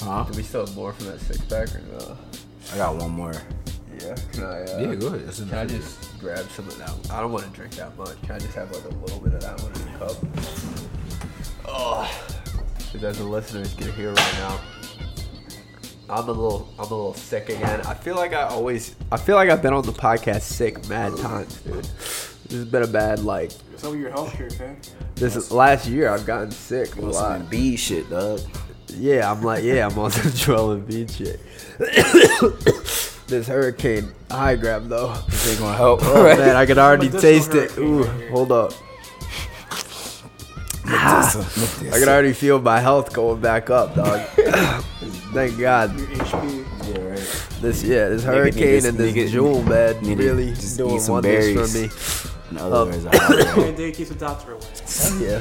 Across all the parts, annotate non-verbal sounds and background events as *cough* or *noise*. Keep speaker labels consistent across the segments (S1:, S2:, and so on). S1: Huh?
S2: Do we still have more from that six pack or no?
S1: I got one more.
S2: Yeah. Can I? Uh,
S1: Yeah, go ahead. That's
S2: Can I
S1: enough.
S2: just grab some of that? I don't want to drink that much. Can I just have like a little bit of that one in the cup? Oh, because as the listeners can hear right now, I'm a little, I'm a little sick again. I feel like I always, I feel like I've been on the podcast sick mad times, dude. This has been a bad like.
S3: Some of your healthcare, fam.
S2: This is, last year I've gotten sick a
S1: Well, some
S2: lot.
S1: Embiid shit, dog.
S2: Yeah, I'm like, yeah, I'm on *laughs* some Joel Embiid shit. *coughs* this hurricane high grab though.
S1: This ain't gonna help.
S2: Oh man,
S3: *laughs*
S2: I can already
S3: Medicinal
S2: taste it.
S3: hurricane
S2: Ooh,
S3: right here.
S2: hold up. I
S1: *laughs* I
S2: can already feel my health going back up,
S3: *laughs*
S2: dog. *coughs* Thank God.
S3: Your *coughs* HP.
S1: Yeah, right.
S2: This yeah, this
S1: Nigga need
S2: hurricane
S1: to-
S2: and this
S1: nigga
S2: jewel bed
S1: need to
S2: really
S1: just eat
S2: doing
S1: some
S2: wonders
S1: berries.
S2: for
S1: In
S2: Oh.
S1: other
S2: *laughs*
S1: words, I
S3: And they keep the doctor away.
S2: me. Yeah.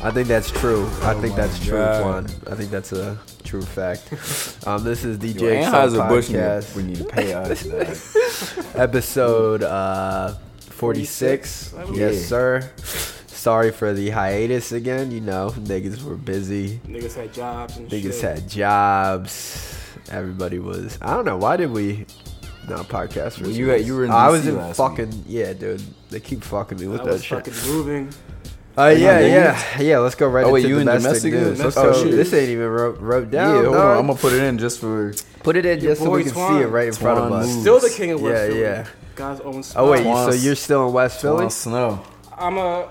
S2: I think that's true. I
S1: Oh
S2: think
S1: my
S2: that's true,
S1: God.
S2: Juan. I think that's a true fact. Um, this is
S1: Yo,
S2: DJ Excel
S1: Anheuser-Busch
S2: Podcast.
S1: need, we need to pay us. dog.
S2: episode uh, 46.
S3: 46.
S2: Yes,
S1: Yeah.
S2: sir. Sorry for the hiatus again. You know, niggas were busy.
S3: Niggas had jobs and shit.
S2: Niggas had jobs. Everybody was. I don't know. Why did we not podcast? For
S1: Well,
S2: two
S1: you were-
S2: weeks?
S1: you were in
S2: I
S1: DC
S2: was in
S1: last
S2: fucking. Yeah, dude. They keep fucking me with
S3: I
S2: that
S3: was
S2: shit.
S3: fucking moving.
S2: Uh, yeah,
S1: Hang on,
S2: yeah, yeah. Let's go right
S1: Oh, wait,
S2: into
S1: you in
S2: domestic,
S1: domestic
S2: news.
S1: news? Let's
S2: oh,
S1: go. Shit.
S2: this ain't even wrote, wrote
S1: *laughs* yeah,
S2: down.
S1: hold
S2: dog.
S1: on. I'm gonna put it in just for.
S2: put it in just so
S3: boy
S2: we can see
S3: Twan.
S2: it right in front of
S1: Twan
S2: us.
S1: moves.
S3: Still the king of West
S2: Yeah,
S3: Philly.
S2: yeah.
S3: God's own spot.
S2: Oh wait, so
S1: Twan's-
S2: you're still in West Philly?
S1: Philly Snow.
S3: I'm a.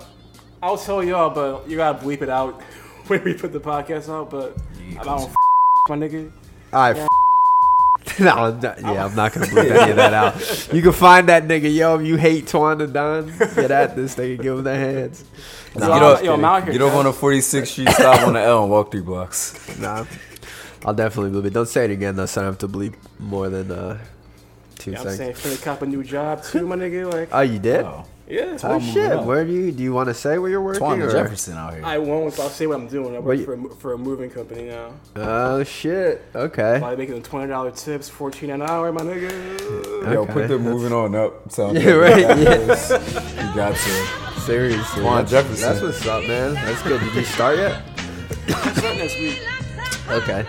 S3: I'll tell y'all, but you gotta bleep it out *laughs* when we put the podcast out. But I don't *laughs* f- my nigga.
S2: I f- *laughs* no, I'm not, yeah, I'm not gonna bleep any of that out. You can find that nigga, yo. If you hate Twan and Don, get at this nigga, give him the hands.
S3: Yo,
S1: get
S3: I'm-
S1: off,
S3: yo, I'm out here,
S1: get off
S3: guys.
S1: on the 46th Street, stop on the L, and walk three *laughs* blocks.
S2: Nah, I'll definitely bleep it. Don't say it again though, so I don't have to bleep more than uh, two
S3: Yeah, I'm saying
S2: seconds.
S3: finna cop a new job too, my nigga. Like,
S2: Oh, you did?
S1: Oh,
S3: yeah.
S2: Oh
S1: moving
S2: shit!
S1: up.
S2: Where do you do you want to say where you're working?
S1: Twan
S2: or-
S1: Jefferson out here.
S3: I won't. But I'll say what I'm doing. I
S2: Well,
S3: work
S2: you-
S3: for a, mo- for a moving company now.
S2: Oh shit! Okay.
S3: Probably making them twenty dollar tips, fourteen an hour, my nigga.
S1: Yo,
S2: okay.
S1: put the moving on up. So
S2: Yeah, *laughs* right. Yeah,
S1: You got *laughs* to.
S2: seriously.
S1: Twan
S2: that's-
S1: Jefferson.
S2: That's what's up, man. That's good. Did you start yet?
S3: What's up next week?
S2: Okay.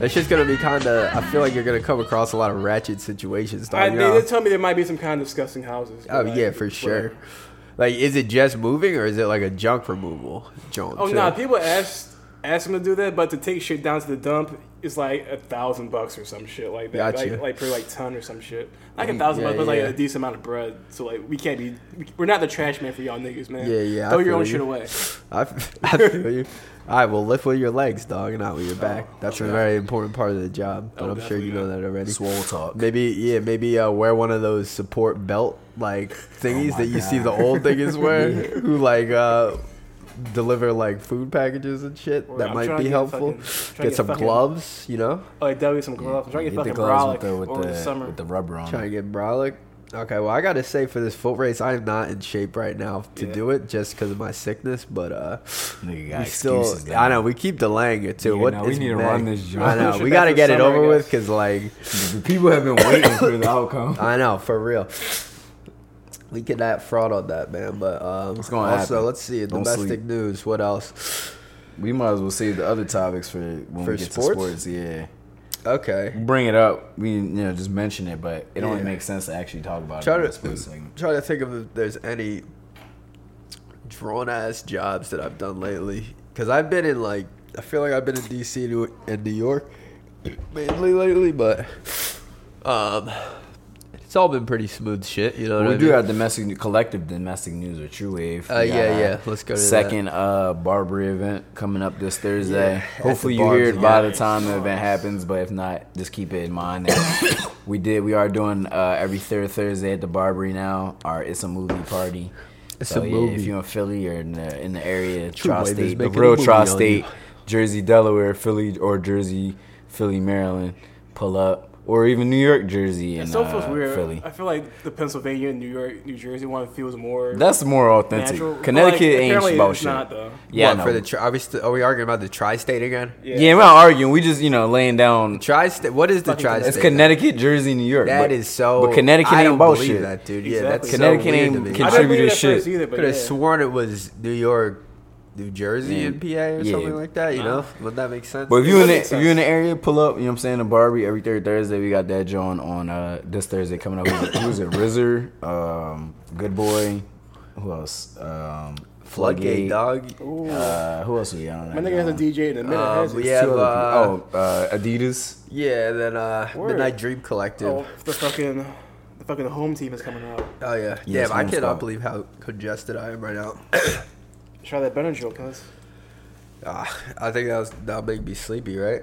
S2: It's just gonna be kinda I feel like you're gonna come across a lot of ratchet situations, dog.
S3: I,
S2: You
S3: they
S2: know?
S3: did tell me there might be some kind of disgusting houses.
S2: Oh
S3: but,
S2: yeah,
S3: like,
S2: for
S3: whatever.
S2: sure. Like is it just moving or is it like a junk removal joint?
S3: Oh
S2: too?
S3: no, people ask ask them to do that, but to take shit down to the dump is like a thousand bucks or some shit like that.
S2: Gotcha.
S3: Like like per like ton or some shit. Like
S1: Mm,
S3: a thousand
S2: yeah,
S3: bucks, but like
S2: yeah.
S3: a decent amount of bread. So like we can't be we, we're not the trash man for y'all niggas, man.
S2: Yeah, yeah, I
S3: Throw your
S2: feel
S3: own
S2: you.
S3: shit away.
S2: I, f-
S3: *laughs*
S2: *laughs* I feel you. Alright, well lift with your legs, dog, and not with your back. That's a very important part of the job. But
S3: Oh,
S2: I'm sure you know
S3: definitely,
S2: that already.
S1: Swole talk.
S2: Maybe yeah, maybe uh, wear one of those support belt
S1: *laughs*
S2: like thingies
S1: Oh my
S2: that you see
S1: God.
S2: the old
S1: *laughs*
S2: niggas wear who like uh deliver like food packages and shit.
S3: Or
S2: that
S3: I'm
S2: might
S3: trying
S2: be
S3: to get
S2: helpful.
S3: fucking-
S2: Get,
S3: trying to get
S2: some
S3: fucking-
S2: gloves, you know?
S3: Oh, like definitely some gloves. I'm trying to
S1: Get
S3: get
S1: the
S3: fucking
S1: gloves
S3: brolic
S1: with the, with,
S3: over the
S1: the,
S3: summer.
S1: with the rubber on.
S2: Trying
S1: it.
S2: to get brolic. Okay, well I gotta say for this foot race I am not in shape right now to
S3: Yeah.
S2: do it just because of my sickness, but uh
S1: Nigga
S2: we
S1: got
S2: still
S1: excuses.
S2: I know we keep delaying it too.
S1: Nigga,
S2: what
S1: now we
S2: is
S1: need to
S2: May?
S1: run this joint.
S2: I know
S1: *laughs*
S3: Push it
S2: we
S3: back
S2: gotta
S3: to
S2: get it
S3: summer,
S2: over
S3: I
S2: with
S3: guess.
S2: because like
S1: The people have been waiting
S2: *laughs*
S1: for the outcome.
S2: I know, for real. We could add fraud on that, man. But um,
S1: It's gonna
S2: also,
S1: happen.
S2: let's see
S1: Don't
S2: domestic
S1: sleep.
S2: news. What else?
S1: We might as well save the other topics for when
S2: For
S1: we get
S2: sports?
S1: to sports. Yeah,
S2: Okay,
S1: bring it up. We you know just mention it, but it only
S2: Yeah.
S1: makes sense to actually talk about
S2: Try
S1: it. in
S2: to-
S1: the sports segment.
S2: try to think of if there's any drawn ass jobs that I've done lately. Cause I've been in like I feel like I've been in DC to- and New York mainly lately, but um, it's all been pretty smooth shit. You know what
S1: we
S2: I
S1: do
S2: mean?
S1: have domestic collective domestic news with True Wave.
S2: Uh,
S1: We got
S2: yeah,
S1: our
S2: yeah. Let's go to that.
S1: second uh Barbary event coming up this Thursday.
S2: Yeah, at
S1: Hopefully
S2: the
S1: you hear it
S2: Barbary.
S1: by the time the event happens, but if not, just keep it in mind that we did we are doing uh every third Thursday at the Barbary now. Our it's a movie party.
S2: It's
S1: so
S2: a
S1: yeah,
S2: movie.
S1: if you're in Philly or in the in the area,
S2: True Wave is
S1: tri-state, the
S2: making a
S1: real
S2: movie on you.
S1: tri-state, Jersey, Delaware, Philly or Jersey, Philly, Maryland, pull up, or even New York, Jersey,
S3: It
S1: and
S3: still feels
S1: uh,
S3: weird.
S1: Philly.
S3: I feel like the Pennsylvania, New York, New Jersey one feels more
S1: That's more authentic.
S3: natural. Well,
S1: Connecticut
S3: like,
S1: ain't
S3: apparently
S1: about
S3: it's
S1: shit.
S3: not though.
S1: Yeah,
S2: What,
S1: I know.
S2: for the tri- are we st- are we arguing about the tri-state again?
S1: yeah. we're not arguing. We just you know laying down.
S2: Tri-state. What is the
S3: Fucking Connecticut.
S2: tri-state?
S1: It's Connecticut, Jersey, New York.
S2: That
S1: but-
S2: is so.
S1: But Connecticut
S2: I
S1: ain't
S2: don't
S1: about
S2: believe
S1: shit.
S2: That dude, yeah,
S3: Exactly.
S2: that's
S1: Connecticut
S2: so weird
S1: ain't
S2: to me.
S1: con-
S3: I didn't believe
S1: Contributed
S3: it at first
S1: shit.
S3: either, but
S2: Could have
S3: yeah.
S2: sworn it was New York, New Jersey
S1: Yeah.
S2: and PA or
S1: Yeah.
S2: something like that. You
S3: Uh.
S2: know, would that make sense?
S1: But if you in the,
S3: makes
S1: if you in the area, pull up. You know what I'm saying? The Barbie every third Thursday. We got that John on uh, this Thursday coming up. Who's it? Who's it? RZA, um, Good Boy. Who else? Um,
S2: Floodgate
S1: Floodgate.
S2: dog.
S3: Ooh.
S1: Uh, who else we got on
S3: My
S1: that?
S3: nigga has a
S1: John?
S3: DJ in a minute.
S2: Um,
S3: has he?
S2: yeah.
S1: Two other
S2: uh,
S1: people. oh, uh, Adidas.
S2: Yeah, and then uh,
S3: Word.
S2: Midnight Dream Collective.
S3: Oh,
S2: Oh,
S3: the fucking the fucking home team is coming out.
S2: yeah,
S1: Yes,
S2: damn! I
S1: Home's
S2: cannot
S1: Fault.
S2: believe how congested I am right now.
S3: Try that Benadryl, cuz.
S2: Ah, I think that was that'll make me sleepy, right?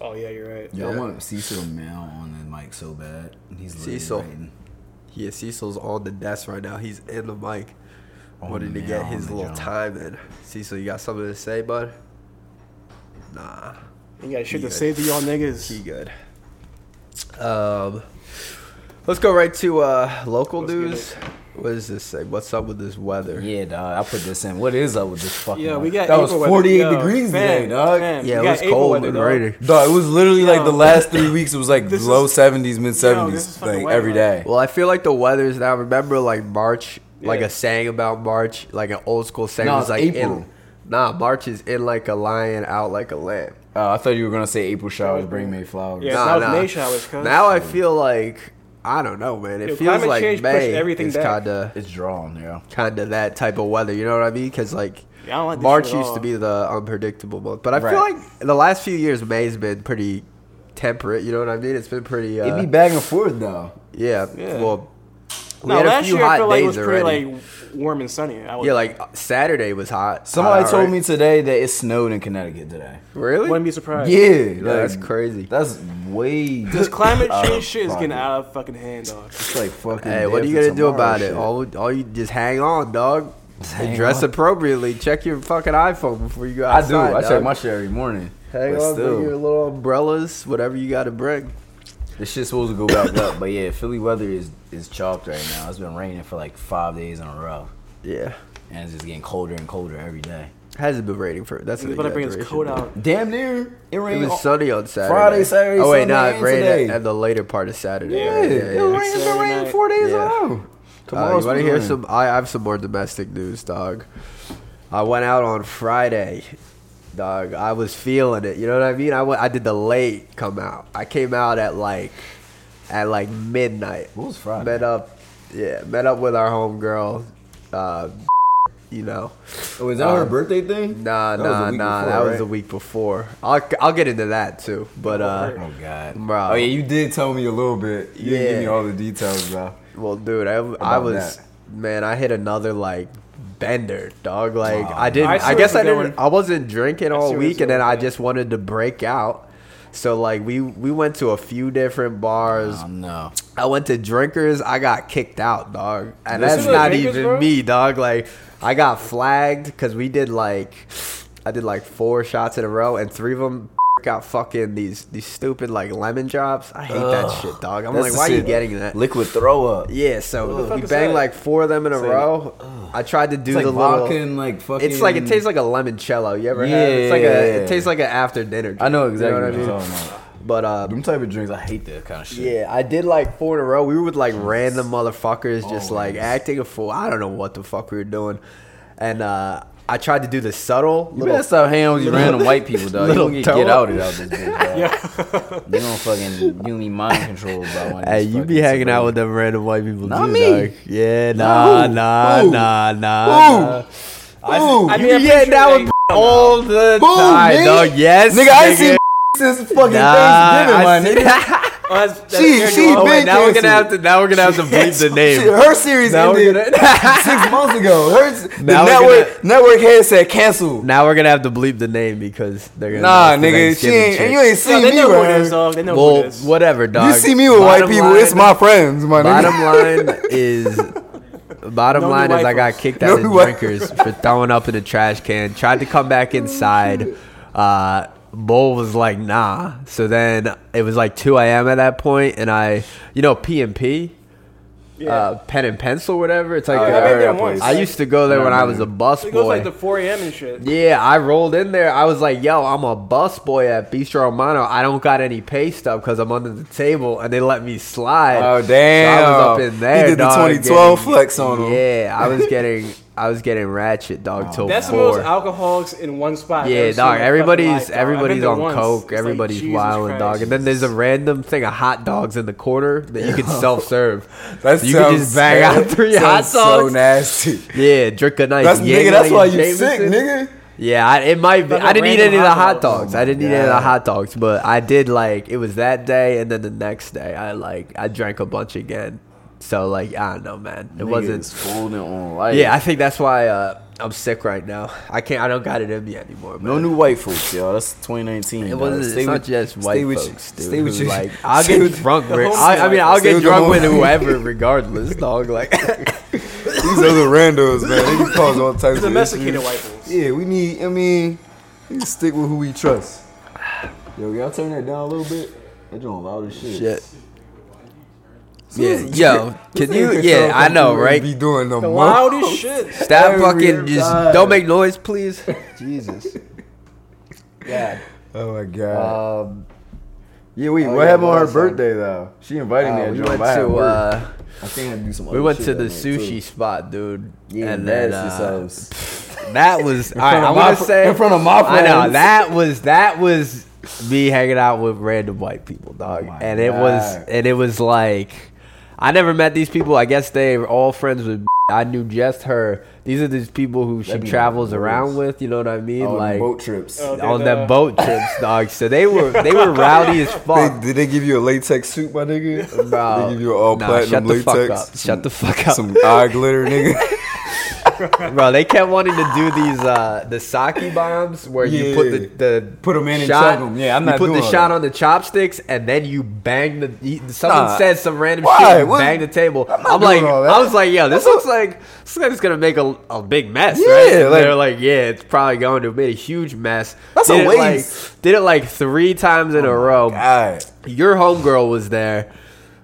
S3: Oh yeah, you're right.
S1: Yo,
S2: Yeah.
S1: I want Cecil Mel on the mic so bad. He's literally
S2: Cecil.
S1: writing
S2: Yeah, Cecil's on the desk right now. He's in the mic,
S1: On
S2: wanting
S1: the
S2: to get
S1: now,
S2: his
S1: on the
S2: little
S1: job.
S2: time in. Cecil, you got something to say, bud? Nah,
S3: You gotta shoot
S2: He
S3: the
S2: good.
S3: safety, y'all
S2: he
S3: niggas.
S2: good. Um, let's go right to uh local
S3: Let's get
S2: news. What is this thing? What's up with this weather?
S1: Yeah, dog. I put this in. What is up with this fucking?
S3: Yeah,
S1: weather?
S3: we got
S1: that was
S3: April weather.
S1: 48
S3: Yo,
S1: degrees
S3: fam,
S1: today, dog.
S3: fam,
S2: Yeah,
S3: we
S2: it
S3: got
S2: was
S3: April
S2: cold
S3: weather,
S2: and
S3: dog.
S2: raining.
S1: Dog, it was literally like the
S3: Yo.
S1: last three weeks. It was like
S3: This
S1: low
S3: is-
S1: seventies, mid
S3: this is
S1: seventies.
S3: fucking
S1: Like
S3: weather,
S1: every
S3: like-
S1: day.
S2: Well, I feel like the weather's now. Remember, like March, like
S3: Yeah.
S2: a saying about March, like an old school saying
S1: No,
S2: was
S1: it's
S2: like
S1: April.
S2: In, nah, March is in like a lion, out like a lamb.
S1: Uh, I thought you were gonna say April showers bring May flowers.
S3: Yeah. now it's May showers, cuz.
S2: Now I feel like I don't know, man. It
S3: Yo,
S2: feels
S3: climate
S2: like
S3: change pushed
S2: May.
S3: everything
S2: is
S3: back.
S2: kind of
S1: It's drawn, yeah.
S2: kind of that type of weather. You know what I mean? Because like
S3: Yeah, I don't like this
S2: March
S3: shit at
S2: used to
S3: all.
S2: be the unpredictable month, but I feel
S1: Right.
S2: like in the last few years May's been pretty temperate. You know what I mean? It's been pretty. Uh,
S1: It'd be back and forth though.
S2: yeah,
S3: Yeah.
S2: Well, we
S3: Now
S2: had a
S3: last
S2: few
S3: year I
S2: hot
S3: feel like it was
S2: days
S3: pretty
S2: already.
S3: like warm and sunny. I would,
S2: yeah, like uh, Saturday was hot.
S1: Somebody
S2: Hot,
S1: told
S2: right?
S1: me today that it snowed in Connecticut today.
S2: Really?
S3: wouldn't be surprised.
S1: Yeah,
S2: Yeah,
S1: like,
S2: that's crazy.
S1: That's way.
S2: *laughs*
S3: This
S1: *laughs*
S3: climate
S1: out
S3: change
S1: of
S3: shit is
S1: pocket.
S3: getting out of fucking hand, dog.
S1: It's like fucking.
S2: Hey, what
S1: day
S2: are you
S1: after
S2: gonna do
S1: tomorrow
S2: about it?
S1: shit.
S2: All, all you just hang on, dog. And
S1: hang
S2: dress
S1: on.
S2: appropriately. Check your fucking iPhone before you go
S1: I do.
S2: outside.
S1: I check
S2: dog.
S1: my shit every morning.
S2: Hang
S1: but
S2: on,
S1: still,
S2: bring your little umbrellas, whatever you got to bring.
S1: this shit's supposed to go back up. But yeah, Philly weather is is chalked right now. It's been raining for like five days in a row,
S2: Yeah,
S1: and it's just getting colder and colder every day.
S2: hasn't been raining for. That's
S3: He's
S2: an
S3: about to bring his
S2: exaggeration,
S3: coat
S2: but-
S3: out.
S1: Damn near it
S2: It
S1: rained.
S2: was
S1: all-
S2: sunny on Saturday.
S1: Friday, Saturday,
S2: Oh wait, no,
S1: Sunday,
S2: it
S1: and
S2: rained at,
S1: today.
S2: at the later part of Saturday.
S1: yeah,
S2: Yeah,
S1: it
S2: yeah, yeah.
S1: rained. It's been
S3: Saturday
S1: raining
S3: night.
S1: four days in a
S2: Yeah.
S1: row.
S2: Uh,
S1: Tomorrow's
S2: you want to hear
S1: raining.
S2: some? I, I have some more domestic news, dog. I went out on Friday, dog. I was feeling it. You know what I mean? I went, I did the late come out. I came out at like at like midnight.
S1: What was Friday?
S2: Met up, yeah. Met up with our homegirl. Uh, you know,
S1: Oh, is that
S2: Uh,
S1: her birthday thing?
S2: nah,
S1: was the
S2: nah,
S1: week
S2: nah.
S1: before,
S2: that was
S1: right?
S2: the week before. I'll I'll get into that too. But uh,
S1: Oh God,
S2: Bro.
S1: Oh yeah, you did tell me a little bit. You didn't give me
S2: Yeah.
S1: all the details, bro.
S2: Well, dude, I, I
S1: About
S2: was
S1: that.
S2: man, I hit another like bender, dog. Like
S1: Wow.
S2: I didn't.
S3: I
S2: I,
S3: see where
S2: guess
S3: you're
S2: I didn't.
S3: going.
S2: I wasn't drinking all
S3: where
S2: week,
S3: you're
S2: and then
S3: going,
S2: I
S3: yeah.
S2: just wanted to break out. So like we we went to a few different bars.
S1: Oh no.
S2: I went to drinkers. I got kicked out, dog, and
S1: This
S2: that's
S1: is what
S2: not
S3: Drinkers,
S2: even
S3: bro?
S2: me, dog. Like I got flagged because we did like I did like four shots in a row, and three of them. *laughs* Got fucking these these stupid like lemon drops. I hate that shit, dog. I'm
S1: That's
S2: like,
S1: the
S2: why are you
S1: shit.
S2: getting that?
S1: Liquid throw up.
S2: Yeah, so
S3: the fuck
S2: you
S3: is
S2: bang
S3: that?
S2: like four of them in a
S1: like-
S2: row. I tried to do
S1: It's like
S2: the
S1: vodka
S2: little.
S1: and like fucking.
S2: It's like it tastes like a limoncello. You ever had? It's like a.
S1: Yeah.
S2: It tastes like an after dinner.
S1: I know
S2: drink, you
S1: exactly what
S2: what I
S1: you're
S2: mean?
S1: talking about.
S2: But uh,
S1: Them type of drinks, I hate that kind of shit.
S2: yeah, I did like four in a row. We were with like random
S1: Oh
S2: motherfuckers, just like
S1: Always.
S2: acting a fool. I don't know what the fuck we were doing, and uh, I tried to do the subtle
S1: You better stop hanging with these random white people, dog. You
S2: little
S1: gonna get,
S2: toe
S1: get
S2: up.
S1: outed out this
S2: *laughs*
S1: bitch, dog. They gonna fucking do me mind control by one. of
S2: Hey,
S1: these
S2: you be
S1: fucking
S2: hanging out
S1: celebrities.
S2: with them random white people
S1: Not
S2: too,
S1: me.
S2: dog. Yeah, nah,
S1: Nah, who?
S2: nah,
S1: Who?
S2: nah, nah.
S1: Who?
S2: I, I
S1: Who? I
S2: mean,
S3: mean,
S2: you
S3: I'm
S2: be
S3: pretty
S2: hanging
S3: sure
S2: out
S3: they
S2: with
S3: ain't
S2: all the
S1: Who,
S2: time,
S1: nigga?
S2: dog. Yes,
S1: Nigga, I ain't seen *laughs* since fucking Thanksgiving, my nigga.
S2: *laughs*
S3: Oh, that's, that's
S1: She-
S3: Jared
S1: she
S3: Dog.
S2: Oh, wait,
S1: been
S2: now we're gonna
S1: canceled.
S2: have to. Now we're gonna have to bleep
S1: *laughs*
S2: the name.
S1: Her series
S2: Now we're *laughs*
S1: ended *laughs* six months ago. Her the
S2: Now we're
S1: network network head said cancel.
S2: Now we're gonna have to bleep the name because they're gonna.
S1: Nah,
S2: know
S1: nigga,
S2: it's the
S1: she ain't.
S2: Thanksgiving
S1: And you ain't
S3: No,
S1: seen
S3: they
S1: me
S3: know who it
S1: with
S3: is,
S1: her.
S3: dog. They know
S2: shit.
S3: who it
S2: Well,
S3: is.
S2: whatever,
S1: You
S2: dog.
S1: see me with white
S2: Bottom
S1: people. It's
S2: line-
S1: my friends, my nigga.
S2: Bottom
S1: *laughs*
S2: line is, bottom
S3: No
S2: line
S3: new
S2: is, I got
S3: wipers.
S2: kicked
S1: No
S2: out
S1: new
S2: of
S1: wipers.
S2: drinkers
S1: *laughs*
S2: for throwing up in a trash can. Tried to come back inside. Uh, Bull was like, nah. So then it was like 2 a.m. at that point, and I, you know, P and P,
S3: Yeah.
S2: uh, pen and pencil, whatever. It's like
S1: Oh,
S2: a-
S1: yeah,
S3: I've been there
S1: that
S3: once.
S1: place.
S2: I used to go there when I was a bus boy.
S3: It goes like the 4 a.m. and shit.
S2: Yeah, I rolled in there. I was like, yo, I'm a bus boy at Bistro Romano. I don't got any pay stub because I'm under the table, and they let me slide.
S1: Oh,
S2: So I was
S1: damn.
S2: up in there.
S1: He did the
S2: dog,
S1: 2012
S2: getting-
S1: flex on Oh, him. *laughs*
S2: Yeah, I was getting I was getting ratchet, dog, till
S3: That's the
S2: four.
S3: most alcoholics in one spot. I've ever
S2: yeah,
S3: seen in my
S2: dog.
S3: fucking life,
S2: Everybody's
S3: dog. I've
S2: everybody's
S3: been there
S2: on
S3: once.
S2: coke.
S3: It's like,
S2: everybody's
S3: Jesus
S2: wilding, dog.
S3: Christ.
S2: And then there's a random thing of hot dogs in the corner that
S1: *laughs*
S2: you can self serve.
S1: That's
S2: You can just bang out three hot
S1: So
S2: dogs. *laughs*
S1: nasty.
S2: yeah, drink a nice.
S1: That's nigga.
S2: Yingling
S1: That's why
S2: and
S1: you sick,
S2: Jameson.
S1: nigga.
S2: Yeah, I, it might be.
S3: Fucking
S2: I didn't eat
S3: random
S2: any of the
S3: hot
S2: hot
S3: dogs.
S2: dogs.
S1: Oh
S2: I didn't eat any of the
S1: God.
S2: hot dogs, but I did like it was that day, and then the next day I like I drank a bunch again. So like I don't know, man. It wasn't.
S1: folding on life.
S2: Yeah, I think that's why uh, I'm sick right now. I can't. I don't got it in me anymore. Man.
S1: no new white folks, y'all. That's 2019.
S2: It
S1: dog.
S2: wasn't.
S1: Stay
S2: it's not
S1: with-
S2: just
S1: stay
S2: white
S1: with-
S2: folks, dude.
S1: Stay with
S2: who,
S1: you.
S2: like
S1: *laughs*
S2: I'll get drunk.
S3: the
S2: With,
S3: homeless
S2: I, I mean,
S3: guy.
S2: I'll
S1: Stay
S2: get
S1: with the
S2: drunk with
S1: homeless- *laughs*
S2: whoever, regardless, dog. Like, *laughs*
S1: These other randos, man. *laughs* They be causing all types
S3: Domesticated
S2: *laughs*
S3: white folks.
S1: Yeah, we need. I mean, we need to stick with who we trust. Yo, y'all turn that down a little bit. That joint loud as shit.
S2: shit. Yeah,
S1: This is-
S2: yo,
S1: this
S2: can you?
S1: nigga sound
S2: Yeah,
S1: like
S2: I know,
S1: you
S2: right?
S1: Be doing no
S3: The
S1: more. *laughs*
S3: wildest shit.
S2: Stop
S1: Every
S2: fucking just
S1: time.
S2: don't make noise, please. Jesus. Yeah.
S1: Oh my god.
S2: Um,
S1: yeah, wait.
S2: oh,
S1: what
S2: yeah,
S1: happened
S2: what
S1: on her
S2: else, like-
S1: birthday though? She invited me.
S2: uh,
S1: at
S2: *laughs* we
S1: joint,
S2: went
S1: but I had
S2: to
S1: work.
S2: uh,
S1: I think I had to do some.
S2: we
S1: other
S2: went
S1: shit
S2: to
S1: that
S2: the
S1: night, too.
S2: sushi spot, dude.
S1: Yeah,
S2: and then
S1: embarrass
S2: uh,
S1: yourselves.
S2: *laughs* that was all right,
S1: front
S2: I
S1: of
S2: want
S1: my
S2: to
S1: fr-
S2: say
S1: in front of my
S2: I know
S1: friends.
S2: that was that was me hanging out with random white people, dog,
S1: my
S2: and it was
S1: God.
S2: and it was like I never met these people. I guess they were all friends with. I knew just her. These are these people who she
S1: be
S2: travels
S1: the
S2: around
S1: worst.
S2: with. You know what I mean?
S1: Oh,
S2: like
S1: boat trips.
S3: Oh, they-
S2: on
S3: Did,
S2: them
S3: uh,
S2: boat trips, dog. So they were they
S1: *laughs*
S2: were rowdy as
S1: They-
S2: fuck.
S1: did they give you a latex suit, my nigga?
S2: Bro,
S1: They give you an all
S2: nah, shut
S1: platinum
S2: the fuck
S1: latex.
S2: up. Shut the fuck up.
S1: Some eye
S2: *laughs*
S1: glitter, nigga.
S2: Bro, they kept wanting to do these uh the sake bombs where you put the,
S1: Yeah.
S2: the
S1: Put 'em in and
S2: shot,
S1: chug 'em. Yeah, I'm
S2: you
S1: not
S2: put the
S1: doing
S2: shot
S1: that.
S2: on the chopsticks and then you bang the you- someone
S1: Nah.
S2: said some random
S1: Why?
S2: shit and
S1: What-
S2: bang the table. I'm,
S1: not
S2: like
S1: doing all that.
S2: I was like, yo, this
S1: That's
S2: looks like this looks like it's gonna make a, a big mess,
S1: Yeah,
S2: right? And
S1: like-
S2: they're like, yeah, it's probably going to make a huge mess.
S1: That's a
S2: did it
S1: waste. Oh
S2: like did it like three times in a row
S1: God.
S2: your homegirl was there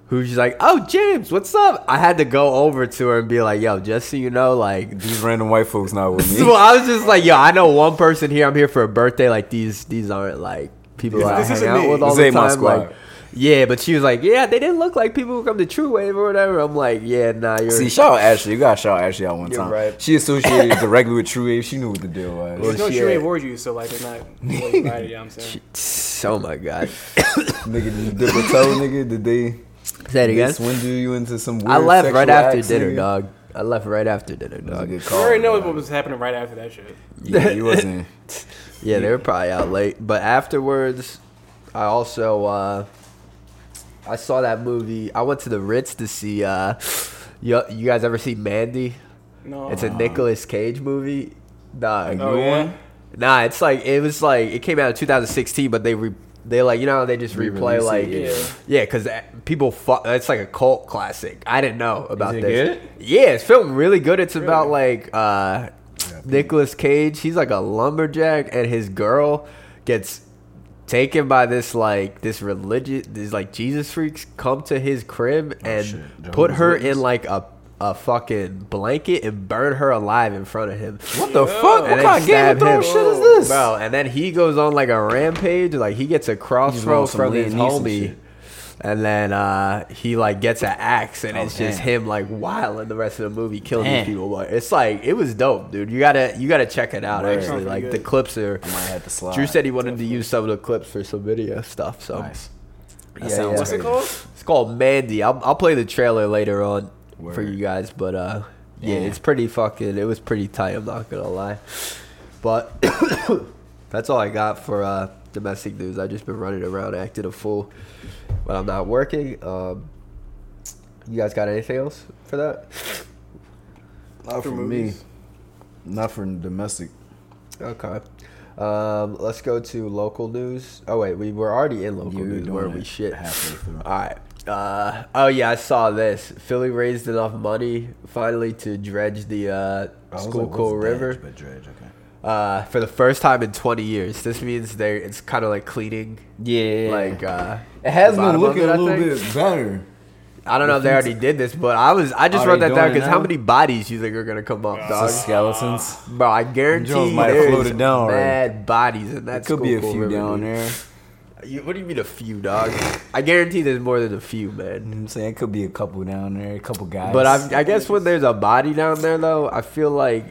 S2: who's like, Oh, James, what's up? I had to go over to her and be like, Yo, just so you know, like
S1: These random white folks not with
S2: well,
S1: me.
S2: I was just like, yo, I know one person here. I'm here for a birthday. Like these, these aren't like people that I
S3: This
S2: hang
S3: isn't
S2: out
S3: me.
S2: with all
S1: This
S2: the
S1: ain't my
S2: time.
S1: squad.
S2: Like, yeah, but she was like, yeah, they didn't look like people who come to True Wave or whatever. I'm like, yeah, nah, you're.
S1: See, shout out Ashley. You gotta shout out Ashley out one
S2: You're
S1: time.
S2: right.
S1: She associated directly with True Wave. She knew what the deal was.
S2: Well,
S3: There's no
S2: shit.
S3: true reward you, so
S2: *laughs*
S3: like they're not. really right, you know what I'm saying.
S2: oh my god.
S1: nigga, did you dip a toe, nigga? Did they,
S2: Say it
S1: did
S2: again.
S1: they swindle you into some weird
S2: I left right
S1: sexual
S2: after
S1: acts,
S2: dinner,
S1: nigga?
S2: dog. I left right after dinner,
S1: That was a
S2: dog.
S1: good
S3: You
S1: call,
S3: already know what
S1: dog.
S3: was happening right after that shit.
S1: Yeah, you wasn't.
S2: Yeah, they were probably out late. But afterwards, I also uh, I saw that movie. I went to the Ritz to see. Uh, you, you guys ever see Mandy?
S3: No.
S2: It's a Nicolas Cage movie. Nah,
S1: Like,
S3: Uh, Oh,
S1: new
S3: yeah?
S1: one?
S2: nah, it's like it was like it came out in 2016, but they re, they like you know how they just replay
S1: Re-release it,
S2: like
S3: yeah.
S2: yeah, because people fu- that's like a cult classic. I didn't know about
S1: it
S2: this.
S1: good?
S2: Yeah, it's filmed really good. It's about like uh Nicolas Cage. He's like a lumberjack, and his girl gets taken by this like this religious these like Jesus freaks come to his crib and
S1: Oh, shit.
S2: put
S1: Jehovah's
S2: her
S1: Witness?
S2: in like a a fucking blanket and burn her alive in front of him.
S1: What the
S2: And
S1: fuck? What
S2: then
S1: kind of Oh, Game
S2: stab
S1: of Thrones
S2: him.
S1: shit is this?
S2: Bro, and then he goes on like a rampage, like he gets a crossroad
S1: some
S2: from his
S1: Liam Neeson
S2: homie.
S1: shit.
S2: And then uh, he like gets an axe, and
S1: Oh,
S2: it's just
S1: damn.
S2: him like wilding the rest of the movie, killing
S1: Damn.
S2: these people. But it's like it was dope, dude. You gotta you gotta check it out.
S1: Word.
S2: Actually,
S3: Sounds
S2: like
S3: good.
S2: the clips are.
S1: I might have to slide.
S2: Drew said he wanted to use some of the clips for some video stuff. So
S1: nice.
S2: Yeah,
S1: That sounds
S2: yeah.
S3: What's it
S1: crazy.
S3: called?
S2: it's called Mandy. I'll, I'll play the trailer later on for
S1: Word.
S2: you guys, but uh, yeah,
S1: Yeah.
S2: it's pretty fucking. It was pretty tight. I'm not gonna lie, but *coughs* that's all I got for uh, domestic news. I just been running around acting a fool, but I'm not working. Um, you guys got anything else for that?
S1: Not for me.
S3: movies.
S1: Not for domestic.
S2: Okay. Um, let's go to local news. Oh wait, we were already in local
S1: You were
S2: news
S1: doing
S2: where
S1: it
S2: we shit.
S1: halfway through.
S2: All right. Uh, oh yeah, I saw this. Philly raised enough money finally to dredge the uh,
S1: I was like,
S2: Schuylkill
S1: what's
S2: River
S1: Dredge, but Dredge, okay.
S2: uh, for the first time in 20 years. This means they it's kind of like cleaning.
S1: Yeah.
S2: Like uh,
S1: It has
S2: the
S1: been
S2: bottom of
S1: looking
S2: it,
S1: a
S2: I
S1: little
S2: think.
S1: bit better.
S2: I don't know if they already did this, but I was I just
S1: Are
S2: wrote
S1: they
S2: that down
S1: doing it
S2: because how
S1: now?
S2: many bodies you think are gonna come up,
S1: The
S2: dog?
S1: skeletons.
S2: Bro, I guarantee
S1: Jones might have
S2: there's
S1: floated down already.
S2: mad bodies in that.
S1: Could be a
S2: Schuylkill
S1: few
S2: River,
S1: down
S2: dude.
S1: there.
S2: You, what do you mean a few, dog? I guarantee there's more than a few, man.
S1: You know what I'm saying? It could be a couple down there, a couple guys.
S2: But I, I guess when there's a body down there, though, I feel like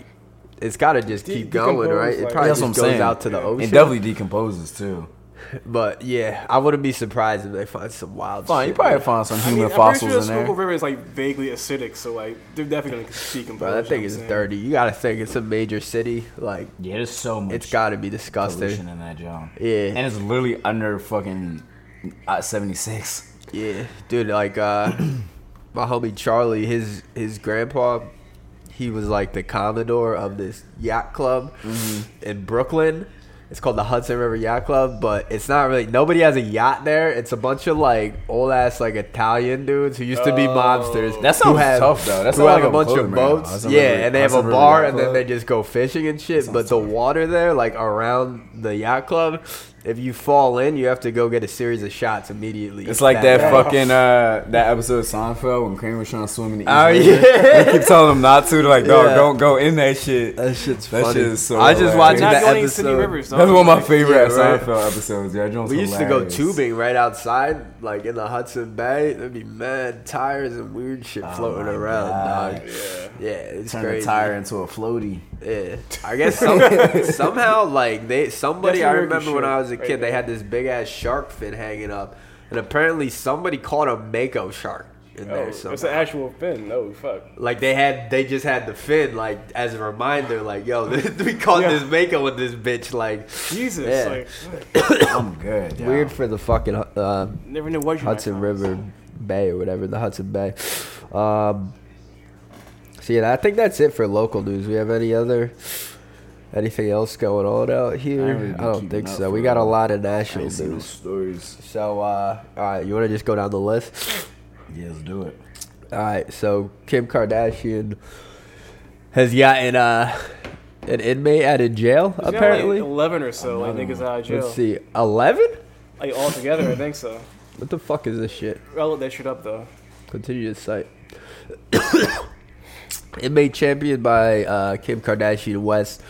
S2: it's gotta just
S3: De-
S2: keep going,
S3: decompose,
S2: right? It
S3: like-
S2: probably
S1: That's
S2: just
S1: what I'm
S2: goes
S1: saying.
S2: out to the ocean.
S1: It definitely decomposes too.
S2: But yeah, I wouldn't be surprised if they find some wild.
S1: Fine,
S2: shit,
S1: you probably
S2: man.
S1: find some
S3: I mean,
S1: human
S3: I'm pretty sure
S1: fossils
S3: the
S1: in there.
S3: Schuylkill River is like vaguely acidic, so like they're definitely gonna see
S2: Bro,
S3: composure.
S2: that thing is dirty. You gotta think it's a major city. Like
S1: Yeah, there's so much
S2: it's gotta be
S1: pollution
S2: disgusting.
S1: in that job.
S2: Yeah.
S1: and it's literally under fucking uh, 76.
S2: Yeah, dude. Like uh, *clears throat* my homie Charlie, his his grandpa, he was like the commodore of this yacht club
S1: Mm-hmm.
S2: in Brooklyn. It's called the Hudson River Yacht Club, but it's not really. Nobody has a yacht there. It's a bunch of like old ass like Italian dudes who used to be
S1: Oh.
S2: mobsters.
S1: That
S2: who
S1: sounds tough, though. That
S2: who
S1: sounds
S2: have
S1: like
S2: a
S1: I'm
S2: bunch of
S1: floating right now.
S2: boats.
S1: Hudson
S2: yeah,
S1: River-
S2: and they have a
S1: Hudson River
S2: bar,
S1: Yacht
S2: and then
S1: Club.
S2: they just go fishing and shit. But the water there, like around the yacht club, if you fall in, you have to go get a series of shots immediately.
S1: It's like that
S2: night.
S1: fucking uh, that episode of Seinfeld when Kramer was trying to swim in the East
S2: Oh,
S1: River.
S2: yeah.
S1: They keep telling him not to. They're like, dog,
S2: Yeah.
S1: don't go in that
S2: *laughs*
S1: shit.
S2: That shit's
S1: That
S2: funny.
S1: shit is so
S2: I just watched
S1: hilarious.
S3: Not
S2: that
S3: going to Sydney
S2: episode.
S3: Rivers.
S1: That's one of my favorite
S2: Yeah, right.
S1: Seinfeld episodes. Yeah, Jones
S2: We used
S1: hilarious.
S2: to go tubing right outside, like in the Hudson Bay. There'd be mad tires and weird shit floating
S1: Oh my
S2: around,
S1: God.
S2: dog. Yeah, it's
S1: Turn
S2: crazy.
S1: the tire into
S2: *coughs*
S1: a floaty.
S2: Yeah, I guess *laughs* some, somehow like they somebody
S3: That's
S2: I
S3: American
S2: remember when
S3: shit
S2: I was a
S3: right
S2: kid they
S3: there.
S2: had this big ass shark fin hanging up, and apparently somebody caught a mako shark in
S3: Oh,
S2: there.
S3: it's
S2: Somewhere.
S3: an actual fin. No, fuck.
S2: Like they had, they just had the fin, like as a reminder, like yo, *laughs* we caught
S3: Yeah.
S2: this mako with this bitch, like
S3: Jesus,
S2: Yeah.
S3: like what?
S1: I'm good. y'all.
S2: weird for the fucking uh,
S3: never knew what you
S2: Hudson
S3: might
S2: River Bay or whatever the Hudson Bay. Um, so yeah, I think that's it for local news. We have any other anything else going on out here? I,
S1: I ain't really been
S2: don't
S1: keeping
S2: think
S1: up
S2: so.
S1: for uh,
S2: We got a
S1: real.
S2: lot of
S1: I
S2: national
S1: ain't seen no
S2: news.
S1: stories.
S2: So uh, all right, you want to just go down the list?
S1: Yeah, let's do it.
S2: All right, so Kim Kardashian has gotten uh, an inmate out of jail.
S3: find. She's got,
S2: apparently,
S3: like eleven or so, like niggas out of
S2: let's
S3: jail,
S2: see, eleven.
S3: like all together. I think so.
S2: What the fuck is this shit?
S3: I'll look that shit up though.
S2: Continue to cite. *coughs* Inmate championed by uh, Kim Kardashian West,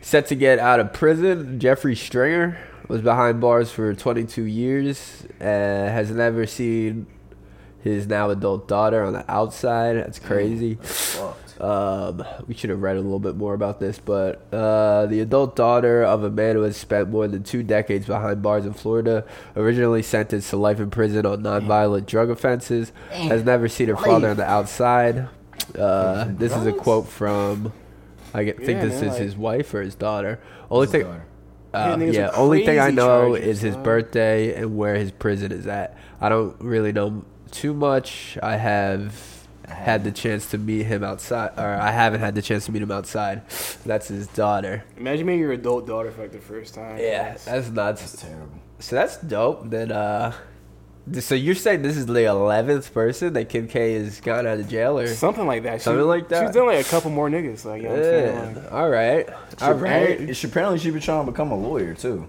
S2: set to get out of prison. Jeffrey Stringer was behind bars for 22 years and has never seen his now adult daughter on the outside. That's crazy.
S1: Fucked.
S2: Um, we should have read a little bit more about this, but uh, the adult daughter of a man who has spent more than two decades behind bars in Florida, originally sentenced to life in prison on nonviolent drug offenses, has never seen her father on the outside. Uh, this is a
S1: Drugs?
S2: quote from, I get- think
S3: Yeah,
S2: this
S3: man,
S2: is
S3: like-
S2: his wife or his daughter. Only thing,
S1: daughter.
S2: Uh,
S3: Yeah, niggas
S2: yeah,
S3: are
S2: only thing I
S3: crazy
S2: know
S3: charges,
S2: is his
S3: huh?
S2: birthday and where his prison is at. I don't really know too much. I have had the chance to meet him outside, or I haven't had the chance to meet him outside. That's his daughter.
S3: Imagine being your adult daughter for like the first time.
S2: Yeah, that's
S1: It's
S2: nuts.
S1: terrible.
S2: So that's dope. Then, uh, th- so you're saying this is the eleventh person that Kim K has gotten out of jail, or
S3: something like that. She-
S2: Something like that.
S3: She's done like a couple more niggas. Like you know what I'm saying.
S2: Yeah. All right, all right.
S1: She, apparently, she was trying to become a lawyer too.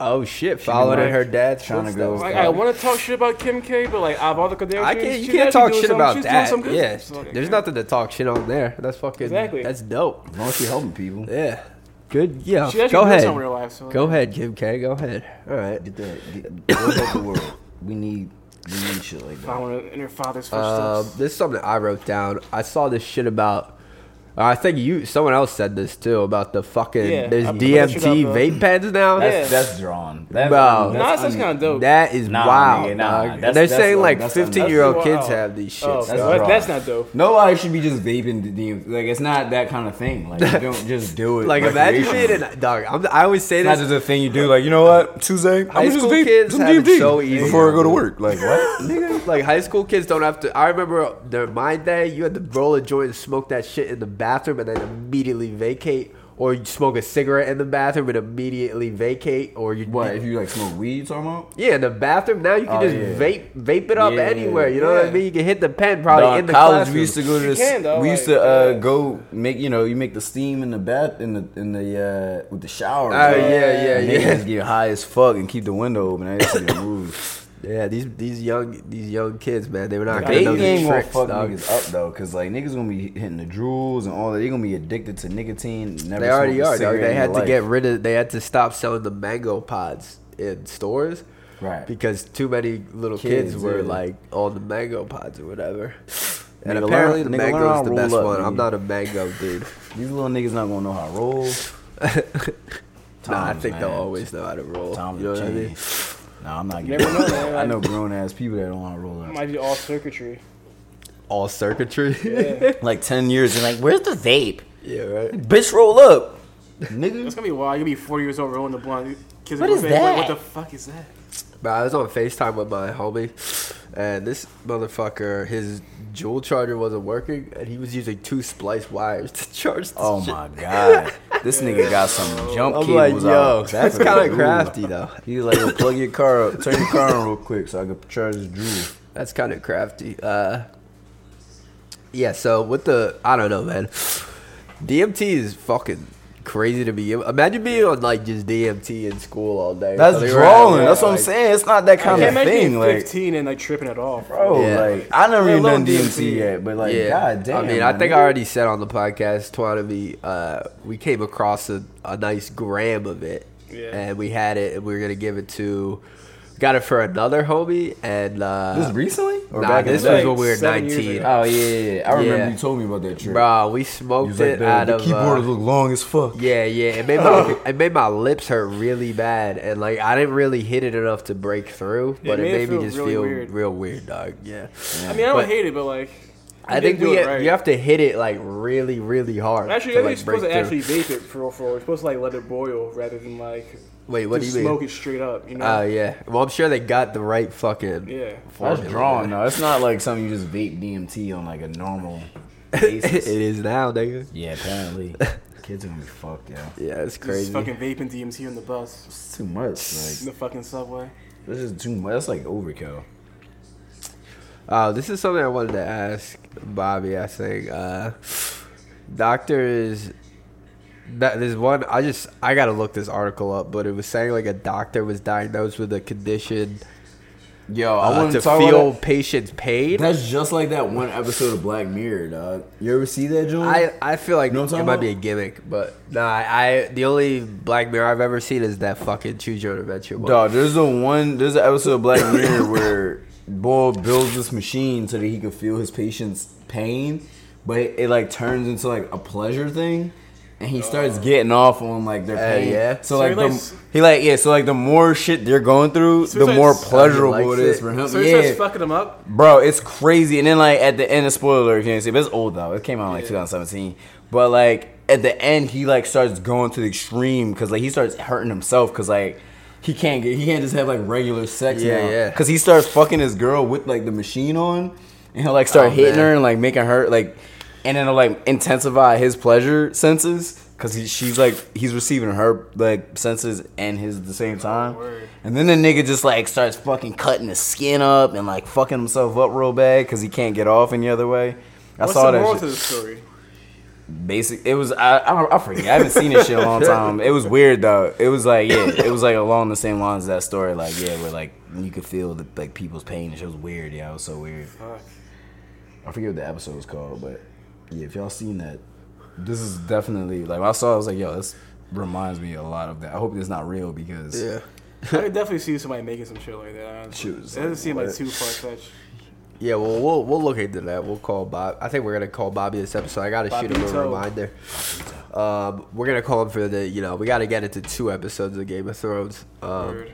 S2: Oh shit! Following in
S3: like,
S2: her dad's
S1: trying to go-
S2: footsteps.
S3: Like, I want to talk shit about Kim K, but like out of all the Kardashians,
S2: I can't. You
S3: she's
S2: can't
S3: actually
S2: talk
S3: doing
S2: shit
S3: some-
S2: about
S3: she's doing
S2: that.
S3: some good
S2: Yeah,
S3: stuff. Like,
S2: there's nothing to talk shit on there. That's fucking.
S3: Exactly.
S2: That's dope.
S1: As long as she helping people.
S2: Yeah. Good. Yeah.
S3: She actually
S2: Go
S3: doing
S2: ahead.
S3: some real life, so-
S2: Go ahead, Kim K. Go ahead. All right.
S1: Get that. Get, build up the world. We need. We need shit like that.
S3: Following in her father's
S2: Um,
S3: footsteps.
S2: this is something I wrote down. I saw this shit about. uh, I think you. Someone else said this too about the fucking.
S3: Yeah,
S2: there's
S3: I put that shit
S2: DMT
S3: up, uh,
S2: vape pens now.
S3: Yeah.
S1: That's, that's drawn. That's,
S2: Bro.
S3: Nah, that's kind of dope.
S2: That is
S1: Nah,
S2: wild.
S1: nigga, nah.
S2: dog.
S1: That's-
S2: They're
S1: that's
S2: saying
S1: like-
S2: like
S1: that's un-
S2: 15 year old
S3: that's-
S2: kids
S3: wow.
S2: have these shits.
S3: Oh,
S1: That's
S3: so that-
S1: wrong.
S3: that's not dope.
S1: Nobody should be just vaping the DMT. Like it's not that kind of thing. Like you don't just do it.
S2: Like imagine being
S1: recreationally.
S2: an dog. I'm, I always say
S1: It's not
S2: this.
S1: just a thing you do. Like you know what Tuesday, I'm
S2: High
S1: just
S2: school
S1: vape
S2: kids
S1: some
S2: have it
S1: DMT
S2: so easy.
S1: before I go to work. Like what?
S2: Nigga, like high school kids don't have to. I remember during my day, you had to roll a joint and smoke that shit in the bathroom and then immediately vacate, or you smoke a cigarette in the bathroom and immediately vacate, or you
S1: what if you like smoke weed? You talking about?
S2: Yeah, in the bathroom now you can
S1: Oh,
S2: just
S1: yeah.
S2: vape vape it up
S1: Yeah.
S2: anywhere. You know what I
S3: Yeah.
S2: mean? You can hit the pen probably
S1: Dog,
S2: in the
S1: college,
S2: classroom.
S1: we used to go to
S3: You
S1: this.
S3: can, though,
S1: we used
S3: like,
S1: to uh,
S3: yeah.
S1: go make you know you make the steam in the bath in the in the uh, with the shower.
S2: Oh, yeah,
S1: dog.
S2: yeah,
S1: And they
S2: yeah.
S1: Just get high as fuck and keep the window open. I used to get moved.
S2: *laughs* yeah, these these young these young kids, man, they were not gonna
S1: They
S2: know these
S1: ain't gonna
S2: tricks.
S1: fuck
S2: dog.
S1: niggas up though, cause like niggas gonna be hitting the drools and all that. They gonna be addicted to nicotine. Never
S2: They already
S1: smoke a
S2: are. Dog.
S1: cigarette in
S2: They
S1: their
S2: had to
S1: life.
S2: get rid of. They had to stop selling the mango pods in stores.
S1: Right.
S2: Because too many little kids,
S1: Kids,
S2: were
S1: yeah.
S2: like on the mango pods or whatever. And
S1: Nigga, learn-
S2: apparently
S1: nigga,
S2: the
S1: learn how
S2: mango's
S1: to
S2: the best
S1: roll up,
S2: one. I'm
S1: nigga.
S2: not a
S1: *laughs*
S2: mango dude.
S1: These little niggas not gonna know how to
S2: *laughs*
S1: roll.
S2: nah, I
S1: Tom's,
S2: think they'll
S1: man.
S2: always know how to roll.
S1: Tom's
S2: you know what I
S1: changed.
S2: mean?
S1: Nah, I'm not
S3: You
S1: getting
S3: never know, man.
S1: I know grown ass people that don't want to roll up.
S3: Might be all circuitry.
S2: All circuitry.
S3: Yeah.
S1: like ten years and like, where's the vape?
S2: *laughs* yeah, right.
S1: Bitch, roll up, nigga.
S3: It's gonna be wild. You'll be 40 years old rolling the blunt. Kids
S1: What
S3: are
S1: is
S3: gonna say, "Wait, What
S1: that?"
S3: the fuck is that?
S2: But I was on FaceTime with my homie, and this motherfucker, his jewel charger wasn't working, and he was using two splice wires to charge this
S1: Oh
S2: shit.
S1: my god, *laughs* this nigga got some jump
S2: I'm like,
S1: cables
S2: yo,
S1: out.
S2: that's
S1: what
S2: kind
S1: it
S2: of
S1: is.
S2: crafty, though.
S1: He was like, yo, plug your car up, turn your car on real quick so I can charge this jewel.
S2: That's kind of crafty. Uh, yeah, so with the, I don't know, man. DMT is fucking crazy to me. Imagine being on, like, just DMT in school all day.
S1: That's
S2: Something around
S1: drawing.
S2: there,
S1: That's what I'm
S2: like-
S1: saying. It's not that kind
S3: Can't
S1: of
S3: imagine
S1: thing.
S3: being
S1: Like,
S3: 15 and like tripping at all. Bro.
S1: bro,
S2: Yeah.
S1: like I never
S2: Yeah,
S1: even
S2: little
S1: done DMT
S2: DMT.
S1: yet, but like,
S2: yeah.
S1: god damn.
S2: I mean, I
S1: my
S2: think
S1: nigga.
S2: I already said on the podcast, Twanami, uh, we came across a, a nice gram of it.
S3: Yeah.
S2: And we had it, and we were going to give it to, got it for another homie. And, uh,
S1: This recently or
S2: nah,
S1: back in
S2: this
S1: the
S2: was
S1: day?
S2: when we were
S3: Seven years
S2: 19.
S3: ago.
S1: Oh yeah, yeah, yeah. I remember
S2: Yeah.
S1: you told me about that trip.
S2: Bro, we
S1: You
S2: smoked
S1: was like,
S2: it
S1: "Dad,
S2: out
S1: the
S2: of.
S1: keyboard
S2: uh,
S1: look long as fuck.
S2: yeah, yeah. It made
S1: *laughs*
S2: my it made my lips hurt really bad, and like I didn't really hit it enough to break through, but it
S3: made
S2: made,
S3: it
S2: me
S3: feel
S2: just
S3: really
S2: feel
S3: weird.
S2: real weird, dog. Yeah.
S3: I mean, I don't
S2: But-
S3: hate it, but like,
S2: I think
S3: do
S2: we
S3: it
S2: ha-
S3: right.
S2: you have to hit it like really, really hard.
S3: Actually,
S2: to,
S3: I think
S2: like,
S3: you're supposed to
S2: break through.
S3: actually vape it for for. You're supposed to like let it boil rather than like
S2: Wait, what do
S3: just
S2: you mean?
S3: smoke it straight up. You know?
S2: Oh yeah. Well, I'm sure they got the right fucking.
S3: yeah.
S1: That's
S2: formula.
S1: drawing though. It's not like something you just vape DMT on like a *laughs* normal
S2: *laughs* it
S1: basis.
S2: is now, nigga.
S1: yeah, *laughs* apparently kids are gonna be fucked. Yeah,
S2: Yeah, it's
S3: Just
S2: crazy.
S3: fucking vaping DMT on the bus,
S1: it's too much.
S3: in
S1: Like
S3: the fucking subway.
S1: this is too much. That's like overkill.
S2: Uh, this is something I wanted to ask Bobby. I think uh, doctors. That there's one. I just I gotta look this article up, but it was saying like a doctor was diagnosed with a condition
S1: Yo,
S2: uh,
S1: I want
S2: to
S1: to talk feel.
S2: feel patients' pain.
S1: That's just like that one episode of Black Mirror, dog. You ever see that, Joel?
S2: I, I feel like
S1: know
S2: it
S1: what
S2: might
S1: I'm talking
S2: be a
S1: about?
S2: gimmick, but nah. I the only Black Mirror I've ever seen is that fucking Choose Your Own Adventure one.
S1: Dog, there's a one. There's an episode of Black Mirror where Bull builds this machine so that he can feel his patient's pain, but it, it like turns into like a pleasure thing, and he starts getting off on like their
S2: Uh,
S1: pain.
S2: yeah.
S1: yeah. So,
S3: So
S1: like,
S3: he, like,
S1: the, he like yeah. So like the more shit they're going through,
S3: So
S1: the
S3: he
S1: more
S3: starts-
S1: pleasurable it
S2: likes
S1: is
S2: it.
S1: for him.
S3: So he
S1: yeah.
S3: starts fucking them up.
S1: Bro, it's crazy. And then like at the end of spoiler, alert, you can't see, but it's old though. It came out in, like
S3: Yeah.
S1: 2017. But like at the end, he like starts going to the extreme because like he starts hurting himself because like he can't get he can't just have like regular sex.
S2: Yeah,
S1: now.
S2: yeah.
S1: Because he starts fucking his girl with like the machine on, and he'll like start
S2: Oh,
S1: hitting
S2: man.
S1: her and like making her like, and then it'll like intensify his pleasure senses. Cause he, she's like he's receiving her like senses and his at the same time,
S3: word.
S1: and then the nigga just like starts fucking cutting his skin up and like fucking himself up real bad because he can't get off any other way. I
S3: What's
S1: saw
S3: the moral
S1: that
S3: to
S1: shit.
S3: the story?
S1: Basic, it was I, I don't- I forget. I haven't seen this shit in a *laughs* long time. It was weird though. It was like yeah, it was like along the same lines as that story. Like yeah, where like you could feel the, like people's pain. and shit. It was weird. Yeah, it was so weird.
S3: Fuck.
S1: I forget what the episode was called, but yeah, if y'all seen that, this is definitely like when I saw. it, I was like, yo, this reminds me a lot of that. I hope it's not real because
S2: Yeah,
S3: I could definitely see somebody making some shit like that. Honestly.
S1: She
S3: It
S1: was
S3: doesn't
S1: like,
S3: seem
S1: what?
S3: like too far fetched.
S2: yeah. Well, we'll we'll look into that. We'll call Bob. I think we're gonna call Bobby this episode. I gotta shoot him a
S3: Bobito.
S2: reminder. Um, we're gonna call him for the you know we gotta get into two episodes of Game of Thrones. Um,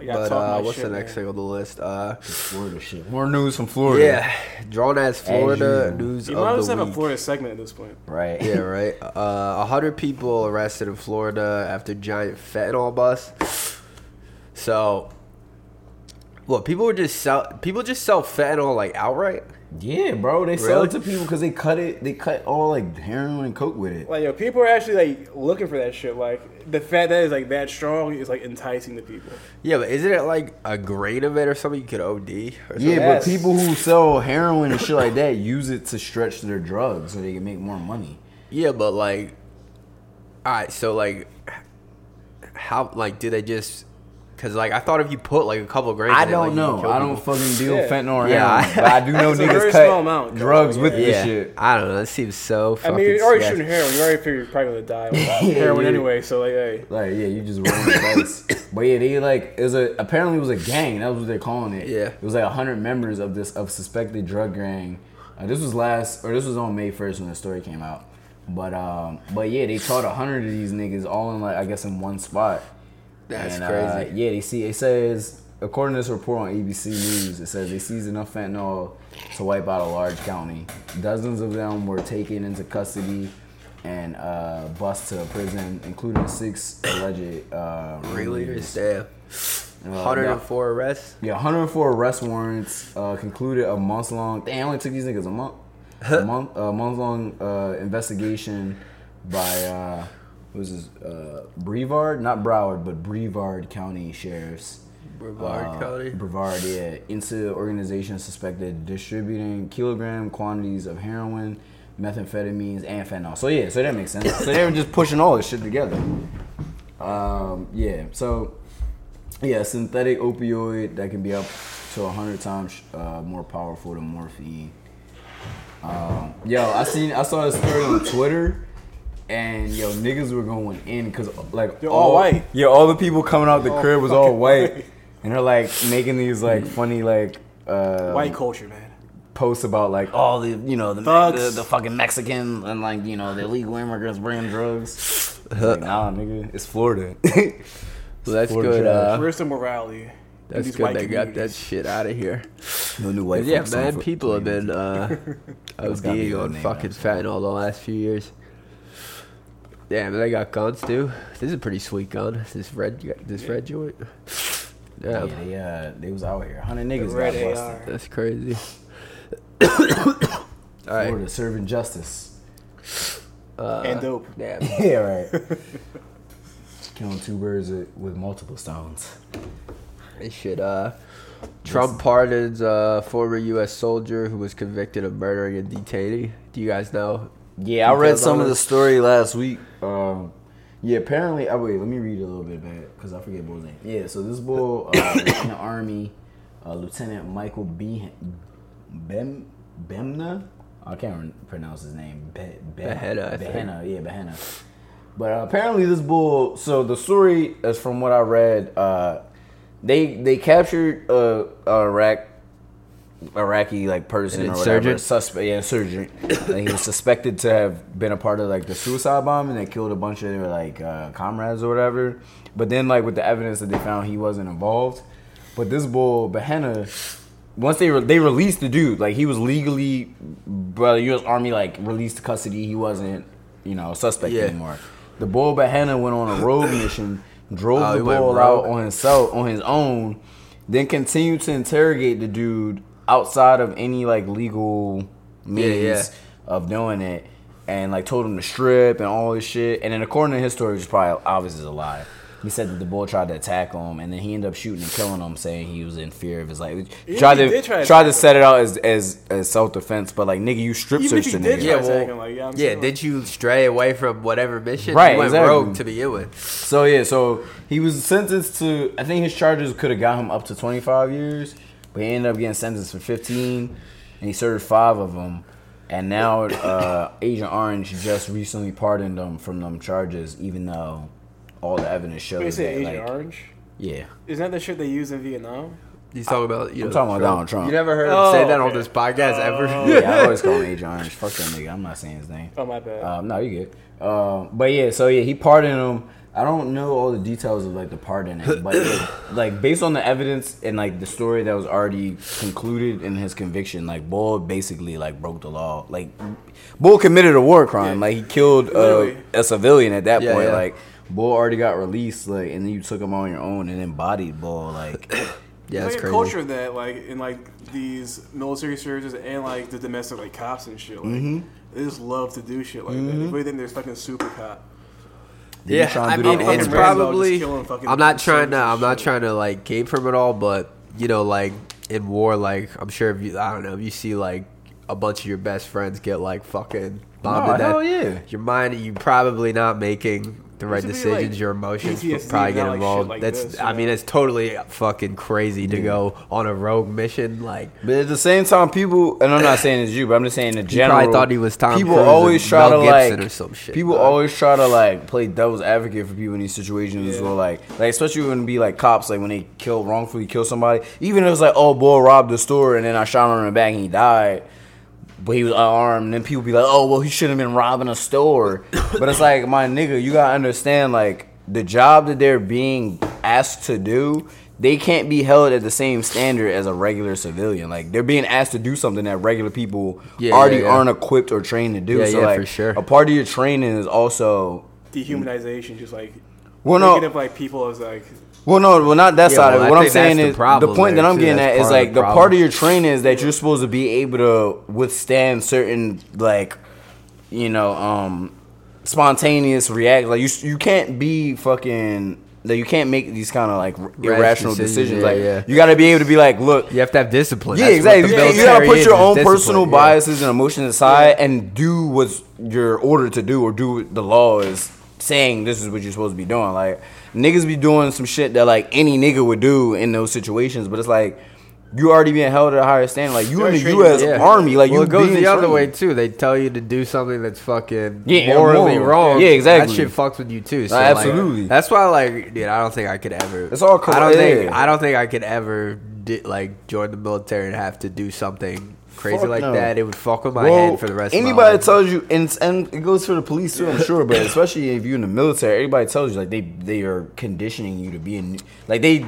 S3: I gotta
S2: but
S3: talk
S2: uh,
S3: my
S2: what's
S3: shit,
S2: the next
S3: man.
S2: thing on the list? Uh,
S1: Florida shit. More news from Florida.
S2: yeah, drawn as Florida
S1: usual.
S2: news
S3: You
S2: of
S3: might
S2: the
S3: as well have a
S2: week.
S3: Florida segment at this point.
S1: Right.
S2: Yeah, right. Uh, A hundred people arrested in Florida after giant fentanyl bust. So, look, people would just sell. People just sell fentanyl like outright.
S1: Yeah, bro. They sell
S2: Really?
S1: it to people because they cut it. They cut all like heroin and coke with it.
S3: Like yo, people are actually like looking for that shit. Like the fact that it's like that strong is like enticing to people.
S2: Yeah, but isn't it like a grain of it or something you could OD? Or something?
S1: yeah,
S3: Yes.
S1: but people who sell heroin and shit like that use it to stretch their drugs so they can make more money.
S2: Yeah, but like, all right. So like, how like do they just? Because like I thought if you put like a couple grains,
S1: I
S2: in it, like,
S1: don't
S2: you could
S1: know.
S2: kill
S1: I
S2: people.
S1: don't fucking deal with
S3: Yeah.
S1: fentanyl or
S2: Yeah.
S1: heroin, but I
S3: *laughs*
S1: do know
S3: It's a
S1: niggas
S3: very
S1: cut
S3: small amount,
S1: drugs with
S2: Yeah,
S1: this shit.
S2: I don't know. That seems so.
S3: I
S2: Fucking
S3: mean, you're already
S2: sketchy. *laughs*
S3: shooting heroin. You already figure you're probably gonna die with heroin
S1: Yeah.
S3: anyway. So like, hey,
S1: *laughs* Like yeah, you just roll the dice. But yeah, they like it was a apparently it was a gang. That was what they're calling it.
S2: Yeah.
S1: it was like hundred members of this of suspected drug gang. Uh, this was last or this was on May first when the story came out. But um, but yeah, they caught hundred of these niggas all in like I guess in one spot.
S2: That's
S1: And, uh,
S2: crazy.
S1: yeah, they see it says according to this report on ABC News, it says they seized enough fentanyl to wipe out a large county. Dozens of them were taken into custody and uh, bused to prison, including six alleged uh, ring leaders.
S2: Ringleaders, damn. 104 arrests.
S1: Yeah, 104 arrest warrants uh, concluded a month long. Damn, only took these niggas
S2: *laughs*
S1: a month. a month, a month long uh, investigation by uh, what was this uh, Brevard, not Broward, but Brevard County sheriffs. Uh,
S2: Brevard County.
S1: Brevard, yeah, into organizations suspected of distributing kilogram quantities of heroin, methamphetamines, and fentanyl. So yeah, so that makes sense. so they were just pushing all this shit together. Um, yeah, so yeah, synthetic opioid that can be up to hundred times uh, more powerful than morphine. Um, yo, I seen I saw this story on Twitter, and yo niggas were going in because like
S3: They're all white.
S1: Yeah, all the people coming out the
S3: All
S1: crib was all
S3: fucking
S1: white,
S3: white.
S1: and they're like making these like funny like uh,
S3: White culture, man.
S1: posts about like all the you know the, the
S3: Thugs.
S1: the fucking Mexican and like you know the illegal immigrants bringing *laughs* drugs. It's like, nah, nigga, it's Florida.
S2: Well, that's
S1: Florida
S2: good. Uh,
S1: judge.
S3: Where's the morality? in
S2: that's
S3: these
S2: good.
S3: white
S2: They got that
S3: communities?
S2: shit out of here.
S1: no new white.
S2: yeah,
S1: folks on
S2: man.
S1: Fl-
S2: People have been
S1: *laughs*
S2: uh,
S1: gotta be
S2: ODing
S1: the
S2: on
S1: name,
S2: fucking fentanyl the last few years. Damn, they got guns too. This is a pretty sweet gun. This red, this red joint. Yeah,
S1: Yeah, they, uh, they was out here. Hundred niggas got
S3: Red
S1: busted.
S3: AR.
S2: that's crazy. *coughs* All right.
S1: Florida serving justice.
S3: and dope.
S2: Damn.
S1: *laughs* yeah, right. Killing two birds with, with multiple stones.
S2: This shit, uh. Trump pardons uh, former U.S. soldier who was convicted of murdering a detainee. Do you guys know?
S1: Yeah, I read
S2: Details
S1: some
S2: on
S1: of
S2: it?
S1: the story last week. Um, yeah, apparently. Oh wait, let me read a little bit about it because I forget boy's name. Yeah, so this boy uh, *coughs* was in the army, uh, Lieutenant Michael B. Bem Bemna. I can't re- pronounce his name. Be- Be-
S2: Behenna, I think.
S1: Behenna, yeah, Behenna. But uh, apparently, this bull. So the story is from what I read. Uh, they they captured a, a Iraq Iraqi like person
S2: An
S1: or whatever
S2: insurgent?
S1: suspect, yeah, *coughs* insurgent. and he was suspected to have been a part of like the suicide bomb, and they killed a bunch of their like uh, comrades or whatever. But then like with the evidence that they found, he wasn't involved. But this bull Behenna, once they re- they released the dude, like he was legally by the U.S. Army like released to custody. He wasn't you know a suspect
S2: Yeah.
S1: anymore. The bull Behenna went on a road *coughs* mission, drove
S2: Oh, he
S1: the
S2: went
S1: bull out
S2: rogue.
S1: on himself on his own, then continued to interrogate the dude outside of any like legal means
S2: yeah.
S1: of doing it, and like told him to strip and all this shit. And then according to his story, which is probably obviously a lie. He said that the bull tried to attack him, and then he ended up shooting and killing him, saying he was in fear of his life.
S3: Even
S1: tried
S3: if he
S1: to
S3: did try to
S1: tried to
S3: attack
S1: set it out as as, as self defense, but like nigga, you strip
S3: Even if
S1: searched the
S3: he did
S1: nigga.
S3: try
S2: Yeah,
S3: to
S2: well,
S3: attack him, like, yeah, I'm
S2: yeah.
S3: sure.
S2: Did you stray away from whatever mission?
S1: Right,
S2: you went
S1: exactly.
S2: rogue to begin with.
S1: So yeah, so he was sentenced to. I think his charges could have got him up to 25 years, but he ended up getting sentenced for 15, and he served five of them. And now uh, Agent Orange just recently pardoned him from them charges, even though all the evidence
S3: They
S1: shows
S3: say
S1: that.
S3: Agent
S1: Like,
S3: Orange. *laughs*
S1: yeah,
S3: Isn't that the shit they use in Vietnam?
S2: He's talking about. You
S1: I'm
S2: know,
S1: talking about Donald Trump.
S2: You never heard him
S3: Oh,
S2: say that on
S3: okay.
S2: this podcast ever. *laughs*
S1: yeah, I always call him Agent Orange. Fuck that nigga. I'm not saying his name.
S3: Oh my bad.
S2: Uh,
S1: Um, no, you good. Um, but yeah, so yeah, he pardoned him. I don't know all the details of like the pardoning, but
S2: *coughs*
S1: like based on the evidence and like the story that was already concluded in his conviction, like Bull basically like broke the law. Like Bull committed a war crime. Like he killed a,
S3: Literally.
S1: a civilian at that
S2: Yeah,
S1: point.
S2: yeah.
S1: Like Bull already got released. Like and then you took him on your own and then bodied
S2: *coughs*
S1: Bull. Like
S2: yeah,
S3: It's
S2: that's
S3: like
S2: crazy.
S3: a culture of that, like in like these military services and like the domestic like cops and shit. Like
S2: Mm-hmm.
S3: they just love to do shit like that. They think they're fucking super cop.
S1: you
S2: Yeah,
S1: trying
S2: I
S1: to do
S2: mean,
S1: that to
S2: it's
S1: Rambo, just
S2: probably.
S3: killing fucking
S2: I'm not trying to.
S3: soldiers and
S2: I'm not
S3: shit.
S2: trying to like game from it all, but you know, like in war, like I'm sure if you, I don't know, if you see like a bunch of your best friends get like fucking bombed
S1: No,
S2: to death.
S1: hell yeah.
S2: Your mind, you probably not making the right
S3: should be,
S2: decisions,
S3: like,
S2: your emotions would
S3: PTSD,
S2: probably
S3: not
S2: get
S3: like shit
S2: involved.
S3: like
S2: That's
S3: this,
S2: I
S3: yeah.
S2: mean, it's totally fucking crazy to go on a rogue mission. Like
S1: But at the same time, people, and I'm not saying it's you, but I'm just saying in general.
S2: thought he was Tom
S1: People
S2: Cruise
S1: always
S2: and
S1: try
S2: Mel
S1: to
S2: Gibson
S1: like,
S2: or some shit,
S1: people
S2: dog.
S1: always try to like play devil's advocate for people in these situations
S3: Yeah.
S1: where like, like especially when it be like cops, like when they kill wrongfully kill somebody. Even if it's like, oh, boy robbed the store and then I shot him in the back and he died. But he was unarmed, and then people be like, "Oh, well, he should have been robbing a store."
S2: *coughs*
S1: but it's like, my nigga, you gotta understand, like the job that they're being asked to do, they can't be held at the same standard as a regular civilian. Like they're being asked to do something that regular people
S2: Yeah,
S1: already
S2: yeah, yeah.
S1: aren't equipped or trained to do.
S2: Yeah,
S1: so
S2: yeah,
S1: like,
S2: for sure.
S1: a part of your training is also
S3: Dehumanization, just like
S1: Well, no.
S3: thinking of like people as like
S1: Well, no, well, not that
S2: Yeah,
S1: side of
S2: well,
S1: it.
S2: I
S1: What I'm
S2: think that's
S1: saying
S2: the
S1: is the,
S2: problem
S1: point that
S2: there,
S1: I'm
S2: too.
S1: getting
S2: That's
S1: at
S2: part
S1: is
S2: of
S1: like
S2: the
S1: the
S2: problem.
S1: part of your training is that you're supposed to be able to withstand certain like, you know, um, spontaneous react. Like you, s- you can't be fucking. Like you can't make these kind of like r-
S2: Rash
S1: irrational
S2: decisions,
S1: decisions.
S2: yeah,
S1: like
S2: yeah.
S1: you got to be able to be like, look,
S2: you have to have discipline.
S1: yeah,
S2: That's what
S1: exactly.
S2: the
S1: You, can't- you
S2: military
S1: gotta put
S2: is,
S1: your
S2: is
S1: own
S2: discipline,
S1: personal
S2: yeah.
S1: biases and emotions aside and do what you're ordered to do or do what the law is saying this is what you're supposed to be doing. Like, niggas be doing some shit that, like, any nigga would do in those situations, but it's like, you already being held at a higher standard. Like, you
S3: They're
S1: in the
S3: trained,
S1: U.S.
S3: yeah.
S1: Army, like,
S2: well,
S1: you
S2: it goes
S1: being
S2: the other
S1: trained.
S2: way too. They tell you to do something that's fucking
S1: Yeah,
S2: morally
S1: immoral.
S2: wrong.
S1: Yeah, exactly.
S2: That shit fucks with you too. So
S1: Uh,
S2: like,
S1: absolutely.
S2: that's why, like, dude, I don't think I could ever.
S1: It's all
S2: I don't think
S1: correct.
S2: I don't think I could ever di- like join the military and have to do something crazy
S1: Fuck
S2: like
S1: no.
S2: that. It would fuck with my
S1: Well,
S2: head for the rest.
S1: Anybody
S2: of my life.
S1: tells you, and, and it goes for the police too, I'm
S2: *laughs*
S1: sure, but especially if you're in the military, everybody tells you like they they are conditioning you to be in, like they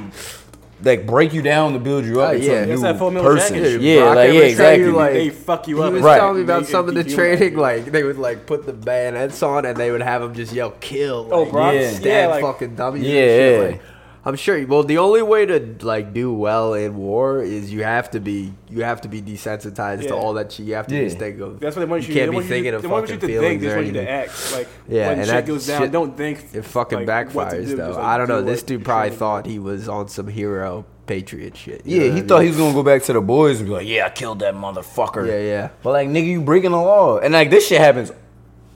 S1: like break you down to build you up.
S2: Oh,
S1: into
S2: yeah.
S1: a
S2: That's
S1: new
S3: that Full Metal
S1: person.
S3: Jacket.
S1: Yeah,
S2: Brock
S1: like yeah,
S2: Evans tell you,
S1: exactly.
S2: like,
S3: they fuck you
S2: He
S3: up.
S2: was
S1: Right.
S2: telling me about
S3: They-
S2: some of the
S3: they-
S2: training, like they would like put the bayonets on and they would have him just yell "kill," like,
S3: Oh, Brock?
S1: Yeah.
S2: stab
S3: Yeah, like-
S2: fucking dummies. and
S1: Yeah,
S2: shit,
S1: yeah.
S2: like, I'm sure. Well, the only way to like do well in war is you have to be you have to be desensitized
S3: Yeah.
S2: to all that shit. You have to
S1: Yeah.
S2: just think of.
S3: That's what they want you.
S2: You can't
S3: they
S2: be
S3: want you
S2: thinking
S3: to,
S2: of
S3: they want you
S2: fucking
S3: to think.
S2: feelings
S3: They
S2: or
S3: just want you to
S2: anything.
S3: act. Like
S2: Yeah,
S3: when
S2: and
S3: shit
S2: that
S3: goes down,
S2: shit-
S3: don't think.
S2: It fucking
S3: like, what to
S2: backfires
S3: do,
S2: though.
S3: just, like,
S2: I don't know.
S3: do
S2: This
S3: what
S2: dude
S3: you're
S2: probably
S3: trained.
S2: thought he was on some hero patriot shit. you
S1: Yeah,
S2: know
S1: he
S2: what I
S1: thought
S2: mean?
S1: he was gonna go back to the boys and be like, "Yeah, I killed that motherfucker."
S2: Yeah, yeah.
S1: But like, nigga, you breaking the law, and like this shit happens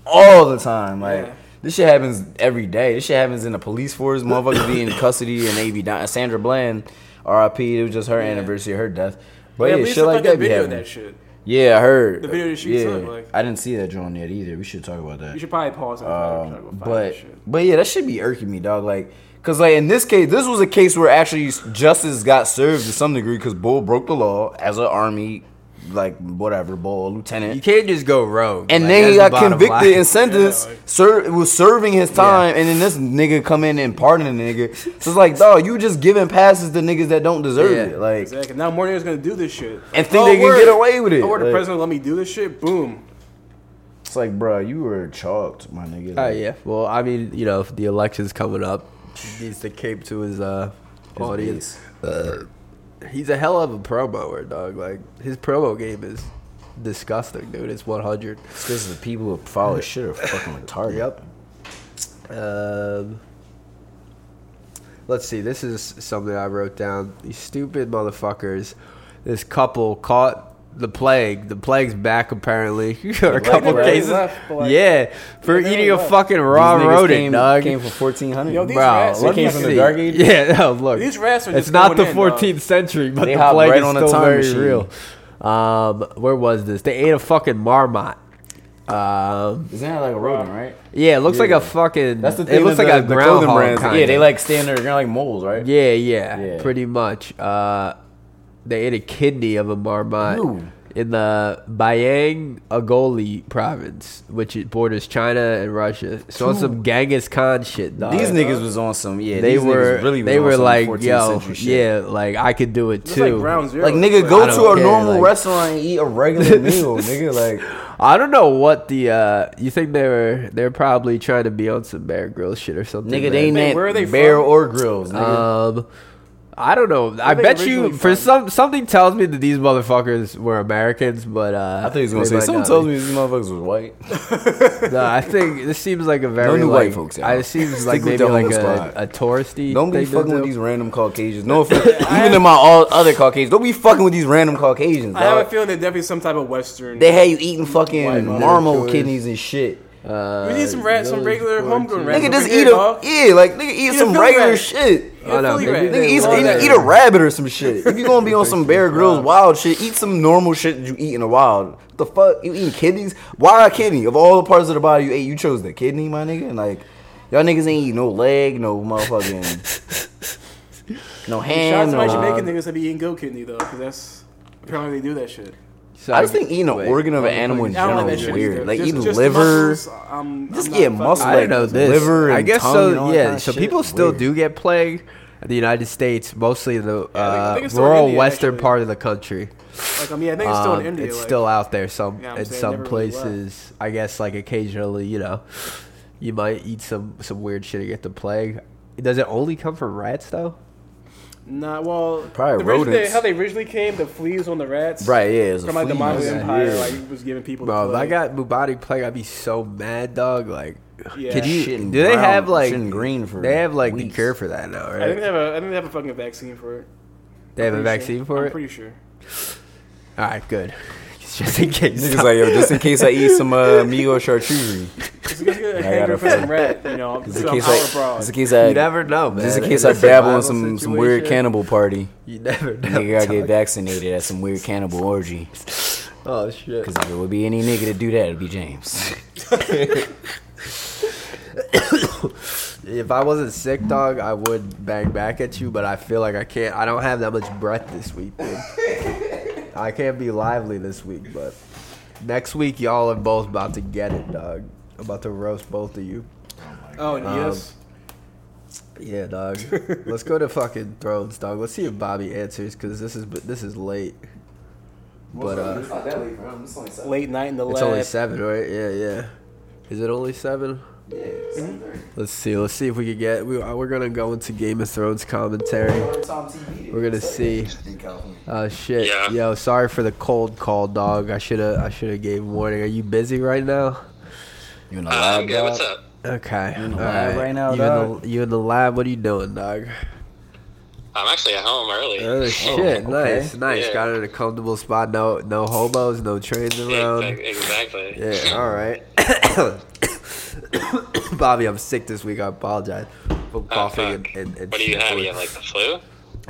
S1: all the time. Like
S3: Yeah.
S1: this shit happens every day. This shit happens in the police force. Motherfuckers be in custody and they be dying. Sandra Bland, R.I.P. It was just her anniversary of her death. But
S3: Yeah,
S1: yeah,
S3: at least
S1: shit like that be
S3: video of
S1: happening.
S3: that shit.
S1: Yeah, I heard
S3: The video that she
S1: yeah.
S3: took, like-
S1: I didn't see that joint yet either. We should talk about that.
S3: You should probably pause.
S1: Um, but but yeah, that should be irking me, dog. Like, cause like in this case, this was a case where actually justice got served to some degree because Bull broke the law as an army, like whatever, Bull lieutenant,
S2: You can't just go rogue.
S1: and
S2: like,
S1: then
S2: that's
S1: he
S2: the
S1: got
S2: bottom
S1: convicted
S2: line.
S1: and sentenced.
S3: Yeah, like-
S1: ser- was serving his time, and then this nigga come in and pardon the nigga. So it's like, dog, you just giving passes to niggas that don't deserve
S2: Yeah,
S1: it, like.
S3: Exactly. Now Mornier's gonna do this shit
S1: And think they can
S3: word.
S1: get away with it.
S3: Oh, word, the
S1: Like-
S3: president let me do this shit. Boom.
S1: It's like, bro, you were chalked, my nigga.
S2: Oh
S1: Like,
S2: yeah. Well, I mean, you know, the election's coming up. He needs to cape to his uh
S1: His
S2: audience. Uh, he's a hell of a promoer, dog. Like his promo game is disgusting, dude. It's 100.
S1: It's because the people who
S2: *laughs*
S1: follow his shit are fucking retarded.
S2: Yep. Um, let's see. This is something I wrote down. These stupid motherfuckers. This couple caught the plague. The plague's back apparently. *laughs* or a couple
S1: right?
S2: cases.
S3: Left, but, like-
S2: yeah, for
S3: Yeah, they
S2: eating a
S3: left.
S2: fucking raw
S1: These niggas
S2: rodent,
S1: came,
S2: dog.
S1: Came from fourteen hundred.
S3: Yo, these
S2: Bro,
S3: rats are
S2: let me
S1: came from the
S2: see.
S1: dark age?
S2: Yeah, no, look.
S3: These rats are
S2: It's
S3: just
S2: not
S3: going
S2: the
S3: in, dog.
S2: 14th century, but
S1: They
S2: the
S1: hop
S2: plague
S1: right
S2: is
S1: on a
S2: still
S1: time
S2: very
S1: machine.
S2: real. Um, where was this? They ate a fucking marmot. Um,
S1: Isn't that like a rodent, right?
S2: yeah, it looks like
S1: Yeah.
S2: a fucking.
S1: That's the thing.
S2: It looks
S1: with
S2: like a
S1: the, the clothing
S2: groundhog.
S1: brands.
S2: kinda.
S1: Yeah, they like stand there, they're like moles, right?
S2: Yeah, yeah,
S1: Yeah.
S2: pretty much. Uh, they ate a kidney of a marmot
S1: Ooh.
S2: in the Bayang Agoli province, which it borders China and Russia. So on some Genghis Khan shit, dog.
S1: These niggas was on some. Yeah,
S2: they
S1: these
S2: were
S1: niggas really. Was
S2: they
S1: on
S2: were
S1: some
S2: like
S1: 14th
S2: yo
S1: century shit.
S2: yeah like I could do it
S3: It's like
S2: too.
S3: ground zero.
S1: Like nigga, go
S2: I
S1: to
S2: don't
S1: a
S2: care,
S1: normal
S2: like-
S1: restaurant and eat a *laughs* regular meal, nigga. Like
S2: I don't know what the uh you think they were they're probably trying to be on some Bear Grylls shit or something.
S1: nigga,
S2: man.
S1: Uh, they meant
S3: where are they
S1: bear
S3: from?
S1: or grills, nigga.
S2: um I don't know. I
S3: they
S2: bet you
S3: originally
S2: for
S3: from?
S2: some something tells me that these motherfuckers were Americans, but uh
S1: I thought he was gonna
S2: they
S1: say
S2: might
S1: someone
S2: not
S1: tells
S2: be.
S1: me these motherfuckers was *laughs*
S2: *laughs*
S1: white.
S2: No, I think this seems like a very
S1: new
S2: like,
S1: white folks, y'all.
S2: I, it seems
S1: Stick
S2: like
S1: with
S2: maybe
S1: the
S2: like
S1: homeless
S2: a,
S1: squad.
S2: a touristy.
S1: Don't be
S2: thing to
S1: fucking with
S2: do.
S1: these random Caucasians. *laughs* No offense, even in my all other Caucasians, don't be fucking with these random Caucasians.
S3: I have a
S1: Dog.
S3: feeling they're definitely some type of Western.
S1: They had you eating
S3: White
S1: fucking
S3: mother
S1: marmal
S2: choice.
S1: kidneys and shit.
S2: Uh,
S3: We need some rat- some
S2: Village
S3: regular
S2: Board
S3: homegrown
S2: Team.
S3: rat.
S1: Nigga, just
S3: Over here,
S1: eat a
S3: dog.
S1: yeah, like nigga, eat,
S3: a
S1: some
S3: Philly
S1: regular
S3: rat.
S1: shit.
S3: You're
S2: Oh,
S3: a
S2: no,
S3: Philly
S2: maybe
S3: rat.
S2: they
S1: Nigga, eat, some,
S2: want
S1: eat,
S2: that.
S1: eat a rabbit or
S3: *laughs*
S1: some shit. If you gonna be on some Bear Grylls
S2: Wow.
S1: wild shit, eat some normal shit that you eat in the wild. What the fuck? You eating kidneys? Why a kidney? Of all the parts of the body you ate, you chose the kidney, my nigga. And like, y'all niggas ain't eat no leg, no
S3: *laughs*
S1: motherfucking,
S2: *laughs*
S1: no
S3: Shout out
S1: hand.
S3: to
S1: No, uh,
S3: my Jamaican niggas that be eating goat kidney though, because that's apparently they do that shit.
S2: So
S1: I just think eating an
S2: wait,
S1: organ of an
S2: I'm
S1: animal in
S2: fucking-
S3: I
S1: general
S3: don't like that
S1: is
S3: shit.
S1: weird.
S3: either.
S1: Like
S3: just,
S1: eating
S3: just the
S1: liver.
S3: muscles, I'm,
S1: Just get
S3: I'm not fucking
S1: muscle,
S3: with
S1: I
S2: I
S1: like
S2: don't know this.
S1: liver and
S2: I guess
S1: tongue and all
S2: so.
S1: that
S2: Yeah.
S1: kinda
S2: So
S1: shit
S2: people
S1: is
S2: still
S1: weird.
S2: do get plague in the United States, mostly in the
S3: I think- I
S2: uh,
S3: think it's still in
S2: rural
S3: India,
S2: western
S3: actually.
S2: part of the country.
S3: it. Like, I mean, I think it's still
S2: Um,
S3: in India.
S2: It's
S3: like,
S2: still out there some
S3: Yeah, I'm
S2: in
S3: saying
S2: some
S3: never really left.
S2: places. I guess like occasionally, you know, you might eat some some weird shit to get the plague. Does it only come from rats though?
S3: Nah, well,
S1: Probably
S3: the original-
S1: rodents.
S3: How they originally came, the fleas on the rats,
S1: Right, yeah, it's a
S3: from like the
S1: flea
S3: Mongol
S1: market.
S3: Empire,
S1: Yeah.
S3: like was giving people.
S2: Bro, if
S3: the
S2: I
S3: plague.
S2: got bubonic plague, I'd be so mad, dog. Like,
S3: Yeah.
S2: can you?
S1: Shit in
S2: do they
S1: brown-
S2: have like
S1: shit in green for
S2: They have like the
S1: weeks.
S2: cure for that now,
S3: I think they
S2: right?
S3: have a. I think they have a fucking vaccine for it.
S2: They have a
S3: Pretty sure.
S2: vaccine for
S3: I'm
S2: it.
S1: *laughs*
S3: pretty sure.
S2: All right, good. *laughs* Just in case.
S1: *laughs* Niggas like yo, just in case I eat some
S3: *laughs*
S1: uh, Migo charcuterie.
S3: Just get a
S1: I got
S3: hanger
S1: a
S3: for
S1: feeling.
S3: some rat, you know.
S1: Just
S3: So
S1: in
S3: I'm
S1: case
S3: out
S1: I,
S3: abroad.
S1: just in case I,
S2: you never know, man.
S1: just in
S2: It's
S1: case
S2: a
S1: I dabble
S2: survival
S1: in some some weird
S2: situation. *laughs*
S1: cannibal party.
S2: You never know.
S1: *laughs* Nigga gotta get
S2: dog.
S1: vaccinated at some weird cannibal orgy.
S2: Oh shit.
S1: *laughs* Cause if it would be any nigga to do that, it'd be *laughs* James.
S2: *coughs* If I wasn't sick, dog, I would bang back at you, but I feel like I can't. I don't have that much breath this week, dude.
S1: *laughs*
S2: I can't be lively this week, but next week y'all are both about to get it, dog. I'm about to roast both of you.
S3: Oh
S1: um,
S3: and yes.
S2: Yeah, dog. Let's go to fucking Thrones, dog. Let's see if Bobby answers because this is this is late. But uh,
S1: not that late, bro. It's only seven.
S3: Late night in the
S2: it's
S3: lab.
S2: only seven, right? Yeah, yeah. Is it only seven?
S1: Mm-hmm.
S2: Let's see. Let's see if we can get. We, uh, we're gonna go into Game of Thrones commentary. We're gonna see. Oh shit.
S4: Yeah.
S2: Yo, sorry for the cold call, dog. I shoulda I shoulda gave warning. Are you busy right now?
S1: You in the
S4: Uh,
S1: lab?
S4: I'm good. What's
S1: dog?
S4: up?
S2: Okay. You
S1: in the lab right now,
S2: you In
S1: dog?
S2: the, you in the lab? What are you doing, dog?
S4: I'm actually at home early.
S2: Oh *laughs* shit!
S1: okay.
S2: Nice, nice.
S4: Yeah.
S2: Got in a comfortable spot. No, no hobos. No trains around.
S4: Exac- exactly. *laughs*
S2: Yeah, all right. *coughs* Bobby, I'm sick this week. I apologize. I'm
S4: Oh,
S2: coughing
S4: fuck.
S2: and, and, and
S4: what do you
S2: sniffling.
S4: have? You have like the flu?
S1: You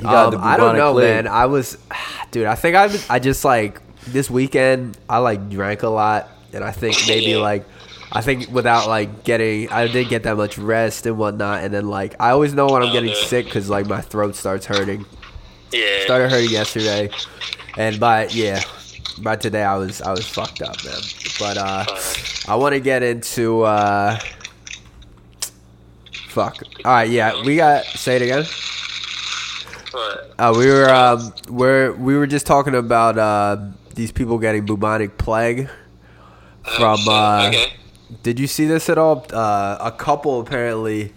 S1: got the
S2: Um, I don't
S1: bubonic
S2: know,
S1: plague.
S2: man. I was, *sighs* dude. I think I, I just like this weekend. I like drank a lot, and I think
S4: *laughs*
S2: maybe
S4: Yeah.
S2: like, I think without like getting, I didn't get that much rest and whatnot. And then like, I always know when I'm getting
S4: Okay.
S2: sick because like my throat starts hurting.
S4: Yeah.
S2: Started hurting yesterday, and by yeah, by today I was I was fucked up, man. But uh, I want to get into uh, fuck. All right, yeah, we got say it again.
S4: What?
S2: Uh, we were um, we're we were just talking about uh, these people getting bubonic plague
S4: Oh,
S2: from.
S4: shit.
S2: Uh,
S4: okay.
S2: Did you see this at all? Uh, a couple apparently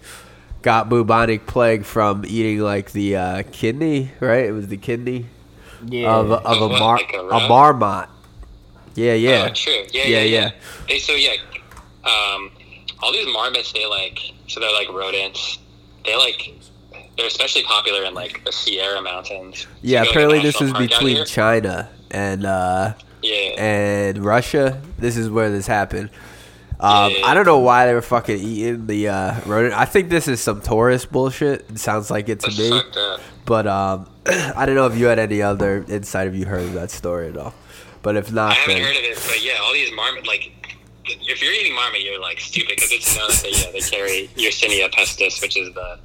S2: got bubonic plague from eating like the uh, kidney, right? It was the kidney
S1: Yeah.
S2: of, of a
S4: What,
S2: mar
S4: like a
S2: a
S4: rat?
S2: marmot. Yeah, yeah.
S4: Oh, true. Yeah,
S2: Yeah,
S4: yeah, yeah.
S2: yeah.
S4: Hey, so yeah, um, all these marmots, they like, so they're like rodents. They like, they're especially popular in like the Sierra Mountains.
S2: Yeah,
S4: You go to
S2: apparently this
S4: national
S2: was
S4: park out
S2: between
S4: here?
S2: China and uh,
S4: yeah,
S2: and Russia. This is where this happened. Um,
S4: Yeah.
S2: I don't know why they were fucking eating the uh, rodent. I think this is some tourist bullshit. It sounds like it to
S4: that's
S2: me.
S4: fucked up.
S2: But um, *clears throat* I don't know if you had any other insight if you heard of that story at all. But if
S4: I
S2: not,
S4: haven't
S2: then
S4: heard of it, but yeah, all these marmot, like, if you're eating marmot, you're like stupid because it's known that they, yeah, they carry Yersinia pestis, which is the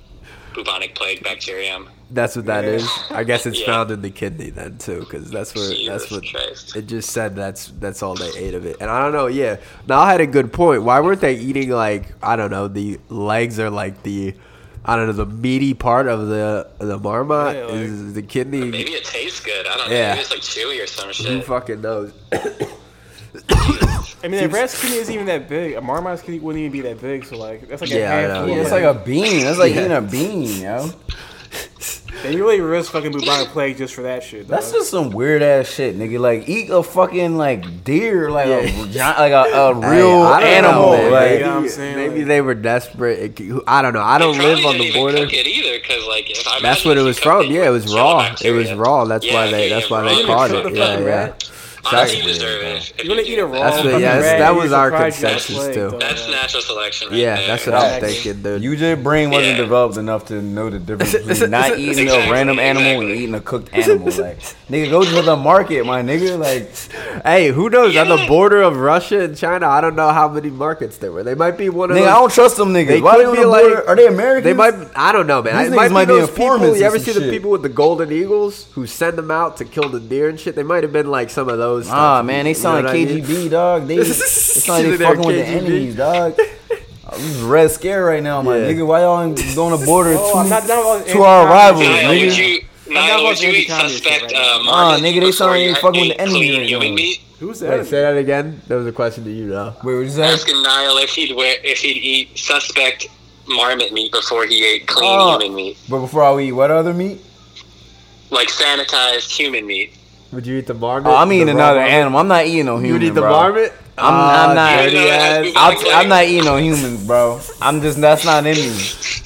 S4: bubonic plague bacterium.
S2: that's what that is. I guess it's
S4: Yeah.
S2: found in the kidney then too, because that's where that's
S4: Jesus
S2: what
S4: Christ.
S2: it just said. That's that's all they ate of it. And I don't know. Yeah, now I had a good point. Why weren't they eating like I don't know? The legs are like the I don't know the meaty part of the the marmot
S3: Yeah, like-
S2: is the kidney.
S4: uh, Maybe it tastes good. I don't know.
S2: Yeah. Mm-hmm.
S4: Maybe it's like chewy or some
S2: Who
S4: shit.
S2: fucking knows?
S3: I mean, that rat's kidney isn't even that big. A marmot's kidney wouldn't even be that big. So like, that's like a
S2: Yeah, I
S3: handful.
S2: know.
S1: yeah,
S3: of,
S1: it's
S2: Yeah.
S1: like a bean. That's like
S2: Yeah.
S1: *laughs* eating a bean, yo.
S3: They really risk fucking bubonic plague just for that shit.
S1: That's
S3: dog.
S1: just some weird ass shit, nigga. Like eat a fucking like deer, like
S2: Yeah.
S1: a giant, like a, a
S2: Hey,
S1: real
S2: I don't
S1: animal.
S2: know, man.
S1: like,
S2: maybe,
S3: Yeah, I'm saying,
S2: maybe
S3: like-
S2: they were desperate. It could- I don't know. I don't
S4: They
S2: live
S4: probably
S2: on the
S4: didn't even
S2: border.
S4: Cook it either, 'cause, like, if I
S2: That's
S4: imagine
S2: what it
S4: if you
S2: was
S4: cooked
S2: from.
S4: you
S2: Yeah, it
S4: would
S2: was
S4: kill
S2: raw.
S4: the
S2: It was
S4: bacteria.
S2: raw. That's
S4: Yeah,
S2: why
S4: if
S2: they.
S4: you
S2: That's
S4: did
S2: why
S4: raw,
S2: they
S4: you
S2: caught
S4: killed
S2: it.
S4: the
S2: Yeah,
S4: fucking
S2: yeah.
S4: rat. Honestly, you
S2: Sorry.
S4: deserve it. if- if
S3: You're gonna
S4: do.
S3: eat a raw.
S2: That's what-
S3: fucking
S2: yeah, that's-
S3: rat,
S2: that
S3: you
S2: was
S3: should
S2: our
S3: probably get
S2: consensus,
S3: flagged,
S2: too.
S3: though,
S4: That's
S3: man.
S4: natural selection. Right
S2: Yeah,
S4: there.
S2: that's what I'm
S3: Facts.
S2: thinking, dude.
S1: You your brain wasn't
S4: Yeah.
S1: developed enough to know the difference between not eating a
S4: Exactly,
S1: random animal and
S4: exactly.
S1: eating a *laughs* cooked animal. Like, nigga, go to the market, my nigga. Like,
S2: hey, who knows? On the
S4: Yeah.
S2: border of Russia and China, I don't know how many markets there were. They might be one of
S1: nigga, I
S2: those.
S1: don't trust them niggas.
S2: They
S1: Why
S2: could
S1: they on
S2: be
S1: the
S2: like-
S1: border? Are they Americans?
S2: They might. I don't know, man.
S1: These
S2: It might
S1: niggas
S2: be
S1: might be
S2: those people.
S1: informants
S2: You
S1: or
S2: ever
S1: some
S2: see the
S1: shit.
S2: people with the golden eagles who send them out to kill the deer and shit? They might have been like some of those. types
S1: Ah,
S2: of
S1: man, they
S2: people, you
S1: sound
S2: know
S1: like
S2: what I mean?
S1: KGB, dog. *laughs* They, they sound like they
S2: They're
S1: fucking with the
S2: KGB.
S1: enemies, dog. This is red scare right now, my
S2: Yeah.
S1: nigga. Why y'all ain't going to border
S3: *laughs* Oh, I'm not- not all
S1: to, to our rivals,
S3: anti-communist.
S1: nigga?
S4: Niall, would you, Niall,
S3: about
S4: would you
S3: Andy
S4: eat
S3: Connor's
S4: suspect
S3: shit right
S4: uh,
S3: now.
S1: Ah,
S4: markets
S1: nigga, they
S4: before
S1: sound like
S4: you
S1: they fucking with
S4: ate
S1: the enemy
S4: clean
S1: right
S4: human
S1: now.
S4: meat?
S3: Who's
S2: Wait, say
S3: that?
S2: that again. That was a question to you, though.
S1: Wait, what you say?
S4: Asking Niall if he'd wear, if he'd eat suspect marmot meat before he ate clean
S1: Oh.
S4: human meat,
S1: But before I eat what other meat?
S4: like sanitized human meat.
S2: Would you eat the marmot?
S1: Oh, I'm
S2: The
S1: eating
S2: raw
S1: another
S2: marmot?
S1: animal. I'm not eating no
S2: You
S1: human.
S2: would eat the
S1: bro.
S2: marmot?
S1: I'm-
S2: Ah,
S1: I'm not-
S2: dirty
S4: Yeah, no,
S2: ass.
S4: that's-
S1: I'll, I'm not eating no humans, bro. I'm just that's not in me.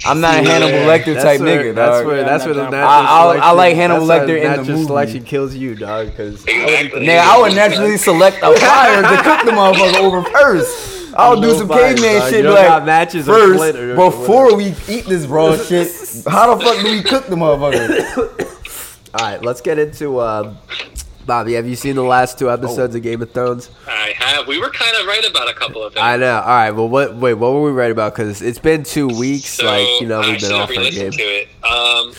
S1: I'm not a Hannibal Lecter
S2: That's
S1: type
S2: where-
S1: nigga,
S2: That's
S1: dog.
S2: where
S3: Yeah,
S2: that's
S3: I'm
S2: where the
S3: not down.
S2: natural
S1: I- I'll- I
S2: selection-
S1: like Hannibal
S2: that's why
S1: Lecter in the
S2: natural
S1: movie.
S2: selection kills you, dog. Because
S4: Exactly.
S1: Nigga, I would naturally select a fire to cook the motherfucker over first. I'll do
S2: No
S1: some
S2: fire,
S1: caveman
S2: dog. You
S1: shit, be
S2: don't
S1: like
S2: got matches or
S1: first
S2: flint or
S1: before we eat this raw shit. How the fuck do we cook
S2: *laughs*
S1: the motherfucker?
S2: all right, let's get into um, Bobby. Have you seen the last two episodes of Game of Thrones?
S4: I have. We were kind of right about a couple of things.
S2: I know. All right. Well, what? Wait, what were we right about? Because it's been two weeks.
S4: So
S2: like you know,
S4: I
S2: we've been
S4: still
S2: off our game.
S4: re-listened to it. Um,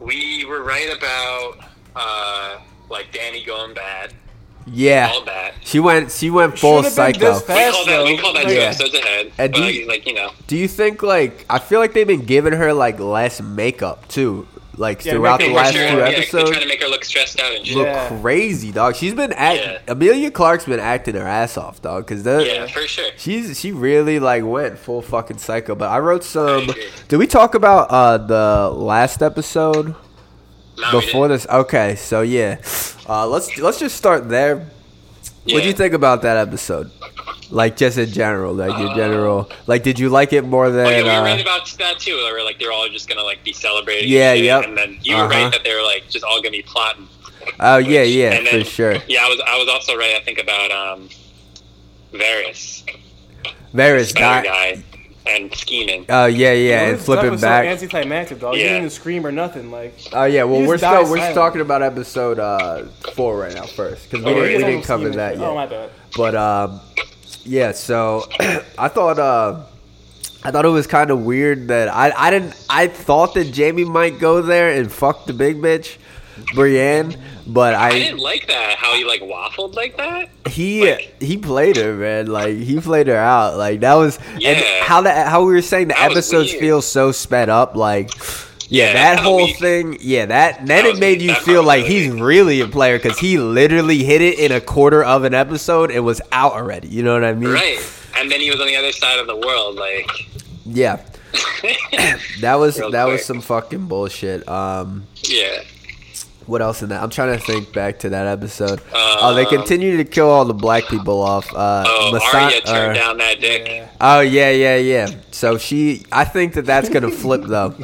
S4: we were right about uh, like Danny going bad, all
S2: Yeah,
S4: bad.
S2: she went. She went full
S3: Should've been
S2: psycho.
S3: this
S4: We
S3: fast,
S4: called that. We
S3: though.
S4: called that two
S2: Yeah.
S4: episodes ahead.
S2: And
S4: but
S2: do
S4: like,
S2: you-
S4: like you know,
S2: Do you think like I feel like they've been giving her like less makeup too, like
S3: Yeah,
S2: throughout
S3: makeup
S2: the
S3: for
S2: last
S3: sure,
S2: two
S3: yeah,
S4: they're
S2: episodes?
S4: trying to make her look stressed out and shit.
S2: look
S3: Yeah.
S2: crazy, dog. She's been act.
S4: Yeah.
S2: Amelia Clark's been acting her ass off, dog. Cause the,
S4: Yeah, for sure.
S2: she's she really like went full fucking psycho. But I wrote some.
S4: agree.
S2: Did we talk about uh the last episode
S4: Nah, Oh, we
S2: before
S4: didn't.
S2: this? Okay, so yeah, uh, let's let's just start there.
S4: yeah.
S2: What do you think about that episode? Like just in general, like your general, like did you like it more than?
S4: Uh, Oh, yeah, we
S2: uh,
S4: were right about that too. Where like they're all just gonna like be celebrating. and
S2: Yeah,
S4: shit,
S2: yep.
S4: And then you were
S2: Uh-huh.
S4: right that they were like just all gonna be plotting.
S2: Oh yeah,
S4: Which-
S2: yeah,
S4: and
S2: for
S4: then-
S2: sure.
S4: Yeah, I was. I was also right. I think about um, Varys,
S2: Varys
S4: better
S2: died.
S4: guy, and scheming.
S2: Oh yeah, yeah,
S3: Dude,
S2: and
S3: this
S2: flipping
S3: stuff is so
S2: back.
S3: anticlimactic, dog. You
S4: Yeah.
S3: didn't even scream or nothing. Like,
S2: Oh yeah, well
S3: You
S2: we're
S3: just die
S2: still we're
S3: silent.
S2: talking about episode uh four right now first because we,
S4: Oh,
S2: didn't
S4: yeah.
S2: we
S3: Almost
S2: didn't cover
S3: even-
S2: that
S3: Oh my
S2: yet.
S3: bad.
S2: But um, yeah, so *clears throat* I thought uh, I thought it was kind of weird that I I didn't I thought that Jamie might go there and fuck the big bitch, Brienne, but
S4: I didn't like that. How he like waffled like that.
S2: he
S4: Like-
S2: he played her, man. Like he played her out. Like that was and
S4: Yeah.
S2: how the how we were saying the
S4: That was
S2: episodes
S4: weird.
S2: feel so sped up. Like yeah,
S4: Yeah,
S2: that
S4: that
S2: whole
S4: week-
S2: thing. Yeah, that then
S4: that
S2: it
S4: was
S2: made
S4: weak.
S2: you
S4: That
S2: feel
S4: part was
S2: like
S4: really
S2: he's really a player because he literally hit it in a quarter of an episode and was out already. You know what I mean?
S4: Right. And then he was on the other side of the world, like. *coughs*
S2: Yeah, *coughs* that was
S4: Real
S2: that was
S4: quick.
S2: some fucking bullshit. Um,
S4: yeah.
S2: what else in that? I'm trying to think back to that episode. oh, they continue to kill all the black people off. Uh,
S4: Um, Oh,
S2: Masa- uh,
S4: Arya turned
S2: or-
S4: down that dick.
S3: Yeah.
S2: Oh yeah, yeah, yeah. So she, I think that that's gonna flip though.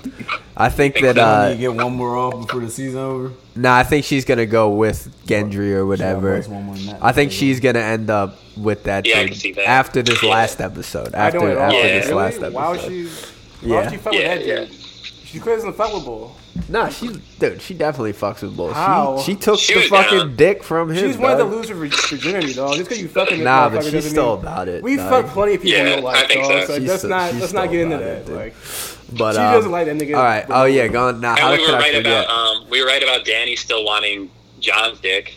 S2: I think that
S1: I need
S2: uh,
S1: to get one more off before the season over.
S2: no, I think she's gonna go with Gendry or whatever.
S1: almost one more night.
S2: I think she's gonna end up with that
S4: Yeah, I
S2: dude
S4: can see that.
S2: after this
S4: Yeah.
S2: last episode.
S3: I don't
S2: After
S3: at all.
S2: after
S4: Yeah.
S2: this
S3: Really?
S2: last
S3: Why would
S2: episode.
S3: she? Why
S2: Yeah.
S3: would she fuck
S4: Yeah,
S3: with
S4: yeah.
S3: that dude? She clearly isn't fuckable.
S2: No, she dude, she definitely fucks with bull.
S3: How?
S2: She, she took
S4: She
S2: the
S4: was
S2: fucking
S4: down.
S2: dick from him.
S3: She's one of the
S2: dog.
S3: losers of virginity, dog. Just because you fucking
S2: Nah,
S3: motherfucker
S2: but she's
S3: doesn't
S2: still
S3: mean-
S2: about it.
S3: We
S2: dog.
S3: fuck plenty of people
S4: Yeah,
S3: in real life,
S4: I think
S3: dog.
S4: so.
S3: So,
S2: She's
S3: let's
S2: still-
S3: not
S2: she's
S3: let's not
S2: still
S3: get into
S2: about it,
S3: that.
S2: dude.
S3: Like,
S2: But
S3: she
S2: um,
S3: doesn't like that nigga.
S2: All right. Oh yeah, going now. How
S4: And we
S2: could
S4: were
S2: I
S4: right
S2: forget?
S4: about um, we were right about Danny still wanting John's dick,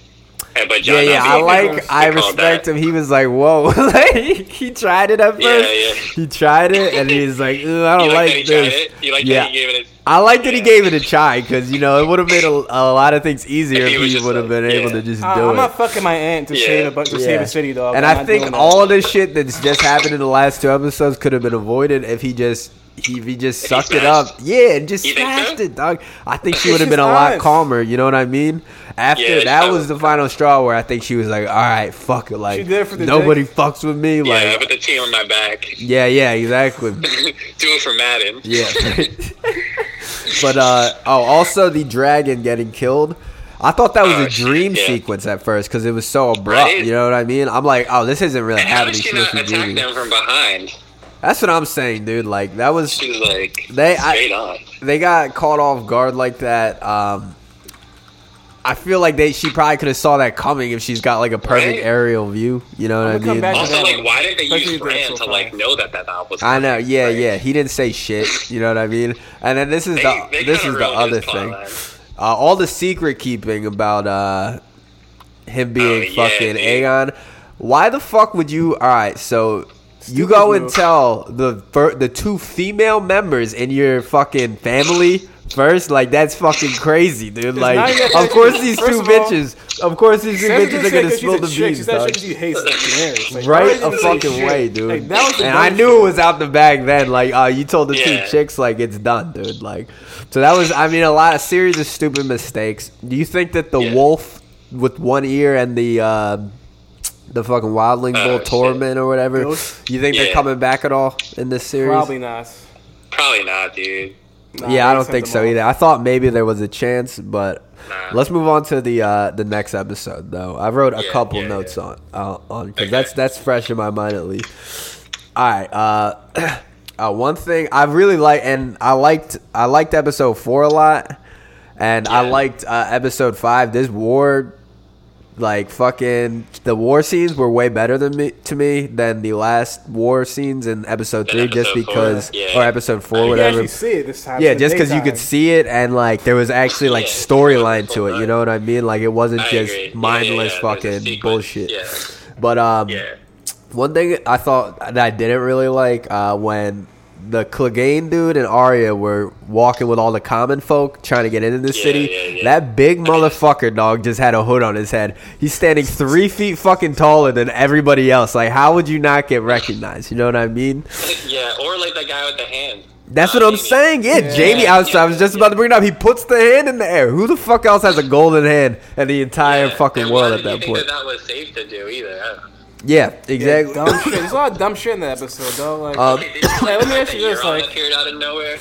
S4: and but
S2: Yeah,
S4: John
S2: yeah,
S4: not
S2: I
S4: being
S2: like,
S4: able to
S2: I
S4: call
S2: respect
S4: back.
S2: him. He was like, "Whoa!" *laughs* like he tried it at first.
S4: Yeah, yeah.
S2: He tried it, and he's
S4: *laughs*
S2: like, "Ugh, "I don't
S4: You like, that
S2: like
S4: he tried
S2: this."
S4: it? You like
S2: yeah,
S4: that he gave it? A,
S2: I like that he
S4: Yeah.
S2: gave it a try because you know it would have made a, a lot of things easier
S4: If
S2: if
S4: he was
S2: he
S4: just
S2: would have
S4: like,
S2: been able
S4: yeah.
S2: to just
S3: I,
S2: do
S3: Uh, I'm
S2: it.
S3: not fucking my aunt to
S4: Yeah.
S3: save a bu- to save
S2: Yeah.
S3: a city, dog.
S2: And
S3: I'm
S2: I
S3: not
S2: think
S3: doing that.
S2: all the shit that's just happened in the last two episodes could have been avoided if he just if he just
S4: If he
S2: sucked it
S4: smashed.
S2: up. Yeah, and just
S4: You think
S2: smashed
S4: so?
S2: it, dog. I think she
S3: It's
S2: would have
S3: just
S2: been a lot
S3: honest.
S2: calmer. You know what I mean? After
S4: Yeah,
S2: that
S4: she-
S2: was the final straw where I think she was like, "All right, fuck it, like
S3: did it for the
S2: nobody fucks with me."
S4: yeah,
S2: Like,
S4: with the team on my back. *laughs*
S2: yeah, yeah, exactly.
S4: Do it for Madden. *laughs*
S2: Yeah. but uh oh, also the dragon getting killed. I thought that was
S4: Oh,
S2: a dream
S4: shit, yeah.
S2: sequence at first because it was so abrupt.
S4: Right?
S2: You know what I mean? I'm like, oh, this isn't really
S4: And how did
S2: happening.
S4: she
S2: She must
S4: not
S2: be
S4: attack
S2: dreaming.
S4: them from behind?
S2: That's what I'm saying, dude. Like that was
S4: She was like
S2: They- I-
S4: straight on.
S2: they got caught off guard like that. Um, I feel like they she probably could have saw that coming if she's got like a perfect
S4: Right?
S2: aerial view. You know what
S3: I'ma
S2: I
S3: come
S2: mean?
S3: back to
S4: Also,
S3: that
S4: like,
S3: one.
S4: why didn't they
S3: Especially
S4: use
S3: if they're
S4: Bran
S3: so
S4: to
S3: far.
S4: like know that that valve was?
S2: I know.
S4: coming,
S2: Yeah,
S4: right?
S2: yeah. He didn't say shit. You know what I mean? And then this is
S4: They-
S2: the
S4: they
S2: this
S4: kinda
S2: is the
S4: ruined
S2: other
S4: his
S2: thing.
S4: plotline.
S2: Uh, all the secret keeping about uh him being
S4: Oh, yeah,
S2: fucking
S4: dude.
S2: Aegon. Why the fuck would you? All right, so. You
S3: Stupid
S2: go and
S3: move.
S2: tell the fir- the two female members in your fucking family first, like that's fucking crazy, dude.
S3: not
S2: Like,
S3: even that
S2: of course these
S3: First
S2: two
S3: of all,
S2: bitches, of course these two
S3: Sansa
S2: bitches
S3: didn't
S2: are
S3: say
S2: gonna
S3: that she's
S2: spill
S3: a
S2: the
S3: chick.
S2: beans,
S3: She's that
S2: dog.
S3: chick 'cause she hates the marriage. Like,
S2: Right
S3: Arya
S2: a
S3: didn't say
S2: fucking
S3: shit.
S2: way, dude.
S3: Like, that was the
S2: and I
S3: dumbest
S2: knew
S3: shit.
S2: it was out the bag then. Like, uh, you told the
S4: Yeah.
S2: two chicks, like, it's done, dude. Like, so that was, I mean, a lot, a series of stupid mistakes. Do you think that the
S4: Yeah.
S2: wolf with one ear and the, uh, the fucking wildling
S4: Oh,
S2: bull
S4: shit.
S2: torment or whatever,
S3: Ghost?
S2: you think they're
S4: Yeah.
S2: coming back at all in this series?
S3: Probably not.
S4: Probably not, dude.
S3: Nah,
S2: yeah, I
S3: they
S2: don't
S3: sent
S2: think
S3: them
S2: so
S3: all.
S2: either. I thought maybe there was a chance, but
S4: Nah.
S2: let's move on to the uh, the next episode though. I wrote a
S4: Yeah,
S2: couple
S4: yeah,
S2: notes
S4: yeah.
S2: on uh, on because
S4: Okay.
S2: that's that's fresh in my mind at least. All right, uh, *clears throat* uh, one thing I really like, and I liked I liked episode four a lot, and I
S4: Yeah.
S2: liked uh, episode five. This war like fucking the war scenes were way better than me to me than the last war scenes in episode three
S4: Than
S2: just
S4: episode four,
S2: because
S4: yeah.
S2: or episode four
S4: You
S3: You can
S2: whatever
S3: actually see it this time.
S2: yeah
S3: It's
S2: just
S3: the
S2: because you could
S3: daytime.
S2: see it and like there was actually like
S4: Yeah, it's
S2: storyline to
S4: full
S2: it you
S4: time.
S2: know what i mean like it wasn't
S4: I
S2: just
S4: agree. Yeah, yeah,
S2: mindless
S4: yeah, there's a
S2: fucking
S4: sequence.
S2: bullshit
S4: Yeah.
S2: but um
S4: Yeah.
S2: one thing i thought that i didn't really like uh when the Clegane dude and Arya were walking with all the common folk trying to get into the
S4: Yeah,
S2: city.
S4: yeah, yeah.
S2: That big motherfucker dog just had a hood on his head. He's standing three feet fucking taller than everybody else. Like, how would you not get recognized? You know what I mean?
S4: Yeah, or like that guy with the hand.
S2: That's
S4: Uh,
S2: what I'm
S4: Jamie.
S2: saying. Yeah,
S3: Yeah.
S2: Jamie. I was, I was
S4: Yeah.
S2: just about to bring it up. He puts the hand in the air. Who the fuck else has a golden hand in the entire
S4: Yeah,
S2: fucking
S4: and why
S2: world
S4: did
S2: at
S4: you
S2: that
S4: think
S2: point?
S4: That, that was safe to do either. I don't know.
S2: yeah,
S3: Yeah,
S2: exactly.
S3: dumb
S2: *laughs*
S3: shit. There's a lot of dumb shit in that episode, though. Like,
S2: Um,
S4: Hey, did you like
S3: Hey, let me
S4: *laughs* that
S3: ask you this,
S4: Euron
S3: like-
S4: appeared out of nowhere.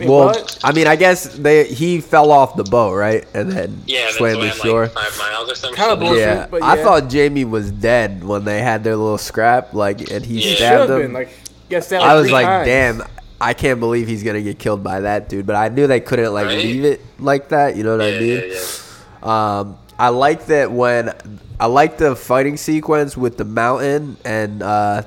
S3: wait,
S2: well,
S3: what?
S2: I mean, I guess they he fell off the boat, right, and then
S4: Yeah, that's
S2: swam to
S4: where
S2: shore.
S4: like five miles or something.
S3: Kinda bullshit.
S2: yeah.
S3: but
S2: I
S3: yeah.
S2: thought Jamie was dead when they had their little scrap, like, and he
S4: He
S3: He
S2: stabbed
S3: should have
S2: him.
S3: been. Like, yeah, stabbed
S2: I was
S3: three
S2: like,
S3: times.
S2: damn, I can't believe he's gonna get killed by that dude. But I knew they couldn't like
S4: Right?
S2: leave it like that. You know what
S4: Yeah,
S2: I
S4: yeah,
S2: mean? Um, I like that when I like the fighting sequence with the mountain and uh,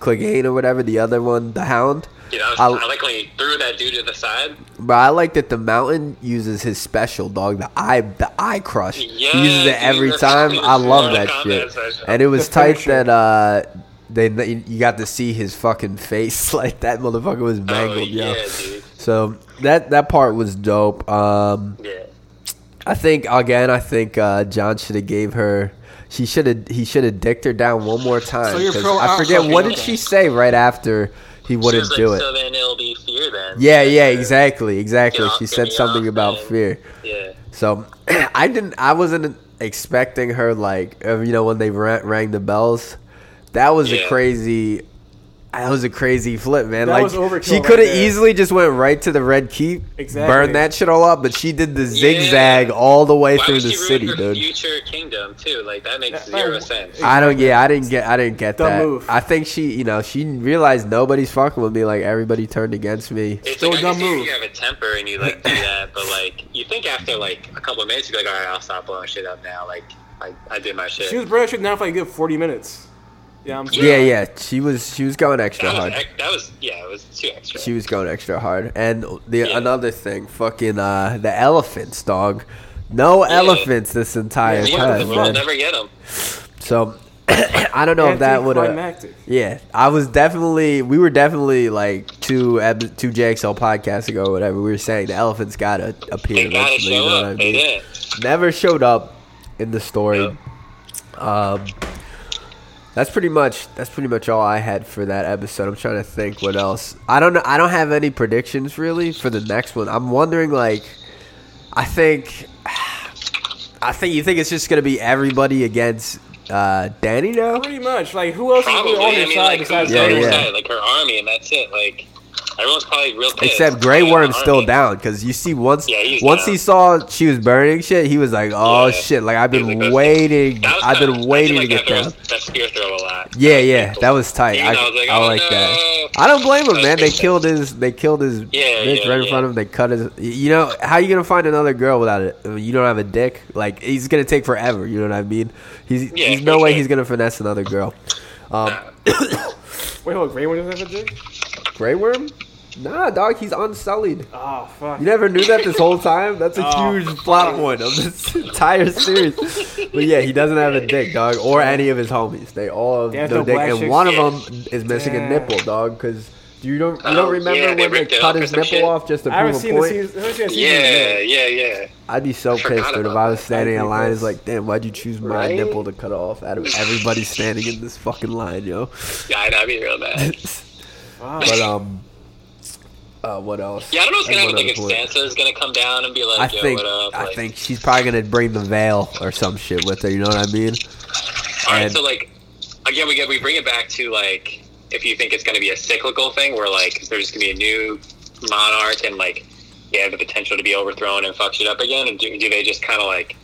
S2: Clegane or whatever the other one, the Hound.
S4: You know, I,
S2: I-
S4: like when he threw that dude to the side.
S2: But I like that the mountain uses his special dog, the eye, the eye crush.
S4: Yes,
S2: he uses it every
S4: dude.
S2: time. I love that
S4: Mortal Kombat
S2: shit.
S4: special.
S2: And it was
S3: The
S2: tight
S3: finisher.
S2: that uh, they you got to see his fucking face. *laughs* Like that motherfucker was mangled,
S4: oh,
S2: yo.
S4: yeah, dude.
S2: So that that part was dope. Um,
S4: Yeah.
S2: I think again. I think uh, John should have gave her. She should have. He should have dicked her down one more time.
S3: So you're
S2: 'cause
S3: pro
S2: I
S3: out
S2: forget
S3: fucking
S2: what did
S3: okay.
S2: she say right after he
S4: She
S2: wouldn't
S4: was like,
S2: do it.
S4: So then it'll be fear then.
S2: yeah, yeah, exactly, exactly.
S4: Get off
S2: She
S4: me,
S2: said
S4: get
S2: something
S4: off
S2: about
S4: me.
S2: fear.
S4: Yeah.
S2: So *clears throat* I didn't. I wasn't expecting her like uh, you know when they ra- rang the bells. That was a
S4: Yeah.
S2: crazy. That was a crazy flip, man.
S3: That
S2: like
S3: was overkill
S2: she
S3: right
S2: could have
S3: there.
S2: easily just went right to the red keep,
S3: Exactly.
S2: burned that shit all up, but she did the zigzag all the way
S4: Why
S2: through
S4: would
S2: the
S4: she ruin
S2: city,
S4: her
S2: dude.
S4: future kingdom too? Like that makes
S3: That-
S4: zero
S3: that-
S4: sense.
S2: I don't. Yeah, I didn't get. I didn't get
S3: Dumb
S2: that.
S3: move.
S2: I think she, you know, she realized nobody's fucking with me. Like everybody turned against me.
S4: It's
S3: Still
S4: like,
S3: a
S4: I
S3: dumb
S4: can see if
S3: move.
S4: you have a temper and you like do that, but like you think after like a couple of minutes you'd be like, all right, I'll stop blowing shit up now. Like I, I did my shit.
S3: She was British now for like a good 40 minutes. Yeah, I'm
S2: Yeah, yeah. She was. She was going extra
S4: that,
S2: hard.
S4: was, ex- that was yeah, it was too extra.
S2: She was going extra hard. And the
S4: Yeah.
S2: another thing, fucking uh, the elephants, dog. No elephants this entire
S3: Yeah,
S4: yeah,
S3: what the
S2: time,
S4: we'll
S2: man.
S3: fuck?
S4: never get them.
S2: So *coughs* I don't know if that would have.
S3: Anticlimactic.
S2: Yeah, I was definitely. We were definitely like two ep- two JXL podcasts ago, or whatever. We were saying the elephants gotta appear
S4: They gotta
S2: eventually. You
S4: show
S2: know what I
S4: up. They
S2: mean?
S4: did.
S2: never showed up in the story. Um, that's pretty much that's pretty much all I had for that episode. I'm trying to think what else. I don't know. I don't have any predictions really for the next one. I'm wondering like, I think, I think you think it's just gonna be everybody against uh, Danny now.
S3: Pretty much. Like, who else is
S4: Probably.
S3: really on
S4: I
S3: your
S4: mean,
S3: side
S4: like, who's
S3: besides
S4: on
S2: Yeah,
S4: her
S2: yeah.
S3: Daenerys?
S4: side? Like her army, and that's it. Like Everyone's probably real pissed.
S2: Except Grey
S4: He's in the
S2: Worm's still
S4: army.
S2: down because you see once
S4: Yeah, he's
S2: once
S4: down.
S2: he saw she was burning shit, he was like, "Oh
S4: Yeah.
S2: shit!" Like I've
S4: He's
S2: been
S4: like,
S2: waiting,
S4: That was
S2: I've
S4: kinda-
S2: been
S4: I
S2: waiting to
S4: did
S2: get
S4: like that,
S2: down.
S4: throw, that spear throw a lot.
S2: Yeah, yeah, that was tight.
S4: Even
S2: I,
S4: though I was like,
S2: I
S4: "Oh,
S2: like that.
S4: no."
S2: I don't blame him,
S4: That
S2: man.
S4: was
S2: They
S4: good.
S2: killed his, they killed his
S4: Yeah,
S2: bitch
S4: yeah,
S2: right in front
S4: yeah.
S2: of him. They cut his. You know how you gonna find another girl without it? Uh, You don't have a dick. Like he's gonna take forever. You know what I mean? He's,
S4: Yeah,
S2: he's no
S4: for
S2: way
S4: sure.
S2: he's gonna finesse another girl. Um,
S3: Wait, hold on, Grey Worm doesn't have a dick?
S2: Grey Worm? Nah, dog. He's unsullied.
S3: Oh, fuck.
S2: You never knew that this whole time. That's a
S3: *laughs* Oh.
S2: huge plot point of this *laughs* entire series. But yeah, he doesn't have a dick, dog, or any of his homies. They all have
S3: They have
S2: no
S3: no
S2: dick,
S3: black
S2: and
S3: chicks?
S2: one of them is missing a
S3: Damn.
S2: nipple, dog. Because you don't you
S4: Oh,
S2: don't remember
S4: yeah, they
S2: when they
S4: ripped it
S2: cut
S4: off
S2: his
S4: or some
S2: nipple
S4: shit.
S2: off just to
S3: I haven't
S2: prove a
S3: seen the
S2: point?
S3: season. I haven't seen the season
S4: Yeah,
S3: yet.
S4: yeah, yeah.
S2: I'd be so
S4: forgot
S2: pissed, dude, if
S4: about
S2: I was
S4: that.
S2: standing in
S3: I'd be
S2: line. It's
S3: pissed.
S2: like, damn, why'd you choose my
S4: Right?
S2: nipple to cut off out of everybody standing in this fucking line, yo? *laughs*
S4: Yeah, I know, I'd be real bad.
S3: Fuck.
S2: But um, uh, what else?
S4: Yeah, I don't know what's gonna
S2: That's
S4: happen.
S2: one
S4: Like, if
S2: other point.
S4: Sansa's gonna come down and be like,
S2: I
S4: "Yo,
S2: think
S4: what up?"
S2: I
S4: Like,
S2: think she's probably gonna bring the veil or some shit with her. You know what I mean?
S4: All right,
S2: and-
S4: so like again, we get we bring it back to like if you think it's going to be a cyclical thing where like there's going to be a new monarch and like they have the potential to be overthrown and fuck shit up again, and do, do they just kind of like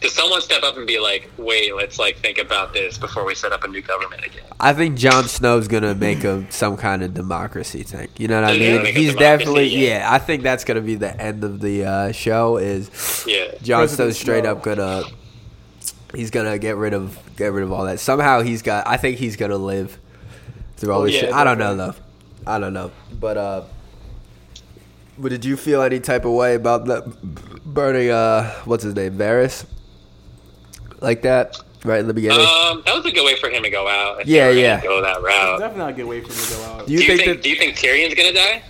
S4: does someone step up and be like, wait, let's like think about this before we set up a new government again?
S2: I think Jon Snow's gonna make a some kind of democracy thing. You know what I
S4: Yeah,
S2: mean?
S4: like a
S2: He's
S4: democracy,
S2: definitely
S4: yeah.
S2: yeah. I think that's gonna be the end of the uh, show. Is
S4: Yeah,
S2: Jon
S3: President
S2: Snow's straight
S3: Snow.
S2: up gonna he's gonna get rid of get rid of all that. Somehow he's got. I think he's gonna live through all
S3: Oh,
S2: this
S3: yeah,
S2: shit. I don't know
S3: definitely.
S2: though. I don't know. But uh, but did you feel any type of way about the burning? Uh, what's his name? Varys. Like that, right in the beginning.
S4: um, that was a good way for him to go out. if they
S2: Yeah,
S4: were gonna
S2: yeah.
S4: go that route.
S3: Definitely not a good way for him to go out.
S2: do
S4: do
S2: you think,
S4: do you think Tyrion's gonna die?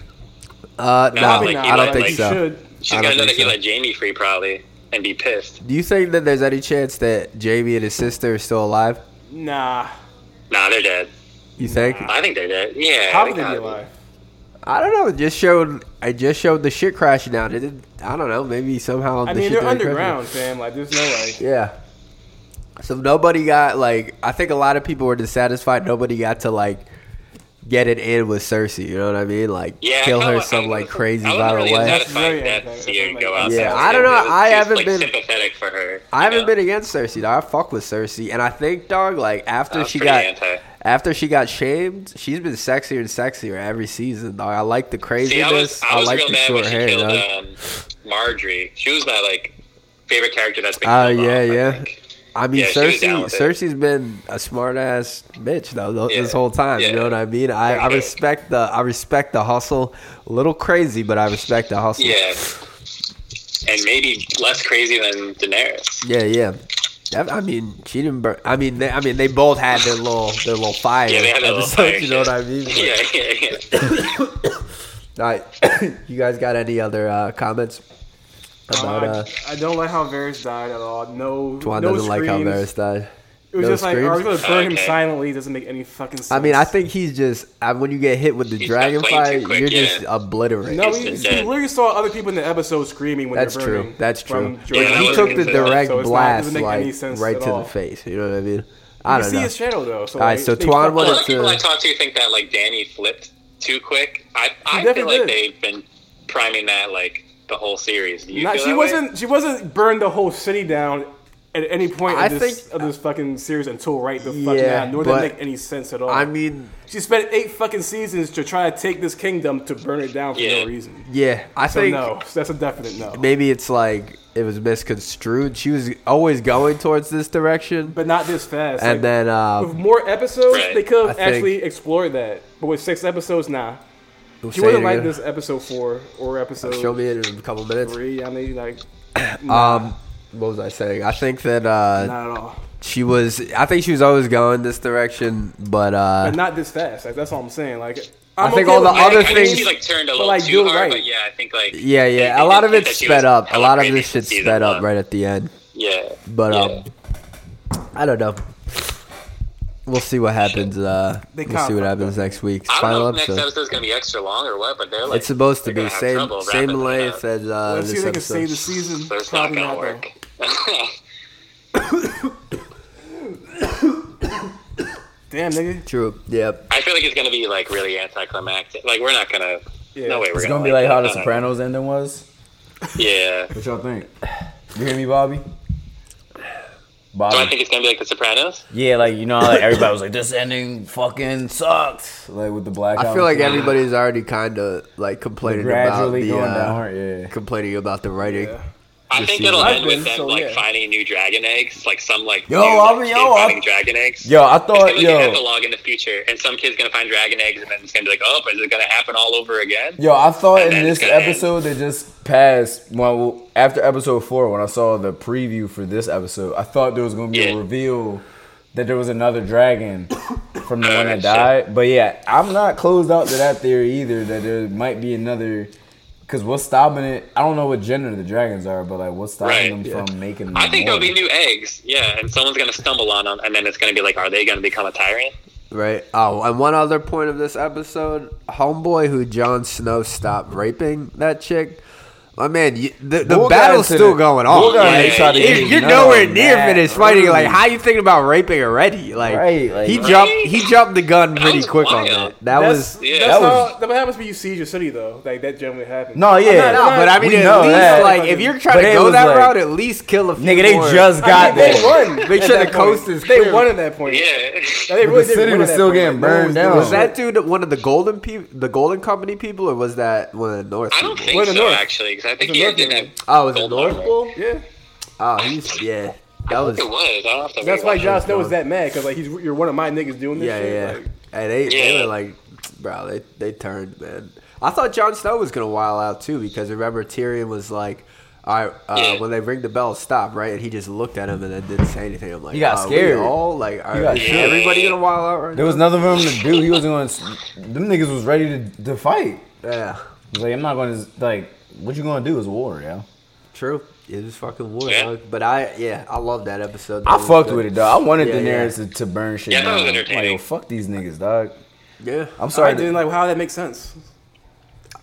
S2: that? Uh, no,
S4: No,
S3: Probably
S4: like,
S3: not,
S4: you
S2: I don't
S4: know,
S2: think
S4: like,
S3: he
S2: so.
S3: should.
S4: She's
S2: I
S4: gonna
S2: don't
S4: know that
S2: think
S4: he
S2: so.
S4: let Jamie free probably and be pissed.
S2: Do you think that there's any chance that Jamie and his sister are still alive?
S3: Nah.
S4: Nah, they're dead.
S2: You think?
S4: I think they're dead. Yeah,
S3: How
S4: they
S3: would they be
S4: gotta be.
S3: alive?
S2: I don't know. It just showed. I just showed the shit crashing down. It didn't. I don't know. Maybe somehow.
S3: I
S2: the
S3: mean,
S2: shit
S3: they're
S2: didn't crash
S3: underground, fam. Like, there's no like.
S2: down. Yeah. So nobody got like. I think a lot of people were dissatisfied. Nobody got to like get it in with Cersei. You know what I mean? Like
S4: Yeah,
S2: kill
S4: I
S2: her
S4: kinda- I
S2: some
S4: was-
S2: like crazy
S4: I was
S2: violent
S4: really
S2: way.
S4: upset by
S3: Yeah,
S4: that
S3: yeah,
S4: scene
S3: yeah.
S4: go out
S2: Yeah,
S4: there.
S2: I don't
S4: It
S2: know,
S4: was
S2: I
S4: just,
S2: haven't
S4: like,
S2: been-
S4: sympathetic for her.
S2: I
S4: you
S2: haven't
S4: know?
S2: been against Cersei. Dog. I fuck with Cersei, and I think dog like after
S4: I was
S2: she
S4: pretty
S2: got
S4: anti.
S2: after she got shamed, she's been sexier and sexier every season. Dog. I like the
S4: See, I
S2: craziness.
S4: was, I was
S2: like
S4: real
S2: the
S4: mad when
S2: short
S4: she
S2: hair.
S4: killed
S2: Dog.
S4: um, Marjorie. She was my like favorite character that's been.
S2: Oh
S4: killed
S2: yeah,
S4: off, I
S2: yeah.
S4: think.
S2: I mean,
S4: Yeah, she was
S2: Cersei.
S4: down with it.
S2: Cersei's been a smart ass bitch though th- this
S4: Yeah,
S2: whole time. You
S4: yeah.
S2: know what I mean? I, I
S4: Okay.
S2: respect the I respect the hustle. A little crazy, but I respect the hustle.
S4: Yeah. And maybe less crazy than Daenerys.
S2: yeah, yeah. That- I mean, she didn't. Burn, I mean, they, I mean, they both had their little their little fire
S4: Yeah, they had
S2: *laughs*
S4: that little
S2: episodes.
S4: fire
S2: you know what I
S4: shit.
S2: mean? But-
S4: *laughs* Yeah, yeah, yeah.
S2: *coughs* All right, *coughs* you guys got any other uh, comments about
S3: Uh,
S2: uh,
S3: I, I don't like how Varys died at all. No,
S2: Twan
S3: no
S2: doesn't like how
S3: screams.
S2: Varys died?
S3: It was
S2: no
S3: just like, are we
S2: screams?
S3: gonna burn him
S4: Okay.
S3: silently? It doesn't make any fucking sense.
S2: I mean, I think he's just I, when you get hit with the
S4: He's got
S2: dragon
S4: flames too
S2: fire,
S4: quick,
S2: you're
S4: yeah.
S2: just obliterated.
S3: No,
S4: He's
S3: you,
S4: been
S3: you
S4: dead.
S3: literally saw other people in the episode screaming when
S2: That's
S3: they're
S2: true.
S3: burning
S2: That's
S3: from
S2: true.
S3: Jordan.
S4: Yeah, that
S2: he
S4: was
S2: took
S4: a
S2: the
S4: good
S2: direct
S3: So it's not- it
S2: blast
S3: doesn't make any
S2: like
S3: sense
S2: right
S3: at
S2: to
S3: all.
S2: the face. You know what I mean? I
S3: You
S2: don't
S3: see
S2: know.
S3: his shadow though. So,
S2: All right,
S3: like,
S2: so
S3: they
S2: Tuan
S3: fucked
S4: A
S2: wanted
S3: up.
S4: lot of people
S2: to-
S4: I talk to think that like Danny flipped too quick. I, I feel
S3: definitely
S4: like
S3: did.
S4: they've been priming that like the whole series. Do you
S3: Not,
S4: feel
S3: she
S4: that way?
S3: wasn't. She wasn't burned the whole city down at any point
S2: I
S3: of this,
S2: think-
S3: of this fucking series until right the fuck
S2: Yeah,
S3: now. Nor did
S2: but-
S3: it make any sense at all.
S2: I mean,
S3: she spent eight fucking seasons to try to take this kingdom to burn it down for
S4: Yeah.
S3: no reason.
S2: yeah, I
S3: So
S2: think
S3: no, that's a definite no.
S2: maybe it's like it was misconstrued. She was always going towards this direction,
S3: But not this fast.
S2: and
S3: Like,
S2: then
S3: with
S2: um,
S3: more episodes,
S4: Right.
S3: they could have
S2: I think-
S3: actually explored that. But with six episodes, nah. She
S2: say it
S3: wasn't like
S2: again.
S3: this episode four or episode
S2: show me it in a couple minutes.
S3: three. I mean, like,
S2: Um, what was I saying? I think that uh,
S3: not at all.
S2: she was. I think she was always going this direction, but uh,
S3: But not this fast. Like, that's all I'm saying. Like,
S2: I
S3: I'm
S2: think
S3: okay
S2: all the
S3: with-
S4: I
S2: other
S4: think- I think
S2: things-
S4: she like turned a little
S3: like, do
S4: too
S3: it
S4: hard,
S3: right.
S4: but yeah, I think like
S2: yeah,
S4: they-
S2: yeah.
S4: they
S2: A lot
S4: did
S2: of
S4: think
S2: it's
S4: that she was
S2: sped up. A
S4: hella
S2: lot of
S4: crazy
S2: this shit
S4: season
S2: sped up
S4: one.
S2: right at the end.
S4: Yeah,
S2: But
S4: yeah.
S2: um, I don't know. We'll see what happens. Uh,
S3: They
S2: we'll see what
S3: kinda
S2: happens next week's
S4: I don't
S2: final
S4: know if next
S2: episode.
S4: episode's gonna be extra long or what, but they're like
S2: It's supposed to
S4: they're
S2: be
S4: gonna have
S2: same
S4: trouble
S2: same
S4: wrapping that
S2: length
S4: up.
S2: as uh,
S3: Let's see if
S2: this
S3: they can save the
S2: episode.
S3: season.
S4: So it's not
S3: Probably
S4: gonna
S3: not, though.
S4: work. *laughs*
S3: Damn, nigga.
S2: True. Yep.
S4: I feel like it's gonna be like really anticlimactic. Like we're not gonna
S3: Yeah.
S4: No way. We're
S1: It's
S4: gonna,
S1: gonna be like how The
S4: no, no, no.
S1: Sopranos ending was.
S4: Yeah.
S1: What y'all think? You hear me, Bobby?
S4: So I
S1: Bobby.
S4: think it's gonna be like The Sopranos.
S1: *sighs* Yeah, like you know, how, like everybody was like, "This ending fucking sucks." Like with the blackout.
S2: I feel like
S1: thing,
S2: everybody's already kind of like complaining about
S1: gradually
S2: the
S1: going
S2: uh,
S1: down. Yeah.
S2: complaining about the writing.
S3: Yeah.
S4: I
S2: This
S4: think
S2: season.
S4: it'll
S2: I've
S4: end
S2: been,
S4: with them
S2: so
S4: like
S2: yeah.
S4: finding new dragon eggs, like some like
S1: Yo,
S4: new,
S1: I'll
S4: like,
S1: be-
S4: kid
S1: yo, I'll-
S4: finding dragon eggs.
S1: Yo, I
S4: It's
S1: thought
S4: gonna be an
S1: yo,
S4: epilogue in the future, and some kid's gonna find dragon eggs, and then it's gonna be like, oh, but is it gonna happen all over again?
S1: yo, I thought
S4: And
S1: in
S4: then it's
S1: this
S4: gonna end.
S1: episode that just passed. Well, after episode four, when I saw the preview for this episode, I thought there was gonna be a
S4: Yeah.
S1: reveal that there was another
S4: *coughs*
S1: dragon from the
S4: Oh,
S1: one that
S4: shit.
S1: died. But yeah, I'm not closed out to that theory either. That there might be another. Cause what's stopping it? I don't know what gender the dragons are, but like, what's stopping
S4: Right,
S1: them from making?
S4: I think
S1: more?
S4: there'll be new eggs, yeah, and someone's gonna stumble on them, and then it's gonna be like, are they gonna become a tyrant?
S2: Right. Oh, and one other point of this episode, homeboy who Jon Snow stopped raping that chick. My man, you, the, the
S1: Bull got
S2: battle's
S1: into
S2: still
S1: the-
S2: going
S1: Bull
S2: on.
S1: got
S2: Like,
S4: into the
S2: you-
S4: nitty
S2: you're
S1: gritty
S2: nowhere
S1: now,
S2: near
S1: man.
S2: finished fighting. Like,
S1: Right.
S2: how you thinking about raping already? Like,
S1: Right, like-
S2: he
S1: Right?
S2: jumped. He jumped the gun pretty
S4: was
S2: quick on
S4: wild.
S2: that. That
S3: That's,
S2: was.
S4: Yeah.
S3: that's
S1: That was-
S3: not, that happens when you siege a city though. Like that generally happens.
S1: No,
S2: *laughs*
S1: yeah,
S2: No, no, but I mean,
S1: we
S2: at
S1: know
S2: least
S1: that.
S2: like if you're trying
S1: But
S2: to
S1: it
S2: go
S1: was
S2: that
S1: like-
S2: route, at least kill a few
S1: Nigga, they
S2: more.
S1: just
S3: I
S1: got
S3: mean, they
S1: there.
S3: won.
S2: Make
S3: at
S2: sure
S3: that
S2: the
S3: point.
S2: coast is
S3: They
S2: clear.
S3: won at that point.
S4: Yeah. *laughs*
S3: Like, they
S1: But
S3: really
S1: the
S3: did
S1: city
S3: win
S1: was
S3: at that
S1: still
S3: point.
S1: getting
S3: Like, no one
S1: burned
S3: was doing
S1: down.
S2: Was that dude one of the golden people, the golden company people, or was that one of the North?
S4: I don't
S2: people?
S4: think
S3: Where the
S4: so,
S3: North?
S4: actually, because I think
S3: the
S4: he
S3: North
S4: didn't
S3: people?
S4: have.
S2: Oh, was it
S4: Gold
S2: North
S4: Armor.
S2: Bull?
S3: Yeah,
S2: Oh, he's yeah. That
S4: I
S2: was
S4: think it was. I don't have to.
S3: that's
S4: rewatch
S3: why
S4: it.
S3: Josh Snow was that mad because like he's you're one of my niggas doing this.
S2: yeah,
S3: shit.
S2: yeah.
S3: Like,
S2: Hey, they they
S4: Yeah.
S2: were like, bro, they they turned man. I thought Jon Snow was gonna wild out too because remember Tyrion was like. All right, uh,
S4: Yeah.
S2: when they ring the bell, stop! Right, and he just looked at him and then didn't say anything. I'm like,
S1: He got
S2: are we
S1: scared.
S2: All like, are,
S1: got
S2: is
S1: shook.
S2: everybody gonna wild out right
S1: There was nothing for him to do. He wasn't going. to Them niggas was ready to, to fight.
S2: now? Yeah,
S1: He's like, I'm not going to. Like, what you going to do is war, yeah.
S2: true. It was fucking war.
S4: Yeah.
S2: dog. But I, yeah, I love that episode.
S1: I
S2: That was
S1: fucked
S2: good.
S1: with it, dog. I wanted
S2: Yeah,
S1: Daenerys to, to burn shit
S4: Yeah, that was
S1: down. Like,
S4: entertaining.
S1: yo, fuck these niggas, dog.
S2: Yeah.
S1: I'm
S3: I
S1: sorry.
S3: didn't
S1: to-
S3: like how that makes sense.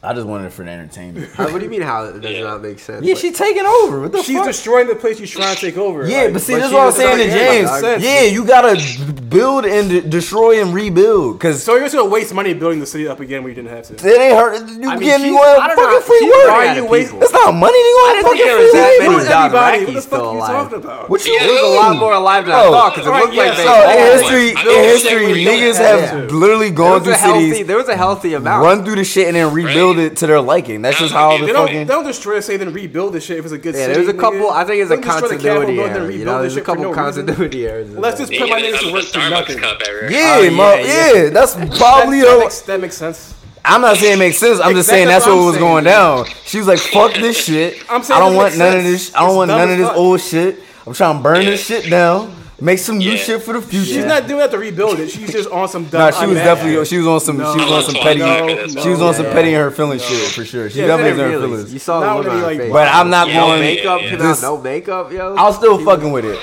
S1: I just wanted it for the entertainment.
S2: Uh, what do you mean? How it does
S4: Yeah.
S2: not make sense?
S1: yeah,
S2: Like,
S1: she taking over. What the
S3: She's
S1: fuck?
S3: destroying the place she's trying to take over.
S1: yeah,
S3: like,
S1: but see,
S2: but
S1: this is
S2: she
S1: what I'm
S2: was
S1: saying to
S2: like, yeah, dog.
S1: James. Yeah, you gotta build and de- destroy and rebuild. Cause
S3: so you're just gonna waste money building the city up again when you didn't have to.
S1: it ain't her. You
S2: I mean,
S1: getting
S2: she's-
S1: you
S2: I don't
S1: a
S2: know,
S1: fucking free
S2: she's
S1: work.
S2: already
S3: Why you
S2: out of
S3: waste-
S2: people.
S1: That's not money.
S2: I
S1: You
S2: didn't
S1: gonna
S2: think
S1: fucking
S2: there was
S1: free
S2: that
S1: labor.
S2: many
S3: Who's
S2: Don
S3: everybody?
S2: Racky's
S3: What the fuck
S2: still
S3: are you
S2: alive.
S3: talking about?
S1: What you
S4: Yeah,
S2: It
S4: it
S2: was a lot
S1: mean?
S2: more alive than I
S1: Oh,
S2: thought because it
S4: right,
S2: looked like
S4: yeah.
S2: they.
S1: So
S4: Yeah.
S1: in
S2: lost.
S1: history,
S4: Yeah.
S1: in history,
S4: Yeah.
S1: niggas
S2: Yeah.
S1: have literally
S2: There
S1: gone
S2: was
S1: through
S2: a healthy.
S1: cities,
S2: There was a healthy amount.
S1: run through the shit, and then rebuild it to their liking. That's just how
S4: They
S1: the
S3: They don't, they
S1: fucking.
S3: don't destroy the city then rebuild the shit if it's a good
S2: Yeah,
S3: city.
S2: there was a
S3: nigga.
S2: couple. I think it's a
S3: Don't destroy the Capitol
S2: continuity
S3: building,
S2: error.
S3: rebuild
S2: You know,
S3: the
S2: there's a
S3: shit for
S2: couple
S3: no reason.
S2: continuity
S1: *laughs*
S2: errors. in
S3: *laughs* Let's
S2: that.
S3: just
S4: Yeah,
S3: put my
S4: that's
S3: niggas to
S4: the
S3: work for
S4: Starbucks
S3: nothing.
S4: cup everywhere.
S1: Yeah,
S2: Oh, yeah,
S1: mo-
S2: yeah.
S1: yeah,
S3: *laughs*
S1: that's
S3: That,
S1: probably.
S3: that,
S1: a-
S3: makes, that makes sense.
S1: I'm not saying it makes sense. I'm just saying
S3: That's
S1: that's what
S3: what I'm
S1: was
S3: saying.
S1: going down. She was like, "Fuck
S3: *laughs*
S1: this shit.
S3: I'm
S1: I
S3: saying
S1: don't
S3: it
S1: want
S3: makes
S1: none of
S3: sense.
S1: this. I don't
S3: It's
S1: want
S3: dumb
S1: none
S3: as
S1: of this
S3: fuck.
S1: old shit. I'm trying to burn
S4: Yeah.
S1: this shit down, make some new
S4: Yeah.
S1: shit for the future."
S3: She's not doing that to rebuild it. She's just
S2: *laughs*
S3: on some dumb.
S1: Nah, she was
S3: I'm
S1: definitely
S3: mad.
S1: she was on some she was on some petty
S4: No,
S1: she was on
S3: no,
S1: some
S3: no.
S1: petty in her feelings shit for sure. She
S3: Yeah,
S1: definitely was in her
S2: Really,
S1: feelings.
S2: You saw
S3: Not
S2: the look
S3: really,
S2: on her
S3: like,
S2: face.
S1: But I'm not
S4: Yeah,
S2: no
S1: going.
S2: makeup.
S4: yeah,
S2: came
S1: yeah.
S2: out,
S1: This-
S2: no makeup, yo.
S1: I was still fucking with it.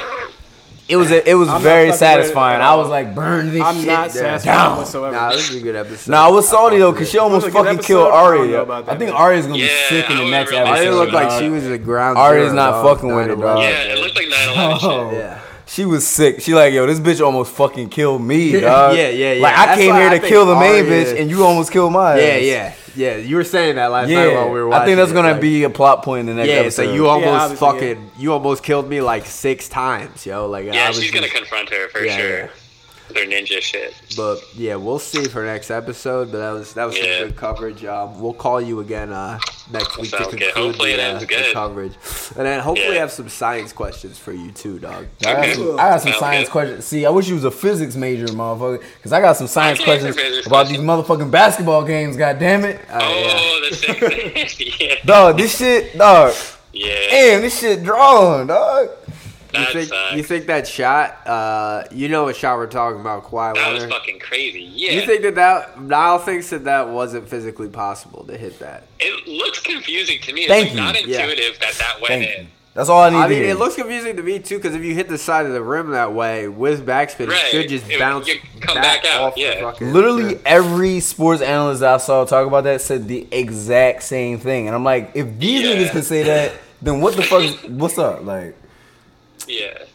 S1: It was a, it was
S3: I'm not
S1: very
S3: fucking with it
S1: satisfied.
S3: at
S1: I
S3: all.
S1: was like, burn this
S3: I'm
S1: shit
S3: not
S1: down.
S3: satisfied whatsoever.
S2: Nah, this is
S1: *laughs*
S2: a good episode.
S1: Nah, I was salty though, cause she
S2: I
S1: almost
S3: That was a good
S1: fucking
S3: episode.
S1: killed
S3: I don't
S1: Arya.
S3: know
S1: yo.
S3: about
S1: I
S3: that,
S1: think
S3: man.
S1: Arya's gonna be
S4: Yeah,
S1: sick in
S4: I
S1: the
S4: was
S1: next
S4: really-
S1: episode.
S4: Arya
S2: didn't look like
S1: dog.
S2: she was a ground.
S1: Arya's
S2: zero,
S1: not
S2: dog.
S1: fucking with it,
S2: 9/11.
S1: dog.
S4: Yeah, it looked like 9/11 shit.
S1: *laughs* *laughs* Oh.
S2: Yeah.
S1: She was sick. She like, yo, this bitch almost fucking killed me, dog.
S2: yeah, yeah, yeah.
S1: Like I
S2: That's
S1: came
S2: why
S1: here
S2: I
S1: to
S2: think
S1: kill the
S2: Arya-
S1: main bitch, and you almost killed my.
S2: Yeah,
S1: ass.
S2: yeah, yeah. You were saying that last night
S1: yeah.
S2: while we were watching.
S1: I think that's
S2: it,
S1: gonna
S2: like-
S1: be a plot point in the next
S2: Yeah,
S1: episode.
S2: so you almost
S3: obviously, yeah.
S2: fucking, you almost killed me like six times, yo. Like, I
S4: Yeah,
S2: was
S4: she's gonna
S2: just-
S4: confront her for
S2: Yeah,
S4: sure.
S2: yeah.
S4: Their ninja shit.
S2: But yeah, we'll see for next episode. But that was that was some
S4: Yeah.
S2: good coverage. Um, we'll call you again uh, next week to
S4: Sounds good.
S2: conclude
S4: Hopefully
S2: the,
S4: it
S2: uh,
S4: ends
S2: the
S4: good.
S2: coverage, and then hopefully
S4: Yeah.
S2: have some science questions for you too, dog.
S1: I got
S4: Okay.
S1: some, I got some
S4: Sounds
S1: science
S4: good.
S1: questions. See, I wish you was a physics major, motherfucker, because I got some science
S4: I can answer
S1: questions
S4: physics
S1: about these
S4: questions.
S1: motherfucking basketball games. God damn it,
S4: Oh,
S1: *laughs*
S4: the six. *laughs* yeah.
S1: dog! This shit, dog. *laughs*
S4: Yeah.
S1: Damn, this shit drawn, dog.
S2: You
S4: That
S2: think
S4: sucks.
S2: you think that shot? Uh, you know what shot we're talking about, Kawhi
S4: That was
S2: Leonard.
S4: fucking crazy. Yeah.
S2: You think that that Niall thinks that that wasn't physically possible to hit that?
S4: it looks confusing to me. It's
S1: Thank
S4: like
S1: you.
S4: not
S2: Yeah.
S4: intuitive that that went
S1: Thank you.
S4: in.
S1: That's all I need.
S2: I
S1: to
S2: mean,
S1: hear.
S2: it looks confusing to me too because if you hit the side of the rim that way with backspin,
S4: Right.
S2: it should just
S4: It would-
S2: bounce
S4: you come back out,
S2: off the
S4: yeah.
S2: fucking.
S1: Literally
S2: Yeah.
S1: every sports analyst I saw talk about that said the exact same thing, and I'm like, if these
S4: Yeah.
S1: niggas can say that, then what the fuck? Is, what's up? Like,
S4: Yeah.
S1: It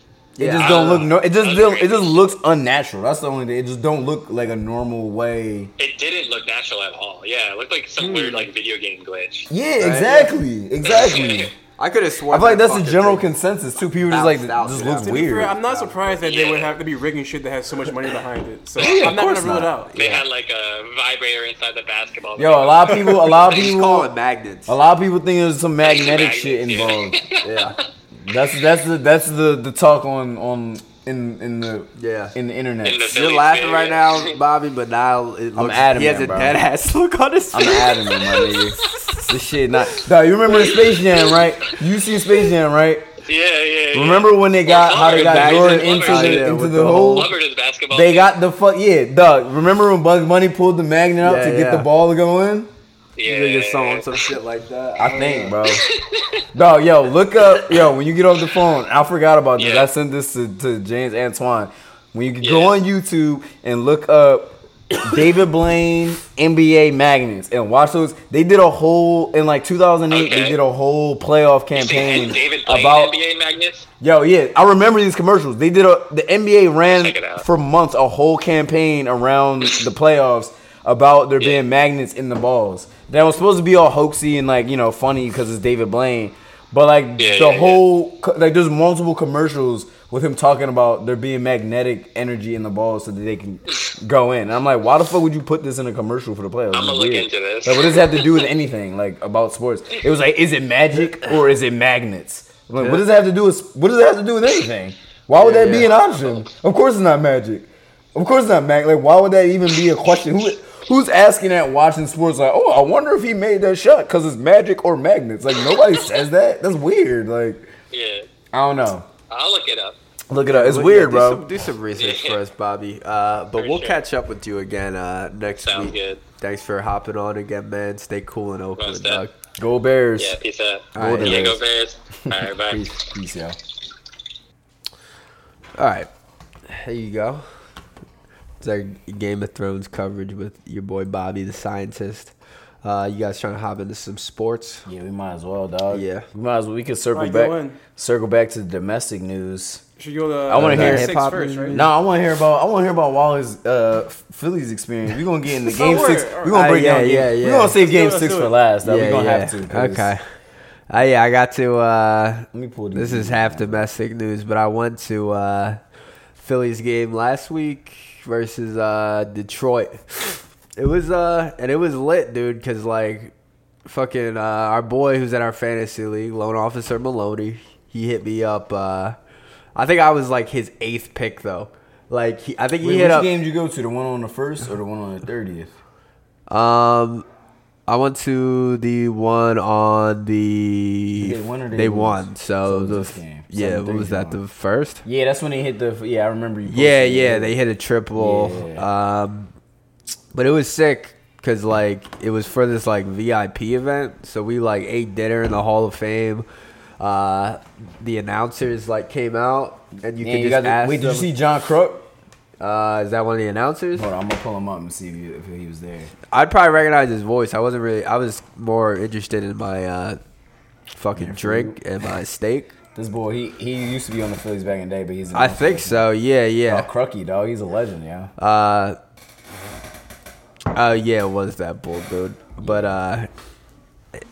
S2: Yeah,
S1: just
S2: I
S1: don't
S4: don't
S1: look.
S4: know.
S1: No, it just
S4: That's
S1: don't,
S4: crazy.
S1: it just looks unnatural. That's the only thing. It just don't look like a normal way.
S4: It didn't look natural at all. Yeah, it looked like some
S1: Hmm.
S4: weird like video game glitch.
S1: Yeah, exactly, exactly.
S2: I could have
S1: I
S2: sworn.
S1: feel like
S2: that
S1: that's the
S2: fucking
S1: general
S2: thing-
S1: consensus too. People just like this
S2: Thousand,
S1: looks
S2: thousand.
S3: To be fair,
S1: weird.
S3: I'm not surprised that they would
S4: Yeah.
S3: have to be rigging shit that has so much money behind it. So
S2: Yeah,
S3: I'm not
S2: of
S3: gonna
S2: course
S3: rule it
S2: not.
S3: out.
S4: *laughs* They had like a vibrator inside the basketball.
S1: Yo, a lot of people, a lot of
S2: They just
S1: people,
S2: call it magnets. *laughs*
S1: a lot of people think there's some magnetic
S4: Magnets,
S1: shit
S4: yeah.
S1: involved.
S2: Yeah.
S1: That's that's the that's the the talk on on in in the
S2: Yeah.
S1: in the internet.
S4: In the-
S2: You're laughing right now, Bobby, but now it looks. he
S1: adamant,
S2: has a
S1: bro.
S2: dead ass *laughs* look on his
S1: I'm
S2: face. *laughs*
S1: adamant, my nigga. This shit not. Dog, you remember Space Jam, right? You seen Space Jam, right?
S4: Yeah, yeah. yeah.
S1: Remember when they got how they got
S2: Back
S1: Jordan
S2: in the
S1: into
S2: closet,
S1: the
S2: yeah,
S1: into
S2: with
S1: the
S2: the
S1: hole?
S4: Lover does basketball.
S1: They got the fuck yeah, Doug. Remember when Bugs Bunny pulled the magnet out
S2: Yeah,
S1: to get
S2: yeah.
S1: the ball to go in?
S4: Yeah.
S2: You think it's someone, some shit like that.
S1: I think, bro. Dog, yo, look up, yo. When you get off the phone, I forgot about this.
S4: Yeah.
S1: I sent this to, to James Antoine. When you
S4: Yeah.
S1: go on YouTube and look up David Blaine NBA magnets and watch those, they did a whole in like 2008. They
S4: Okay.
S1: did a whole playoff
S4: David
S1: campaign
S4: David Blaine,
S1: about
S4: NBA magnets.
S1: Yo, yeah, I remember these commercials. They did a the NBA
S4: Check it
S1: ran
S4: out.
S1: for months a whole campaign around the playoffs about there being magnets in the balls. That was supposed to be all hoaxy and like you know funny because it's David Blaine, but like
S4: Yeah,
S1: the
S4: yeah,
S1: whole co- like there's multiple commercials with him talking about there being magnetic energy in the balls so that they can go in. And I'm like, why the fuck would you put this in a commercial for the playoffs?
S4: I'ma
S1: It's
S4: look
S1: weird.
S4: into this.
S1: Like, what does that have to do
S4: *laughs*
S1: with anything like about sports? It was like, is it magic or is it magnets? I'm like, what does that have to do with what does that have to do with anything? Why would
S2: Yeah,
S1: that be
S2: yeah.
S1: an option? Of course it's not magic. Of course it's not mag. Like why would that even be a question? Who who's asking that watching sports like, oh, I wonder if he made that shot because it's magic or magnets? Like nobody says that. That's weird. Like
S4: Yeah.
S1: I don't know.
S4: I'll look it up.
S1: Look it up. It's
S2: Well, yeah,
S1: weird,
S2: do
S1: bro.
S2: Some, do some research for us, Bobby. Uh, but
S4: For
S2: we'll
S4: sure.
S2: catch up with you again uh, next
S4: Sounds
S2: week.
S4: good.
S2: Thanks for hopping on again, man. Stay cool and open,
S4: Most
S2: dog.
S4: def.
S1: Go Bears.
S4: Yeah. Peace out.
S2: All right,
S4: yeah. Go
S1: Bears.
S4: Bears. All
S2: *laughs*
S4: right. Bye.
S1: Peace, peace, y'all.
S2: All right, here you go. It's our Game of Thrones coverage with your boy Bobby, the scientist. Uh, you guys trying to hop into some sports?
S1: Yeah, we might as well, dog.
S2: Yeah.
S1: we might as well. We could circle
S3: Alright, go
S1: back,
S3: in.
S1: circle back to the domestic news.
S3: Should go to
S1: I wanna hear
S3: six
S2: hip-hop
S3: first, right?
S2: music.
S1: No, I want to hear about. I want to hear about Waller's uh, Phillies experience. We're gonna get into
S3: Don't
S1: game
S3: worry.
S1: six. We're gonna
S2: Uh,
S1: break
S2: yeah,
S1: down.
S2: yeah,
S1: game,
S2: yeah.
S1: We're gonna save game
S3: Let's do it,
S1: six
S3: let's do
S1: for
S3: it.
S1: last. Though.
S2: Yeah,
S1: we're gonna
S2: yeah.
S1: have to. 'cause-
S2: Okay. Uh, yeah, I got to. Uh,
S1: Let me pull these
S2: This is
S1: things
S2: half
S1: down.
S2: domestic news, but I went to uh, Phillies game last week versus uh, Detroit. It was uh, and it was lit, dude, because like fucking uh, our boy who's in our fantasy league, loan officer Maloney, he hit me up. Uh, I think I was like his eighth pick though. Like he, I think he
S1: Wait,
S2: hit
S1: which
S2: up.
S1: game did you go to? The one on the first or the one on the thirtieth?
S2: Um, I went to the one on the.
S1: They won or they lose?
S2: won. So,
S1: So it was
S2: the
S1: this
S2: f-
S1: game.
S2: yeah,
S1: Seven
S2: what was
S1: three
S2: that?
S1: they won.
S2: The first.
S1: Yeah, that's when they hit the. Yeah, I remember you.
S2: Yeah,
S1: posted it.
S2: yeah, they hit a triple. Um, but it was sick because like it was for this like VIP event, so we like ate dinner in the Hall of Fame. Uh, the announcers like came out, and you
S1: Yeah,
S2: could
S1: you
S2: just
S1: got the,
S2: ask
S1: wait, did you
S2: them.
S1: see John Crook?
S2: uh, is that one of the announcers?
S1: Hold on, I'm gonna pull him up and see if he, if he was there.
S2: I'd probably recognize his voice. I wasn't really. I was more interested in my uh, fucking drink and my steak.
S1: This boy, he he used to be on the Phillies back in the day, but he's. in
S2: I
S1: the
S2: think
S1: Phillies.
S2: so. Yeah,
S1: Oh,
S2: yeah.
S1: Crucky, dog, he's a legend, yeah.
S2: Uh, oh yeah, it was that bull dude? But uh,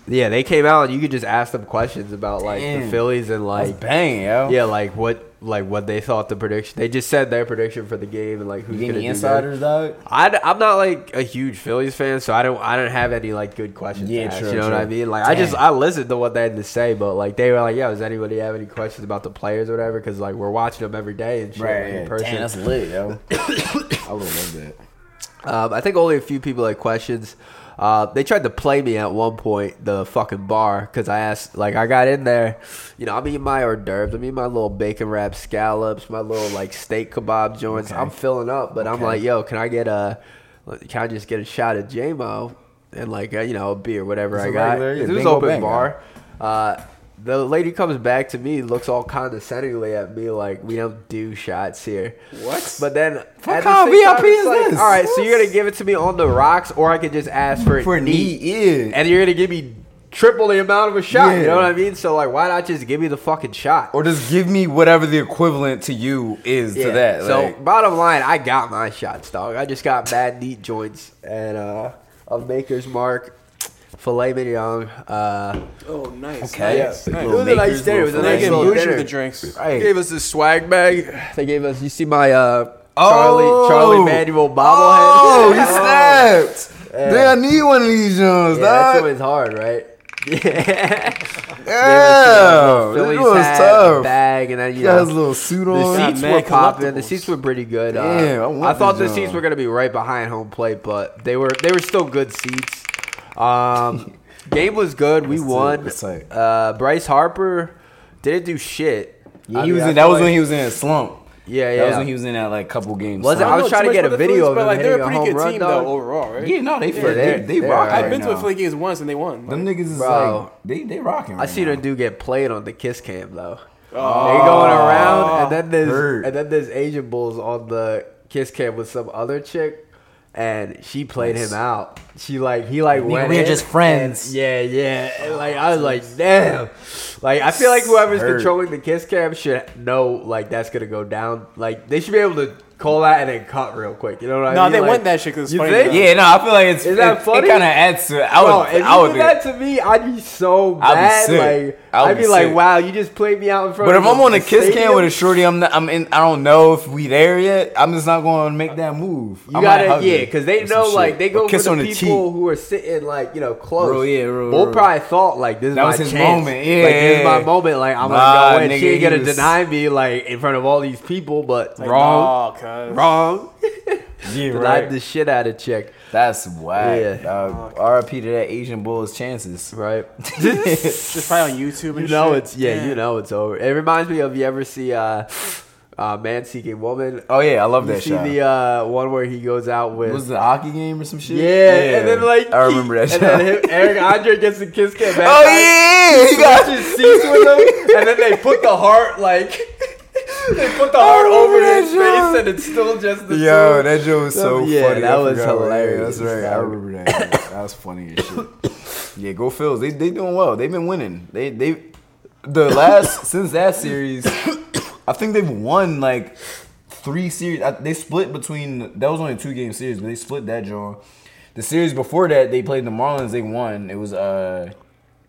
S2: yeah, they came out and you could just ask them questions about like the
S1: Damn.
S2: Phillies and
S1: That's
S2: like
S1: bang, yo.
S2: yeah, like what like what they thought the prediction. They just said their prediction for the game and like
S1: You
S2: who's
S1: get
S2: gonna
S1: any
S2: do
S1: insiders, dog?
S2: good. I am not like a huge Phillies fan, so I don't I don't have any like good questions.
S1: Yeah,
S2: to ask,
S1: true,
S2: You know
S1: true.
S2: what I mean? Like I just
S1: Damn.
S2: I listened to what they had to say, but like they were like, "Yo, does anybody have any questions about the players or whatever?" Because like we're watching them every day and shit like,
S1: Right,
S2: in
S1: yeah.
S2: person.
S1: Damn, that's
S2: *coughs*
S1: lit, yo. I would love that.
S2: Um, I think only a few people had questions. Uh, they tried to play me at one point, the fucking bar, because I asked, like, I got in there, you know, I'm eating my hors d'oeuvres, I'm eating my little bacon wrap scallops, my little, like, steak kebab joints. I'm filling up, but I'm
S1: Okay.
S2: like, yo, can I get a, can I just get a shot of JMO and, like, a, you know, a beer, whatever
S1: It's
S2: I
S1: a
S2: got?
S1: regular, yeah,
S2: it was
S1: bingo
S2: open
S1: bango.
S2: bar. Uh, the lady comes back to me, looks all condescendingly at me, like, we don't do shots here.
S3: What?
S2: But then,
S1: Fuck
S2: at the
S1: off,
S2: same
S1: VIP
S2: time, it's
S1: is
S2: like,
S1: this?
S2: All right, so you're gonna give it to me on the rocks, or I could just ask for it
S1: For
S2: neat,
S1: neat, yeah.
S2: and you're gonna give me triple the amount of a shot. You
S1: Yeah.
S2: know what I mean? So like, why not just give me the fucking shot?
S1: Or just give me whatever the equivalent to you is to that.
S2: So
S1: like-
S2: bottom line, I got my shots, dog. I just got bad neat joints and uh, a Maker's Mark filet mignon. Uh,
S3: Oh, nice.
S2: Okay.
S3: Nice.
S2: Yeah.
S3: nice.
S2: It was a nice day. It was a
S3: And
S2: nice
S3: they get
S2: little
S3: bougie
S2: dinner.
S3: with the drinks.
S2: Right.
S1: Gave
S2: us this swag bag. They gave us. You see my uh,
S1: Oh!
S2: Charlie Charlie Manuel bobblehead. *laughs*
S1: Oh, you snapped!
S2: Yeah.
S1: Dude, I need one of these Jones,
S2: Yeah, that's
S1: dog.
S2: always hard, right? *laughs* Yeah.
S1: Yeah, this
S2: Phillies
S1: was
S2: hat,
S1: tough.
S2: bag, and then you
S1: He got
S2: know,
S1: his little suit
S2: the
S1: on.
S3: Got
S2: seats
S3: mad
S2: were popping. The
S3: collectibles.
S2: seats were pretty good. Uh,
S1: Damn, I
S2: I,
S1: want
S2: thought the
S1: these uh,
S2: seats
S1: on.
S2: were gonna be right behind home plate, but they were they were still good seats.
S1: *laughs*
S2: Um, game was good. We
S1: That's tight.
S2: won.
S1: That's tight.
S2: Uh, Bryce Harper didn't do shit.
S1: Yeah,
S2: I
S1: he
S2: mean,
S1: was
S2: I
S1: in,
S2: feel
S1: that was
S2: like-
S1: when he was in a slump.
S2: Yeah, yeah.
S1: That was when he was in that like couple games.
S2: Was it-
S1: slump.
S2: I was
S3: know
S2: trying to
S3: too
S2: get
S3: much
S2: a
S3: about the
S2: video
S3: Phillies,
S2: of
S3: but
S2: them
S3: like they're
S2: hitting
S3: a
S2: a
S3: pretty
S2: home
S3: good
S2: run,
S3: team
S2: dog.
S3: though overall, right?
S1: yeah, no, they
S2: Yeah, they're-
S1: they, they
S2: they're
S1: rock.
S2: alright
S1: right
S3: I've been to
S1: now.
S3: a Philly games once and they won.
S1: Them
S3: Like,
S1: niggas is
S2: Bro.
S1: like they they rocking. Right
S2: I seen
S1: now.
S2: a dude get played on the kiss cam though.
S3: oh,
S2: They going around, and then there's
S1: Hurt.
S2: and then there's Asian Bulls on the kiss cam with some other chick, and she played him out. She like he like went.
S1: we are
S2: in,
S1: just friends.
S2: and- yeah, yeah. And, like I was like, damn. Like I feel like whoever's
S1: Hurt.
S2: controlling the kiss cam should know like that's gonna go down. Like they should be able to call that and then cut real quick. You know what I
S3: No,
S2: mean?
S3: they
S2: like,
S3: want that shit 'cause it's
S2: you
S3: funny,
S2: think?
S3: though.
S1: Yeah, no, I feel like it's
S2: Is that
S1: it,
S2: funny?
S1: kind of adds to. it. I would,
S2: Bro, if
S1: I
S2: you
S1: would
S2: did
S1: do
S2: that to me, I'd be so
S1: I'd be
S2: mad.
S1: sick.
S2: like
S1: I would
S2: I'd be,
S1: be
S2: like,
S1: sick.
S2: wow, you just played me out in front.
S1: But
S2: of
S1: if I'm on a kiss
S2: stadium?
S1: cam with a shorty, I'm not, I'm in. I don't know if we there yet. I'm just not going to make that move.
S2: You gotta, yeah, because they know, like, they go
S1: kiss
S2: for
S1: on
S2: the,
S1: the cheek.
S2: people who are sitting, like, you know, close.
S1: Real, yeah, real,
S2: Bull
S1: real.
S2: probably thought, like, this is
S1: That
S2: my
S1: was his
S2: chance.
S1: moment,
S2: Like, this is
S1: yeah.
S2: my moment. Like, I'm
S1: Nah,
S2: gonna go in. She
S1: nigga,
S2: ain't
S1: he
S2: gonna
S1: was-
S2: deny me, like, in front of all these people, but
S3: like,
S2: wrong.
S3: nah, cuz.
S1: *laughs*
S2: Wrong.
S1: yeah,
S2: Denied
S1: right.
S2: the shit out of chick.
S1: That's whack.
S2: Yeah.
S1: dog. RIP to that Asian bull's chances. *laughs*
S2: Right.
S3: Just probably on YouTube. And
S2: you know
S3: shit.
S2: it's, yeah, you know it's over. It reminds me of, you ever see, uh, uh, Man Seeking Woman?
S1: Oh yeah, I love
S2: You
S1: that
S2: see
S1: shot.
S2: the, uh, one where he goes out with.
S1: was it a hockey game or some shit?
S2: yeah, and then like
S1: I
S2: he-
S1: remember
S2: And
S1: that. shot.
S2: then him, Eric Andre gets the kiss cam. back.
S1: oh yeah,
S2: *laughs*
S1: he got
S2: Just seats with him, and then *laughs* they put the heart like *laughs* they put the heart over
S1: remember
S2: his
S1: that
S2: face, and it's still just the
S1: Yo,
S2: two.
S1: that joke was so
S2: Yeah,
S1: funny.
S2: that
S1: I
S2: was
S1: forgot about
S2: hilarious.
S1: That's right. I remember that. that was funny as shit. Yeah, go Phils. They they doing well. They've been winning. They they the last since that series, I think they've won like three series. I, they split between that was only a two game series, but they split that John. The series before that, they played the Marlins. They won. It was uh.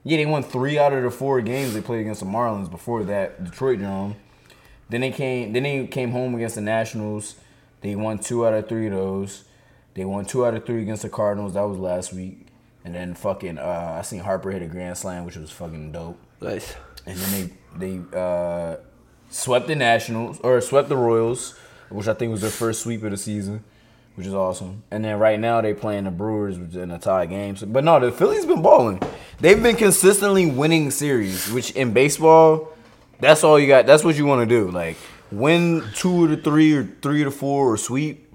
S1: Yeah, they won three out of the four games they played against the Marlins before that Detroit drum. Then they came. Then they came home against the Nationals. They won two out of three of those. They won two out of three against the Cardinals. That was last week. And then fucking, uh, I seen Harper hit a grand slam, which was fucking dope.
S2: Nice.
S1: And then they they uh, swept the Nationals or swept the Royals, which I think was their first sweep of the season, which is awesome. And then right now they playing the Brewers which is in a tie game. So, but no, the Phillies been balling. They've been consistently winning series, which in baseball, that's all you got. That's what you want to do. Like win two to three or three to four or sweep.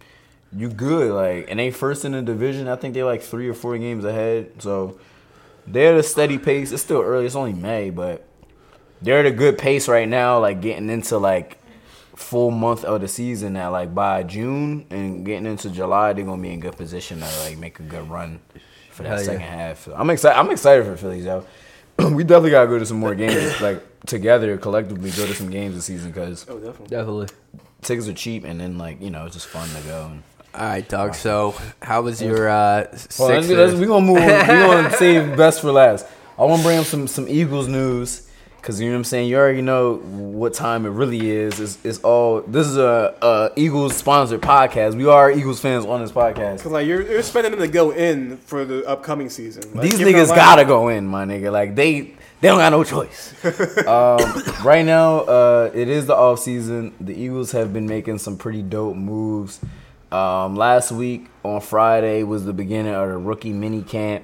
S1: You good like, and they first in the division. I think they like three or four games ahead. So they're at a steady pace. It's still early. It's only May, but they're at a good pace right now, like getting into like full month of the season now. Like by June and getting into July, they're gonna be in good position to like make a good run for that
S2: Hell yeah.
S1: second half. So I'm excited. I'm excited for Phillies, yo. *clears throat* we definitely gotta go to some more *clears throat* games, like together collectively go to some games this season because
S3: Oh, definitely.
S2: Definitely.
S1: tickets are cheap and then like you know it's just fun to go. And,
S2: All right, dog. So, how was your uh,
S1: Well, let's-
S2: six?
S1: let's- we gonna move. On. We *laughs* gonna save best for last. I want to bring up some some Eagles news because you know what I'm saying. You already know what time it really is. It's, it's all. This is a, a Eagles sponsored podcast. We are Eagles fans on this podcast.
S3: Cause like you're, you're expecting them to go in for the upcoming season. Like,
S1: These
S3: give
S1: niggas
S3: Carolina-
S1: gotta go in, my nigga. Like they they don't got no choice. um, right now, uh, it is the off season. The Eagles have been making some pretty dope moves. Um, last week on Friday was the beginning of the rookie mini camp.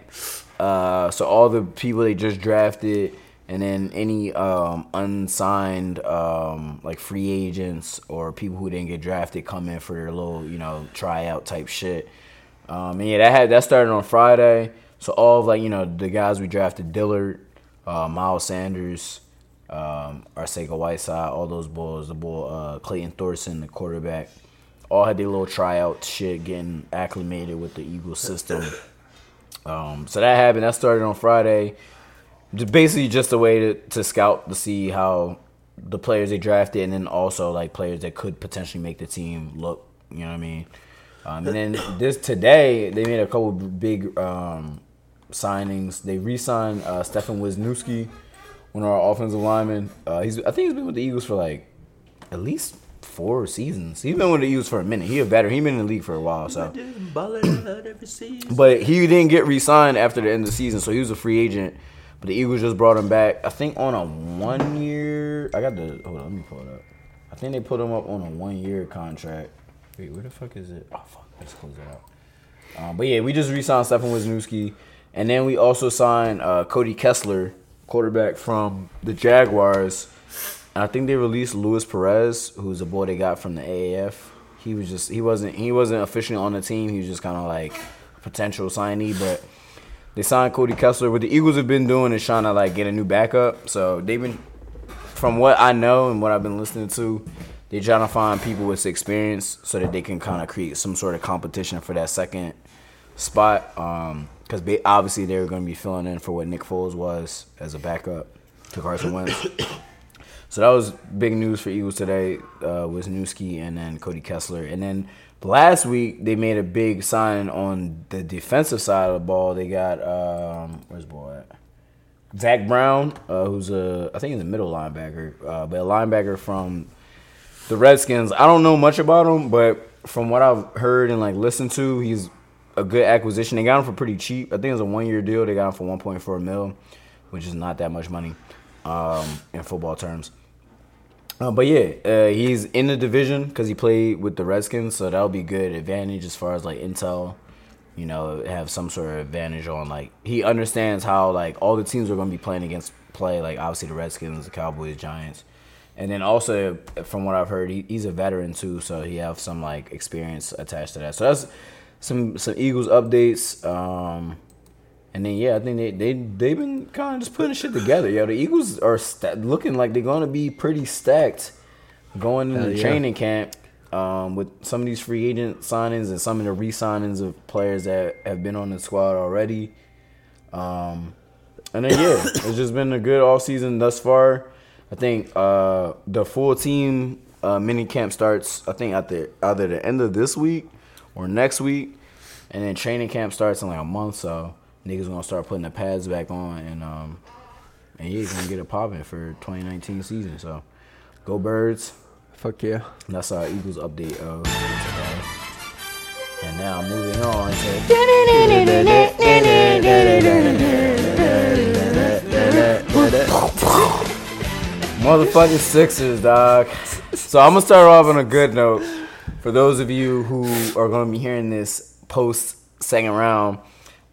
S1: Uh, so all the people they just drafted, and then any um, unsigned um, like free agents or people who didn't get drafted come in for their little you know tryout type shit. Um, and yeah, that had that started on Friday. So all of like you know the guys we drafted Dillard, uh, Miles Sanders, um, Arcega Whiteside, all those boys, the bull, uh, Clayton Thorson, the quarterback, all had their little tryout shit, getting acclimated with the Eagles system. Um, so that happened. That started on Friday. Just basically just a way to, to scout to see how the players they drafted and then also like players that could potentially make the team look you know what i mean um, and then this today they made a couple big um, signings they re-signed uh, stefan wisniewski one of our offensive linemen uh, he's i think he's been with the eagles for like at least four seasons he's been with the eagles for a minute he a veteran he's been in the league for a while so but he didn't get re-signed after the end of the season, so he was a free agent. But the Eagles just brought him back. I think on a one year. I got the hold on. Let me pull it up. I think they put him up on a one year contract. Wait, where the fuck is it? Oh fuck, let's close it out. Um, but yeah, we just re-signed Stefan Wisniewski, and then we also signed uh, Cody Kessler, quarterback from the Jaguars. And I think they released Luis Perez, who's a boy they got from the AAF. He was just he wasn't he wasn't officially on the team. He was just kind of like a potential signee, but they signed Cody Kessler. What the Eagles have been doing is trying to like get a new backup. So they've been, from what I know and what I've been listening to, they're trying to find people with experience so that they can kind of create some sort of competition for that second spot. Um, because they, obviously they were going to be filling in for what Nick Foles was as a backup to Carson Wentz. *coughs* So that was big news for Eagles today. Uh, was Newski and then Cody Kessler, and then last week they made a big sign on the defensive side of the ball. They got um, where's the ball at? Zach Brown, uh, who's a I think he's a middle linebacker, uh, but a linebacker from the Redskins. I don't know much about him, but from what I've heard and like listened to, he's a good acquisition. They got him for pretty cheap. I think it was a one year deal. They got him for one point four mil, which is not that much money um, in football terms. Uh, but yeah, uh, he's in the division because he played with the Redskins, so that'll be good advantage as far as like intel. You know, have some sort of advantage on like he understands how like all the teams are going to be playing against play like obviously the Redskins, the Cowboys, Giants, and then also from what I've heard, he, he's a veteran too, so he have some like experience attached to that. So that's some some Eagles updates. Um, and then yeah, I think they they they've been kind of just putting shit together. Yo, the Eagles are sta looking like they're gonna be pretty stacked going into
S2: Hell yeah.
S1: training camp um, with some of these free agent signings and some of the re-signings of players that have been on the squad already. Um, and
S2: *coughs*
S1: then yeah, it's just been a good all season thus far. I think uh, the full team uh, mini camp starts. I think at the either the end of this week or next week, and then training camp starts in like a month. So niggas gonna start putting the pads back on and um and yeah, gonna get it popping for 2019 season. So go birds.
S2: Fuck yeah.
S1: That's our Eagles update of And now moving on to Motherfucking Sixers, dog. So I'm gonna start off on a good note. For those of you who are gonna be hearing this post second round,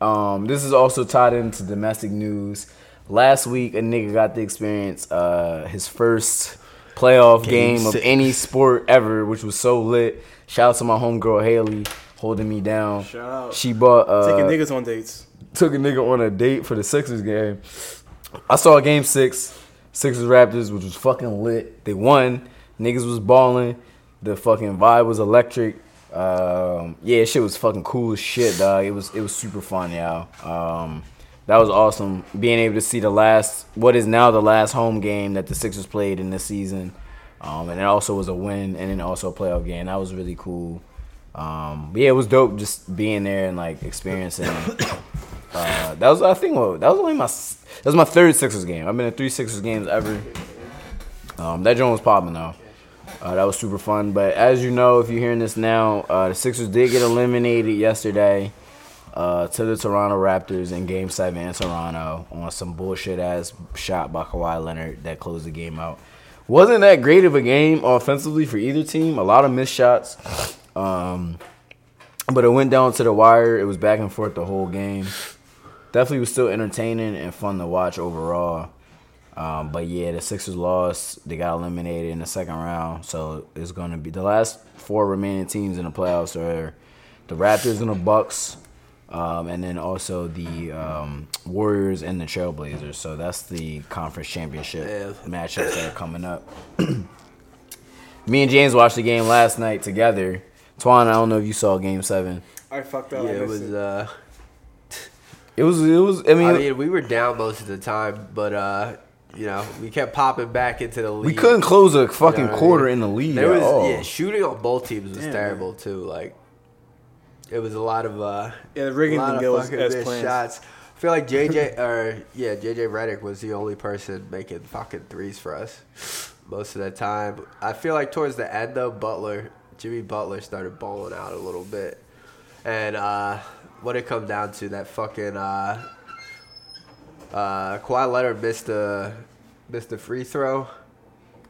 S1: um, this is also tied into domestic news. Last week, a nigga got to experience uh, his first playoff
S2: Game
S1: game, of
S2: six.
S1: any sport ever, which was so lit. Shout out to my homegirl Haley holding me down.
S3: Shout out.
S1: She bought uh,
S3: Taking niggas on dates.
S1: took a nigga on a date for the Sixers game. I saw game six, Sixers Raptors, which was fucking lit. They won. Niggas was balling. The fucking vibe was electric. Um, yeah, shit was fucking cool as shit, dog. It was it was super fun, y'all. Um, that was awesome. Being able to see the last, what is now the last home game that the Sixers played in this season, um, and it also was a win, and then also a playoff game. That was really cool. Um, but yeah, it was dope just being there and like experiencing uh, that was I think well, that was only my s- that was my third Sixers game. I've been in three Sixers games ever. Um, that joint was popping though. Uh, that was super fun. But as you know, if you're hearing this now, uh, the Sixers did get eliminated yesterday uh, to the Toronto Raptors in Game Seven in Toronto on some bullshit ass shot by Kawhi Leonard that closed the game out. Wasn't that great of a game offensively for either team. A lot of missed shots. Um, but it went down to the wire. It was back and forth the whole game. Definitely was still entertaining and fun to watch overall. Um, but yeah, the Sixers lost. They got eliminated in the second round. So it's going to be the last four remaining teams in the playoffs are the Raptors and the Bucks, um, and then also the um, Warriors and the Trailblazers. So that's the conference championship matchups that are coming up *clears throat* me and James watched the game last night together. Twan, I don't know if you saw Game Seven.
S3: I fucked up.
S2: Yeah, uh,
S3: I
S2: it
S3: missed
S2: was
S3: it.
S2: uh
S1: It was. It was. I mean,
S2: I mean, we were down most of the time, but uh, you know, we kept popping back into the lead.
S1: we couldn't close a fucking
S2: You know what I
S1: quarter
S2: mean?
S1: in the lead
S2: There
S1: at
S2: was
S1: all.
S2: yeah, shooting on both teams was
S3: Damn,
S2: terrible too. Like it was a lot of uh,
S3: Yeah, the rigging
S2: a lot
S3: didn't
S2: of
S3: go as-
S2: fucking
S3: as
S2: missed
S3: planned.
S2: shots. I feel like
S3: *laughs*
S2: JJ or yeah, JJ Reddick was the only person making fucking threes for us most of the time. I feel like towards the end though, Butler, Jimmy Butler started balling out a little bit, and uh, what it come down to that fucking. Uh, uh, Kawhi Leonard missed the missed the free throw.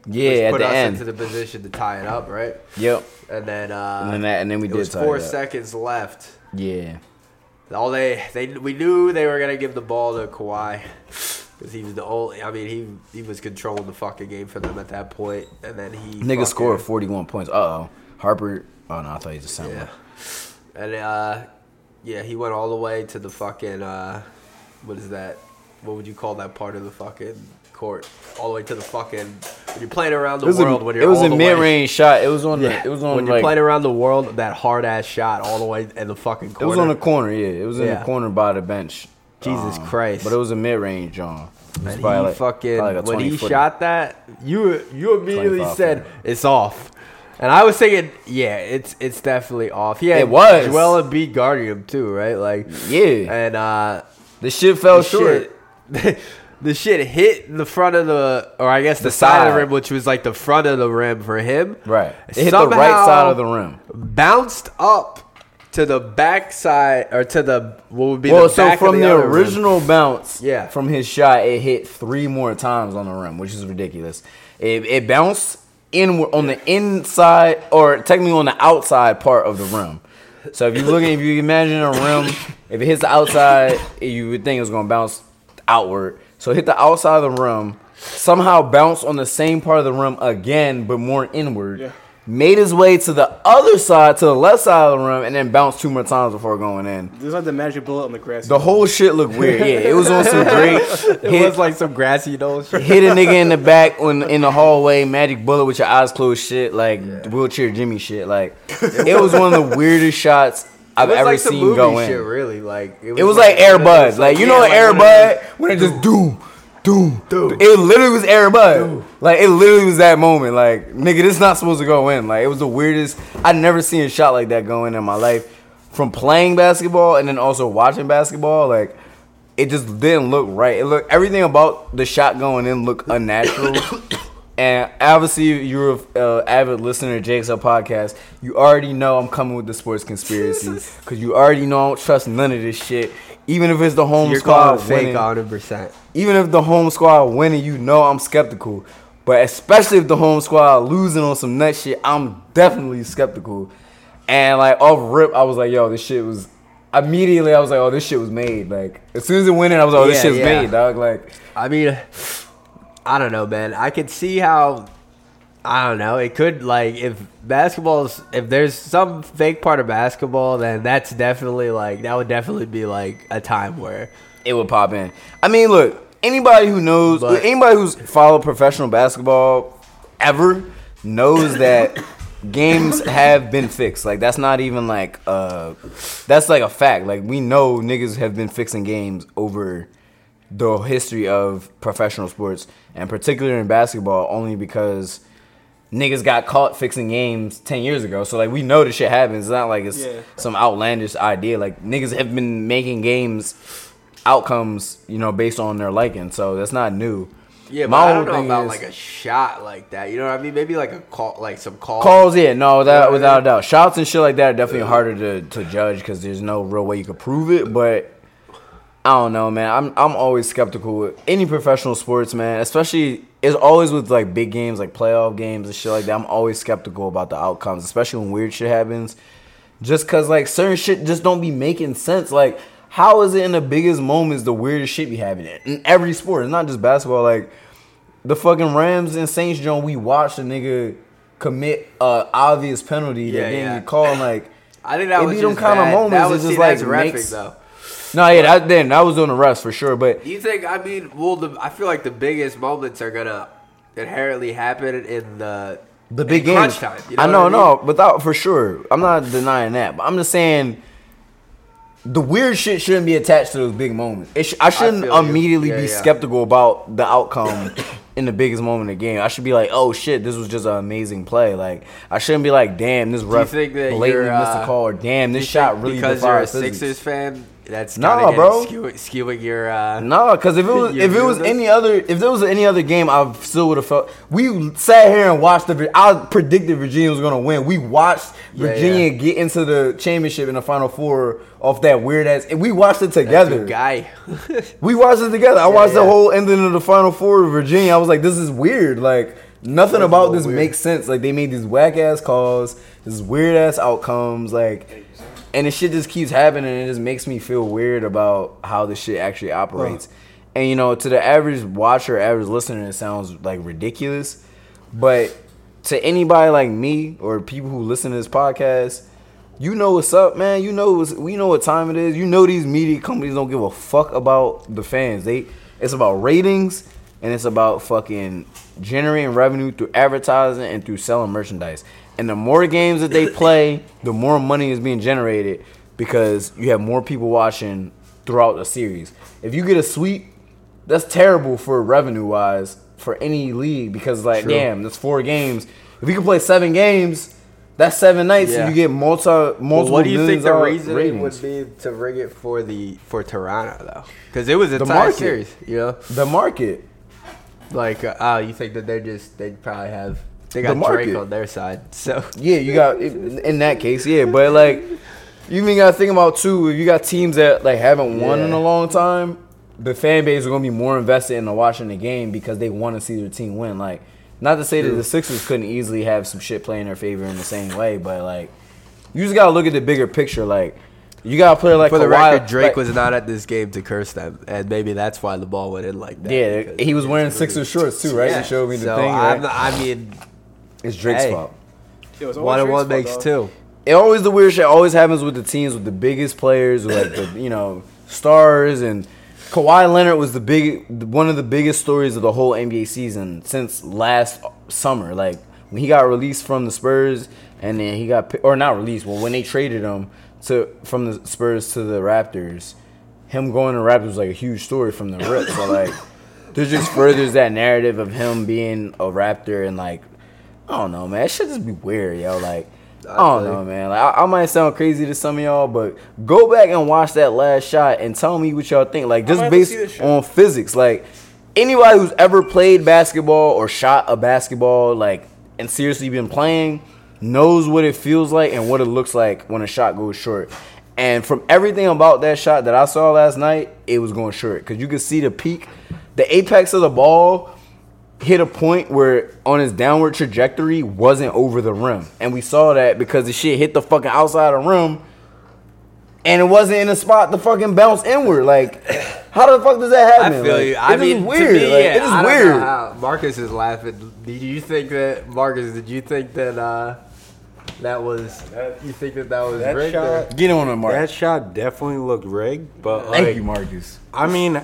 S1: Yeah,
S2: which
S1: at
S2: put
S1: the
S2: us
S1: end.
S2: into the position to tie it up, right?
S1: yep.
S2: And then uh,
S1: And then that, and then we
S2: it
S1: did
S2: was
S1: tie
S2: four
S1: it up.
S2: seconds left.
S1: Yeah.
S2: All they they we knew they were gonna give the ball to Kawhi because he was the only. I mean, he he was controlling the fucking game for them at that point, and then he
S1: Nigga
S2: fucking-
S1: scored 41 points. Uh oh. Harper. Oh no, I thought he just sounded.
S2: Yeah, and uh, yeah, he went all the way to the fucking uh, what is that? What would you call that part of the fucking court? All the way to the fucking when you're playing around the
S1: It was
S2: world
S1: a,
S2: when you're
S1: it was
S2: all
S1: a
S2: the
S1: mid
S2: way-
S1: range shot. It was on.
S2: Yeah,
S1: The, it was on
S2: when
S1: like.
S2: you're playing around the world, that hard ass shot all the way in the fucking
S1: it
S2: corner.
S1: was on the corner. Yeah, it was in
S2: Yeah.
S1: the corner by the bench. Um,
S2: Jesus Christ.
S1: But it was a mid range, John. It was
S2: And he
S1: probably like-
S2: fucking
S1: probably like a
S2: when he
S1: 20-footer.
S2: shot that, you you immediately
S1: 25
S2: said
S1: footer.
S2: it's off, and I was thinking, yeah, it's it's definitely off. Yeah,
S1: It was.
S2: Joel Embiid guarding him too, right? Like
S1: Yeah. Oh,
S2: and uh,
S1: the shit fell
S2: the
S1: short.
S2: shit, *laughs* the shit hit in the front of the, or I guess the,
S1: The
S2: side of the
S1: side.
S2: rim, which was like the front of the rim for him,
S1: Right. It hit the right side of the rim.
S2: bounced up to the backside or to the what would be
S1: Well,
S2: the
S1: so
S2: back
S1: from
S2: of
S1: the,
S2: the, other rim.
S1: original bounce,
S2: Yeah.
S1: from his shot, it hit three more times on the rim, which is ridiculous. It, it bounced inward on the inside, or technically on the outside part of the rim. So if you look, at- if you imagine a rim, if it hits the outside, you would think it was going to bounce outward. So it hit the outside of the rim, somehow bounced on the same part of the rim again, but more inward.
S3: Yeah.
S1: Made his way to the other side, to the left side of the rim, and then bounced two more times before going in.
S3: There's like the magic bullet on the grass.
S1: The whole shit looked weird. Yeah, it was
S2: *laughs*
S1: on some great. Hit,
S2: It was like some grassy knoll shit. *laughs*
S1: hit a nigga in the back on in the hallway, magic bullet with your eyes closed shit, like wheelchair Jimmy shit. Like it was one of the weirdest shots I've
S2: It was
S1: ever
S2: like some
S1: seen
S2: movie
S1: go in.
S2: shit, really. Like
S1: It was like Air Bud. Like you know
S2: yeah,
S1: Air
S2: one of those-
S1: Bud when it just doom, doom, doom. It literally was Air Bud. Like it literally was that moment. Like nigga, this not supposed to go in. Like it was the weirdest. I'd never seen a shot like that go in in my life. From playing basketball and then also watching basketball, like it just didn't look right. It looked everything about the shot going in
S2: *coughs*
S1: looked unnatural. And obviously, you're a uh, avid listener to Jake's Up podcast. You already know I'm coming with the sports conspiracy
S2: *laughs*
S1: because you already know I don't trust none of this shit. Even if it's the home
S2: You're
S1: squad
S2: calling
S1: winning,
S2: fake hundred percent.
S1: even if the home squad winning, you know I'm skeptical. But especially if the home squad losing on some nut shit, I'm definitely skeptical. And like off rip, I was like, yo, this shit was. Immediately, I was like, oh, this shit was made. Like as soon as it went in, I was like, oh, this
S2: Yeah,
S1: shit was
S2: yeah.
S1: made, dog. Like
S2: I mean, I don't know, man. I could see how. I don't know. It could like if basketball's if there's some fake part of basketball, then that's definitely like that would definitely be like a time where
S1: it would pop in. I mean, look, anybody who knows,
S2: But-
S1: anybody who's followed professional basketball ever knows that games have been fixed. Like that's not even like uh, that's like a fact. Like we know niggas have been fixing games over the history of professional sports, and particularly in basketball, only because. Niggas got caught fixing games ten years ago, so like we know this shit happens. It's not like it's
S3: Yeah.
S1: some outlandish idea. Like niggas have been making games outcomes, you know, based on their liking. So that's not new.
S2: yeah. But
S1: My
S2: I
S1: whole
S2: don't know
S1: thing
S2: about
S1: is-
S2: like a shot like that. You know what I mean? Maybe like a call, like some call.
S1: Calls, yeah, no, without, without a doubt. Shots and shit like that are definitely harder to, to judge because there's no real way you could prove it. But I don't know, man. I'm I'm always skeptical with any professional sports, man. Especially it's always with like big games, like playoff games and shit like that. I'm always skeptical about the outcomes, especially when weird shit happens. Just cause like certain shit just don't be making sense. Like how is it in the biggest moments the weirdest shit be happening in every sport? It's not just basketball. Like the fucking Rams and Saints John, we watched a nigga commit a obvious penalty
S2: Yeah,
S1: that didn't
S2: yeah.
S1: get
S2: *laughs*
S1: called. and, Like
S2: I think that
S1: It
S2: was
S1: be
S2: just
S1: them kinda
S2: bad.
S1: moments
S2: That
S1: that
S2: was
S1: just,
S2: see,
S1: like,
S2: that's reffing,
S1: makes-
S2: though.
S1: no, yeah, that then I was doing the rest for sure, but
S2: You think? I mean, well, the, I feel like the biggest moments are gonna inherently happen in the
S1: the big
S2: in
S1: games.
S2: crunch time. You
S1: I
S2: know
S1: know,
S2: what I mean?
S1: no, without for sure. I'm not denying that, but I'm just saying the weird shit shouldn't be attached to those big moments. It sh- I shouldn't
S2: feel you.
S1: immediately
S2: Yeah,
S1: be
S2: yeah.
S1: skeptical about the outcome *coughs* in the biggest moment of the game. I should be like, oh shit, this was just an amazing play. Like I shouldn't be like, damn, this ref
S2: think that
S1: blatantly
S2: you're,
S1: missed
S2: uh,
S1: a call, or damn, this
S2: You
S1: shot
S2: think
S1: really
S2: because you're a
S1: defies physics.
S2: Sixers fan. That's
S1: Nah,
S2: kind of
S1: bro.
S2: Skewing, skewing your. Uh,
S1: No, because if it was
S2: You
S1: if it
S2: feel
S1: was
S2: this?
S1: any other if there was any other game, I still would have felt. We sat here and watched the. Vir- I predicted Virginia was gonna win. We watched
S2: yeah.
S1: Virginia get into the championship in the Final Four off that weird ass. And we watched it together. *laughs*
S2: guy.
S1: We watched it together. I watched the
S2: yeah.
S1: whole ending of the Final Four of Virginia. I was like, this is weird. Like nothing about
S2: little
S1: this
S2: weird.
S1: makes sense. Like they made these whack ass calls, this weird ass outcomes. Like, and the shit just keeps happening. And it just makes me feel weird about how this shit actually operates. And you know, to the average watcher, average listener, it sounds like ridiculous, but to anybody like me or people who listen to this podcast, you know what's up, man. You know what's, we know what time it is. You know these media companies don't give a fuck about the fans. They it's about ratings and it's about fucking generating revenue through advertising and through selling merchandise. And the more games that they play, the more money is being generated because you have more people watching throughout the series. If you get a sweep, that's terrible for revenue wise for any league because like damn, that's four games. If you can play seven games, that's seven nights,
S2: Yeah.
S1: and you get multi multiple.
S2: Well, what do you think
S1: millions
S2: the
S1: dollar
S2: reason
S1: ratings.
S2: would be to rig it for the for Toronto though? Because it was a
S1: The
S2: tie
S1: market.
S2: series, you know.
S1: The market.
S2: Like, uh, oh, you think that they're just they probably have they
S1: The
S2: got Drake
S1: market.
S2: on their side, *laughs* so
S1: Yeah, you got in that case, yeah. But like, you mean got to think about too. If you got teams that like haven't won in
S2: Yeah.
S1: a long time, the fan base are gonna be more invested in watching the game because they want to see their team win. Like, not to say that the Sixers couldn't easily have some shit play in their favor in the same way, but like, you just gotta look at the bigger picture. Like, you gotta play like
S2: for the
S1: Kawhi-
S2: record, Drake
S1: like-
S2: was not at this game to curse them, and maybe that's why the ball went in like that.
S1: Yeah,
S2: because
S1: he was
S2: it's
S1: wearing
S2: really-
S1: Sixers shorts too, right?
S2: Yeah.
S1: You showed me the
S2: So,
S1: thing.
S2: I'm
S1: Right?
S2: not- I mean,
S1: it's Drake's
S2: Hey.
S1: fault.
S3: It was always
S2: one and
S3: Drake's
S2: one
S3: fault,
S2: makes
S3: dog.
S2: two.
S1: it always the weird shit always happens with the teams with the biggest players, with, like the you know stars and Kawhi Leonard was the big one of the biggest stories of the whole NBA season since last summer. Like when he got released from the Spurs, and then he got pi- or not released, well when they traded him to from the Spurs to the Raptors, him going to Raptors was like a huge story from the rip. So like, there's just furthers that narrative of him being a Raptor and like, I don't know, man. It should just be weird, yo. Like, I don't know, man. Like, I, I might sound crazy to some of y'all, but go back and watch that last shot and tell me what y'all think. Like,
S3: might
S1: just
S3: have to see this
S1: based
S3: shit.
S1: on physics, like anybody who's ever played basketball or shot a basketball, like, and seriously been playing, knows what it feels like and what it looks like when a shot goes short. And from everything about that shot that I saw last night, it was going short because you could see the peak, the apex of the ball hit a point where on his downward trajectory wasn't over the rim. And we saw that because the shit hit the fucking outside of the rim and it wasn't in a spot to fucking bounce inward. Like, *coughs* how the fuck does that
S2: I
S1: happen?
S2: feel
S1: Like,
S2: you. I
S1: it's just
S2: mean,
S1: weird.
S2: To me,
S1: like,
S2: yeah,
S1: it is
S2: I don't know
S1: weird.
S2: how- Marcus is laughing. Did you think that Marcus? Did you think that uh, that was? You think that that was
S5: That
S2: rigged?
S5: shot-
S2: or-
S1: Get on it, Mark.
S5: That shot definitely looked rigged, but
S1: Thank
S5: like,
S1: you, Marcus.
S2: *laughs*
S5: I mean,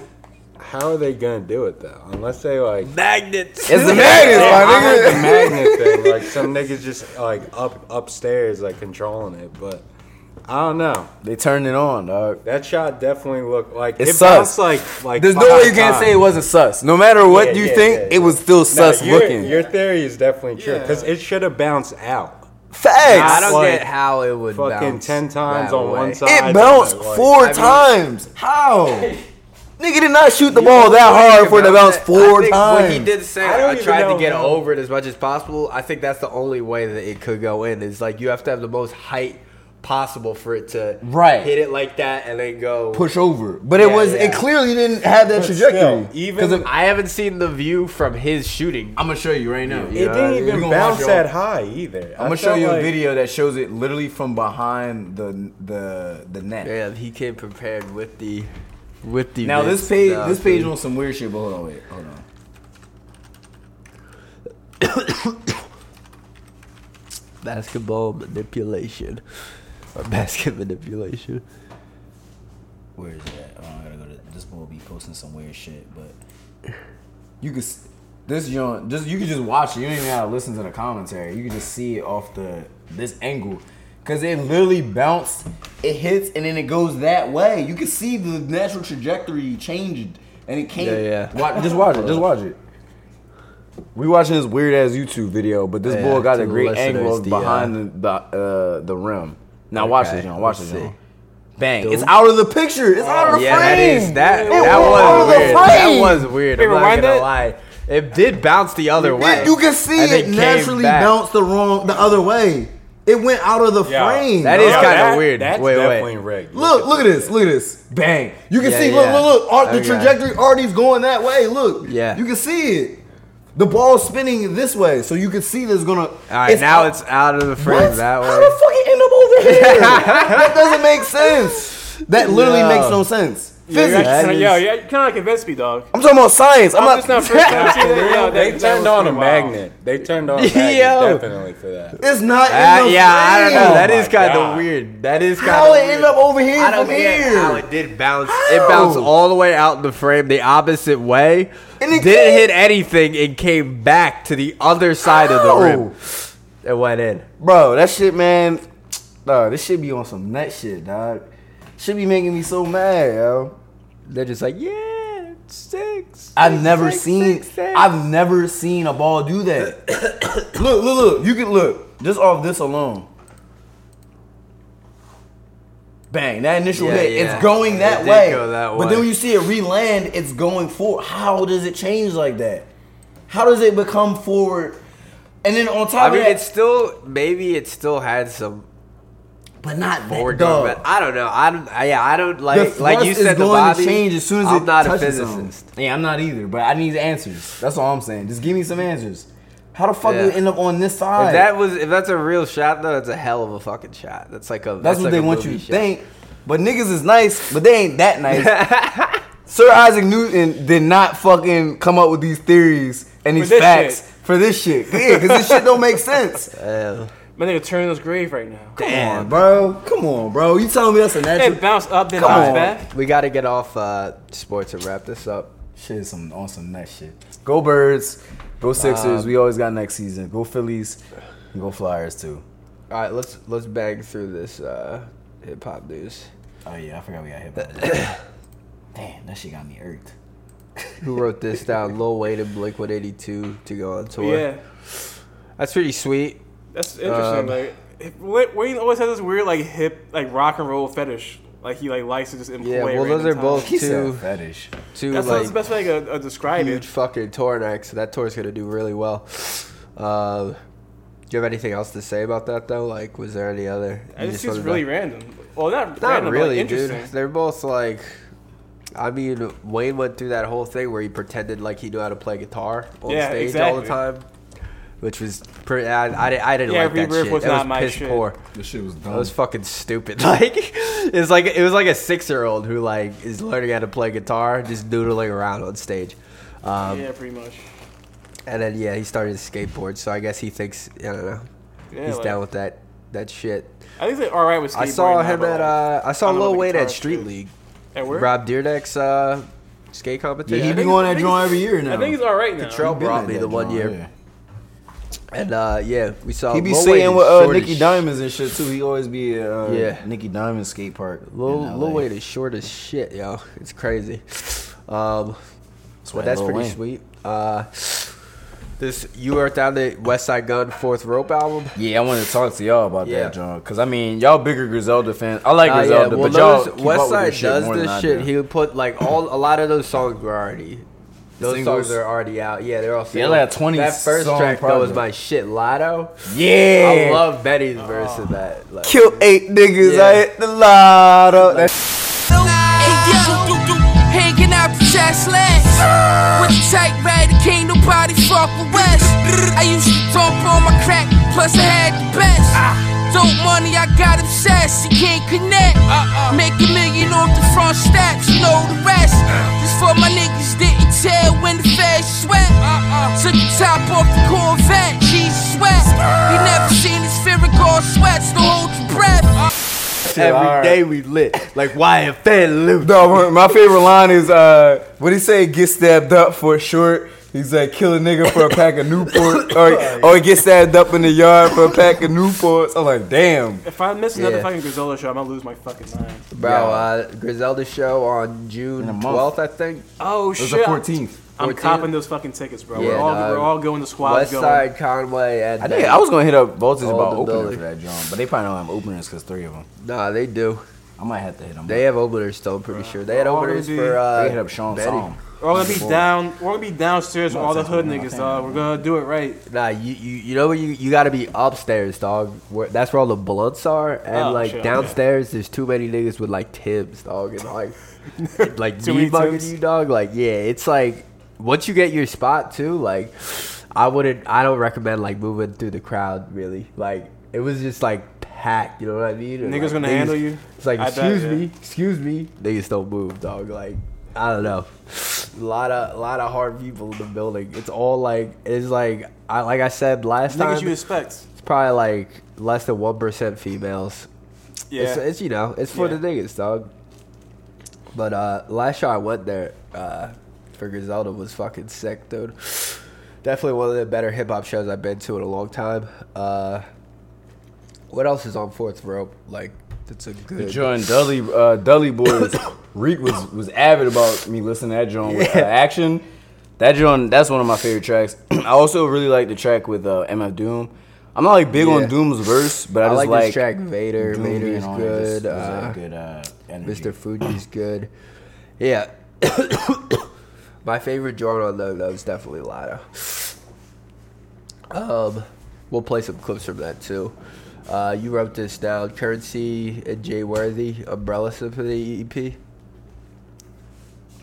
S5: how are they gonna do it though? Unless they like
S2: Magnets.
S1: It's the magnets,
S5: Yeah, I
S1: my *laughs*
S5: heard
S1: nigga.
S5: the magnet thing. Like some niggas just like up upstairs, like controlling it. But I don't know.
S1: They turned it on, dog.
S5: That shot definitely looked like
S1: It's
S5: it bounced
S1: sus.
S5: like like.
S1: There's no
S5: five
S1: way you can't say it
S5: times.
S1: wasn't sus. No matter what
S5: Yeah,
S1: you
S5: yeah,
S1: think,
S5: yeah, yeah.
S1: it was still
S5: No,
S1: sus
S5: your,
S1: looking.
S5: Your theory is definitely true because
S3: Yeah.
S5: it should have bounced out
S1: Facts.
S2: I don't
S5: Like,
S2: get how it would
S5: fucking
S2: bounce
S5: ten times
S2: that
S5: on
S2: way.
S5: one side.
S1: It bounced
S5: and, like,
S1: four
S2: mean-
S1: times. How? *laughs* Nigga did not shoot the
S2: You
S1: ball
S2: know
S1: that
S2: what I
S1: hard
S2: think
S1: for it to
S2: about
S1: bounce
S2: that?
S1: four
S2: I think What he
S1: times.
S2: did say,
S5: I don't
S2: I,
S5: even
S2: tried to
S5: know
S2: get
S5: how-
S2: over it as much as possible. I think that's the only way that it could go in. Is like you have to have the most height possible for it to
S1: Right.
S2: hit it like that and then go.
S1: Push over, but it
S2: Yeah,
S1: was it
S2: yeah.
S1: clearly didn't have that
S5: But
S1: trajectory.
S5: still, even-
S1: 'Cause if-
S2: I haven't seen the view from his shooting.
S1: I'm gonna show you right now.
S5: It didn't
S1: We
S5: even
S1: gonna
S5: bounce
S1: watch y'all.
S5: that high either.
S1: I'm gonna show you a video that shows it literally from behind the the the net.
S2: Man, he came prepared with the with the.
S1: Now this
S2: Vince
S1: page
S2: stuff,
S1: this page
S2: dude.
S1: on some weird shit, but hold on, wait, hold on.
S2: basketball manipulation or basket manipulation.
S1: Where is that? Oh, I gotta go to this boy will be posting some weird shit, but you could s- this joint just you could just watch it. You don't even gotta listen to the commentary. You can just see it off the this angle. Cause it literally bounced. it hits and then it goes that way. You can see the natural trajectory changed, and it can't.
S2: Yeah, yeah.
S1: Wa- just watch it. Just watch it. We watching this weird ass YouTube video, but this
S2: Yeah,
S1: boy got
S2: to
S1: a
S2: the
S1: great
S2: listeners,
S1: angle of
S2: the, uh,
S1: behind the the, uh, the rim. Now watch
S2: Okay,
S1: this, John. Watch
S2: let's
S1: this,
S2: see.
S1: John. Bang! It's out of the picture. It's out of the
S2: Yeah, that
S1: frame.
S2: is that.
S1: It
S2: that
S1: was out of
S2: was
S1: the
S2: weird. That
S1: frame.
S2: was weird. I'm
S6: Wait,
S2: not
S6: rewind
S2: gonna
S6: it?
S2: lie. It did bounce the other way.
S1: You can see
S2: And
S1: it
S2: came
S1: naturally
S2: back.
S1: bounced the wrong the other way. It went out of the
S6: Yeah,
S1: frame.
S2: That
S1: dog.
S2: is
S6: Yeah,
S2: kind of
S6: that-
S2: weird.
S6: that's
S2: Wait,
S5: Definitely
S2: wait.
S5: rigged.
S1: Look, look at this. Look at this. Bang. You can
S2: Yeah,
S1: see,
S2: yeah.
S1: look, look, look. Ar- The
S2: Okay.
S1: trajectory already's going that way. Look.
S2: Yeah.
S1: You can see it. The ball's spinning this way, so you can see there's gonna. All
S2: All right, now it's out of the frame
S1: What?
S2: that
S1: How
S2: way.
S1: the fuck it end up
S2: *laughs*
S1: over here? that doesn't make sense. That literally
S2: No.
S1: makes no sense.
S3: Yeah, you're
S1: Physics.
S2: That
S3: actually- yeah,
S2: is-
S3: yeah, you kind of convinced me, dog.
S1: I'm talking about science. I'm,
S3: I'm
S2: *laughs*
S3: just not first time seeing that. Yeah,
S5: They
S3: that- that
S5: turned
S3: was
S5: on a
S3: pretty wild.
S5: magnet. They turned on a
S1: *laughs*
S2: Yo.
S5: magnet definitely for that.
S1: it's not.
S2: Ah,
S1: in the
S2: yeah, I don't
S1: frame.
S2: know. That
S5: Oh
S2: is
S5: my
S2: kind of
S6: God.
S2: weird. That is kind
S1: How
S2: of
S1: it
S2: weird.
S1: end up over here
S2: I don't
S1: from
S2: get
S1: here?
S2: how it did bounce. It
S1: How?
S2: bounced all the way out the frame, the opposite way.
S1: And it
S2: didn't
S1: came-
S2: hit anything and came back to the other side of the rim. It went in.
S1: Bro, that shit, man. Nah, this shit be on some nut shit, dog. Should be making me so mad, yo.
S2: They're just like, yeah, six.
S1: I've
S2: six,
S1: never
S2: six,
S1: seen.
S2: six, six."
S1: I've never seen a ball do that. look, look, look. You can look just off this alone. Bang! That initial
S2: Yeah,
S1: hit,
S2: yeah.
S1: it's going
S2: It
S1: that,
S2: did
S1: way.
S2: go that
S1: But
S2: way.
S1: then when you see it re-land, it's going forward. How does it change like that? How does it become forward? And then on top
S2: I
S1: of
S2: mean,
S1: that,
S2: it's still maybe it still had some
S1: but not
S2: forward
S1: that, dog.
S2: movement. I don't know. I don't. I- Yeah, I don't
S1: The
S2: like like
S1: thrust
S2: you
S1: is
S2: said. The
S1: going
S2: body
S1: to change as soon as
S2: I'm
S1: it
S2: not a
S1: touches something.
S2: physicist.
S1: Yeah, I'm not either, but I need answers. That's all I'm saying. Just give me some answers. How the fuck
S2: Yeah.
S1: do you end up on this
S2: If
S1: side?
S2: that was if that's a real shot though, that's a hell of a fucking shot. That's like a
S1: that's, what
S2: like
S1: they
S2: a
S1: want you
S2: movie
S1: to
S2: shot.
S1: think. But niggas is nice, but they ain't that nice.
S2: *laughs*
S1: Sir Isaac Newton did not fucking come up with these theories and these
S3: this
S1: facts
S3: shit.
S1: for this shit. Yeah, because this shit don't
S2: *laughs*
S1: make sense. Come
S2: Yeah.
S3: My nigga Turner's grave right now.
S1: on, bro. Come on, bro. You telling me that's a natural?
S3: It bounced up, then
S1: Come
S3: bounced
S1: on.
S3: back.
S2: We got to get off uh, sports and wrap this up.
S1: Shit, is some on some next shit. Go Birds, go Sixers. we always got next season. Go Phillies, and go Flyers too.
S2: All right, let's let's bang through this uh, hip hop news.
S1: Oh yeah, I forgot we got hit. By *coughs* Damn, that shit got me irked.
S2: Who wrote this
S1: *laughs*
S2: down? Lil Wayne and Blink 182 to go on tour.
S3: Yeah,
S2: that's pretty sweet.
S3: that's interesting.
S2: Um,
S3: like it- Wa- Wayne always has this weird like hip like rock and roll fetish. Like he like likes to just employ.
S2: Yeah, well, those
S3: random
S2: are
S3: times.
S2: both
S1: He
S2: two
S1: said fetish.
S2: two
S3: That's
S2: like
S3: the best way I could uh, describe
S2: huge
S3: it.
S2: fucking tour next. That tour's gonna do really well. Uh, do you have anything else to say about that though? Like, was there any other?
S3: I
S2: you
S3: just
S2: wanted
S3: seems
S2: to-
S3: really random. Well, not,
S2: Not
S3: random,
S2: really,
S3: but, like,
S2: dude.
S3: interesting.
S2: They're both like. I mean, Wayne went through that whole thing where he pretended like he knew how to play guitar on
S3: Yeah,
S2: stage all the
S3: exactly.
S2: time, which was pretty. I, I, di- I didn't
S3: Yeah,
S2: like that
S3: Rebirth
S2: shit.
S3: was
S2: that
S3: not
S2: was
S3: my
S2: piss
S3: shit.
S2: poor.
S1: This shit was dumb.
S2: That was fucking stupid. *laughs* Like, it's like it was like a six year old who like is learning how to play guitar, just doodling around on stage. Um,
S3: yeah, pretty much.
S2: and then yeah, he started to skateboard, so I guess he thinks I don't know.
S3: Yeah,
S2: he's
S3: like-
S2: down with that that shit.
S3: I think they're all right with skateboarding.
S2: I saw
S3: now,
S2: him at
S3: but, like,
S2: uh, I saw
S3: I don't know
S2: Lil
S3: the
S2: Wayne at
S3: guitarist,
S2: Street
S3: dude.
S2: Learleague,
S3: at where?
S2: Rob Deerneck's uh, skate competition.
S1: he be
S3: think-
S1: going
S3: I
S1: that
S3: think
S1: joint
S3: it's-
S1: every year now.
S3: I think it's all right now.
S2: Trump
S1: Been
S2: brought
S1: at
S2: me
S1: that
S2: the one
S1: joint,
S2: year,
S1: yeah.
S2: and uh, yeah, we saw.
S1: He be
S2: Lil
S1: sitting
S2: Wayne
S1: with uh,
S2: short as
S1: Nicky
S2: sh-
S1: Diamonds and shit too. He always be at uh,
S2: Yeah.
S1: Nicky Diamond skate park.
S2: Lil,
S1: in
S2: Lil
S1: LA.
S2: Wayne is short as shit, yo. It's crazy. Um,
S1: why
S2: but that's
S1: Lil
S2: pretty
S1: Wayne.
S2: sweet. Uh, this you are down the West Side Gun fourth rope album.
S1: Yeah, I want to talk to y'all about
S2: Yeah.
S1: that, John. Because I mean, y'all bigger Griselda fans. I like
S2: Uh,
S1: Griselda,
S2: well,
S1: but y'all
S2: notice
S1: keep up with
S2: Westside
S1: this shit
S2: does
S1: more than I
S2: this shit.
S1: do.
S2: He'll put like all a lot of those songs were already. Those
S1: Singles.
S2: songs are already out. Yeah, they're all
S1: Yeah,
S2: singles.
S1: like a 20
S2: That first
S1: song
S2: track though was
S1: project.
S2: my shit, Lotto.
S1: yeah,
S2: I love Betty's verse of that. Like,
S1: Kill eight niggas,
S2: Yeah.
S1: I hit the lotto. That
S7: Hey, yo, hanging out the chest legs. With the tight red, can't nobody fuck with West. I used to dump on my crack, plus I had the best. Dope money, I got obsessed, you can't connect. Make a million off the front steps, you know the rest. This for my niggas didn't tell when the feds sweat. Took the top off the Corvette, Jesus sweat. You never seen this spherical sweats, don't hold your breath.
S2: every day we lit. Like YFL.
S1: No, my, my favorite line is uh, what he say? Get stabbed up for short. He's like, kill a nigga for a pack of Newports.
S2: *laughs*
S1: Or, or he gets stabbed up in the yard for a pack of Newports. I'm like, damn.
S3: If I miss another
S2: Yeah.
S3: fucking Griselda show, I'm gonna lose my fucking mind.
S2: Bro, uh, Griselda show on June
S1: In a month.
S2: 12th, I think.
S3: Oh
S1: It was the
S3: shit!
S1: 14th.
S3: I'm
S2: 14th?
S3: copping those fucking tickets, bro. we're
S2: Yeah,
S3: all
S2: dog.
S3: we're all going. The squad's
S2: West
S3: going.
S2: Side, Conway, and
S1: I think I was gonna hit up Voltage
S2: All
S1: about
S2: the
S1: opening
S2: building.
S1: for that John, but they probably don't have openers because three of them.
S2: Nah, they do.
S1: I might have to hit them.
S2: They have openers still. I'm pretty sure they had
S3: All they
S2: openers
S3: do-
S2: for. Uh,
S1: they hit up Sean
S2: Betty.
S1: Song.
S3: We're all gonna be
S1: Before.
S3: down. We're gonna be downstairs with all the
S1: that's
S3: hood
S1: what I'm
S3: niggas,
S1: saying.
S3: dog. We're gonna do it right.
S2: Nah, you, you you know what you you got to be upstairs, dog. Where, that's where all the blunts are, and
S3: Oh,
S2: like
S3: shit,
S2: downstairs, there's too many niggas with like Timbs, dog, and
S3: *laughs*
S2: like like
S3: Too
S2: me
S3: many
S2: bugging
S3: Timbs?
S2: you, dog. Like yeah, it's like once you get your spot too, like I wouldn't, I don't recommend like moving through the crowd really. Like it was just like packed, you know what I mean? And,
S3: Niggas
S2: like,
S3: gonna handle you?
S2: It's like
S3: I bet,
S2: excuse
S3: yeah.
S2: me, excuse me. Niggas don't move, dog. Like I don't know. A lot of lot of hard people in the building. It's all like it's like I like I said last
S3: Niggas
S2: time.
S3: you expect.
S2: it's probably like less than one percent females.
S3: Yeah.
S2: It's, it's you know it's for
S3: Yeah.
S2: the niggas, dog. But uh last year I went there uh for Griselda was fucking sick, dude. Definitely one of the better hip hop shows I've been to in a long time. Uh What else is on Fourth Rope? Like that's a good.
S1: John Dudley, uh, Dudley boys. Reek was *coughs* was avid about me listening to that John with uh,
S2: Yeah.
S1: action. That John, that's one of my favorite tracks. *clears throat* I also really like the track with uh, MF Doom. I'm not like big
S2: Yeah.
S1: on Doom's verse, but I,
S2: I
S1: just
S2: like,
S1: like,
S2: this track. Vader,
S1: Doom
S2: Vader
S1: being
S2: is
S1: on it. It just
S2: good.
S1: was a
S2: Uh,
S1: good uh, energy.
S2: Mr. Fuji's good. Yeah. *coughs* My favorite genre though, though is definitely Lada. Um, we'll play some clips from that too. Uh, you wrote this down. Currency and Jay Worthy, Umbrella Symphony E EP.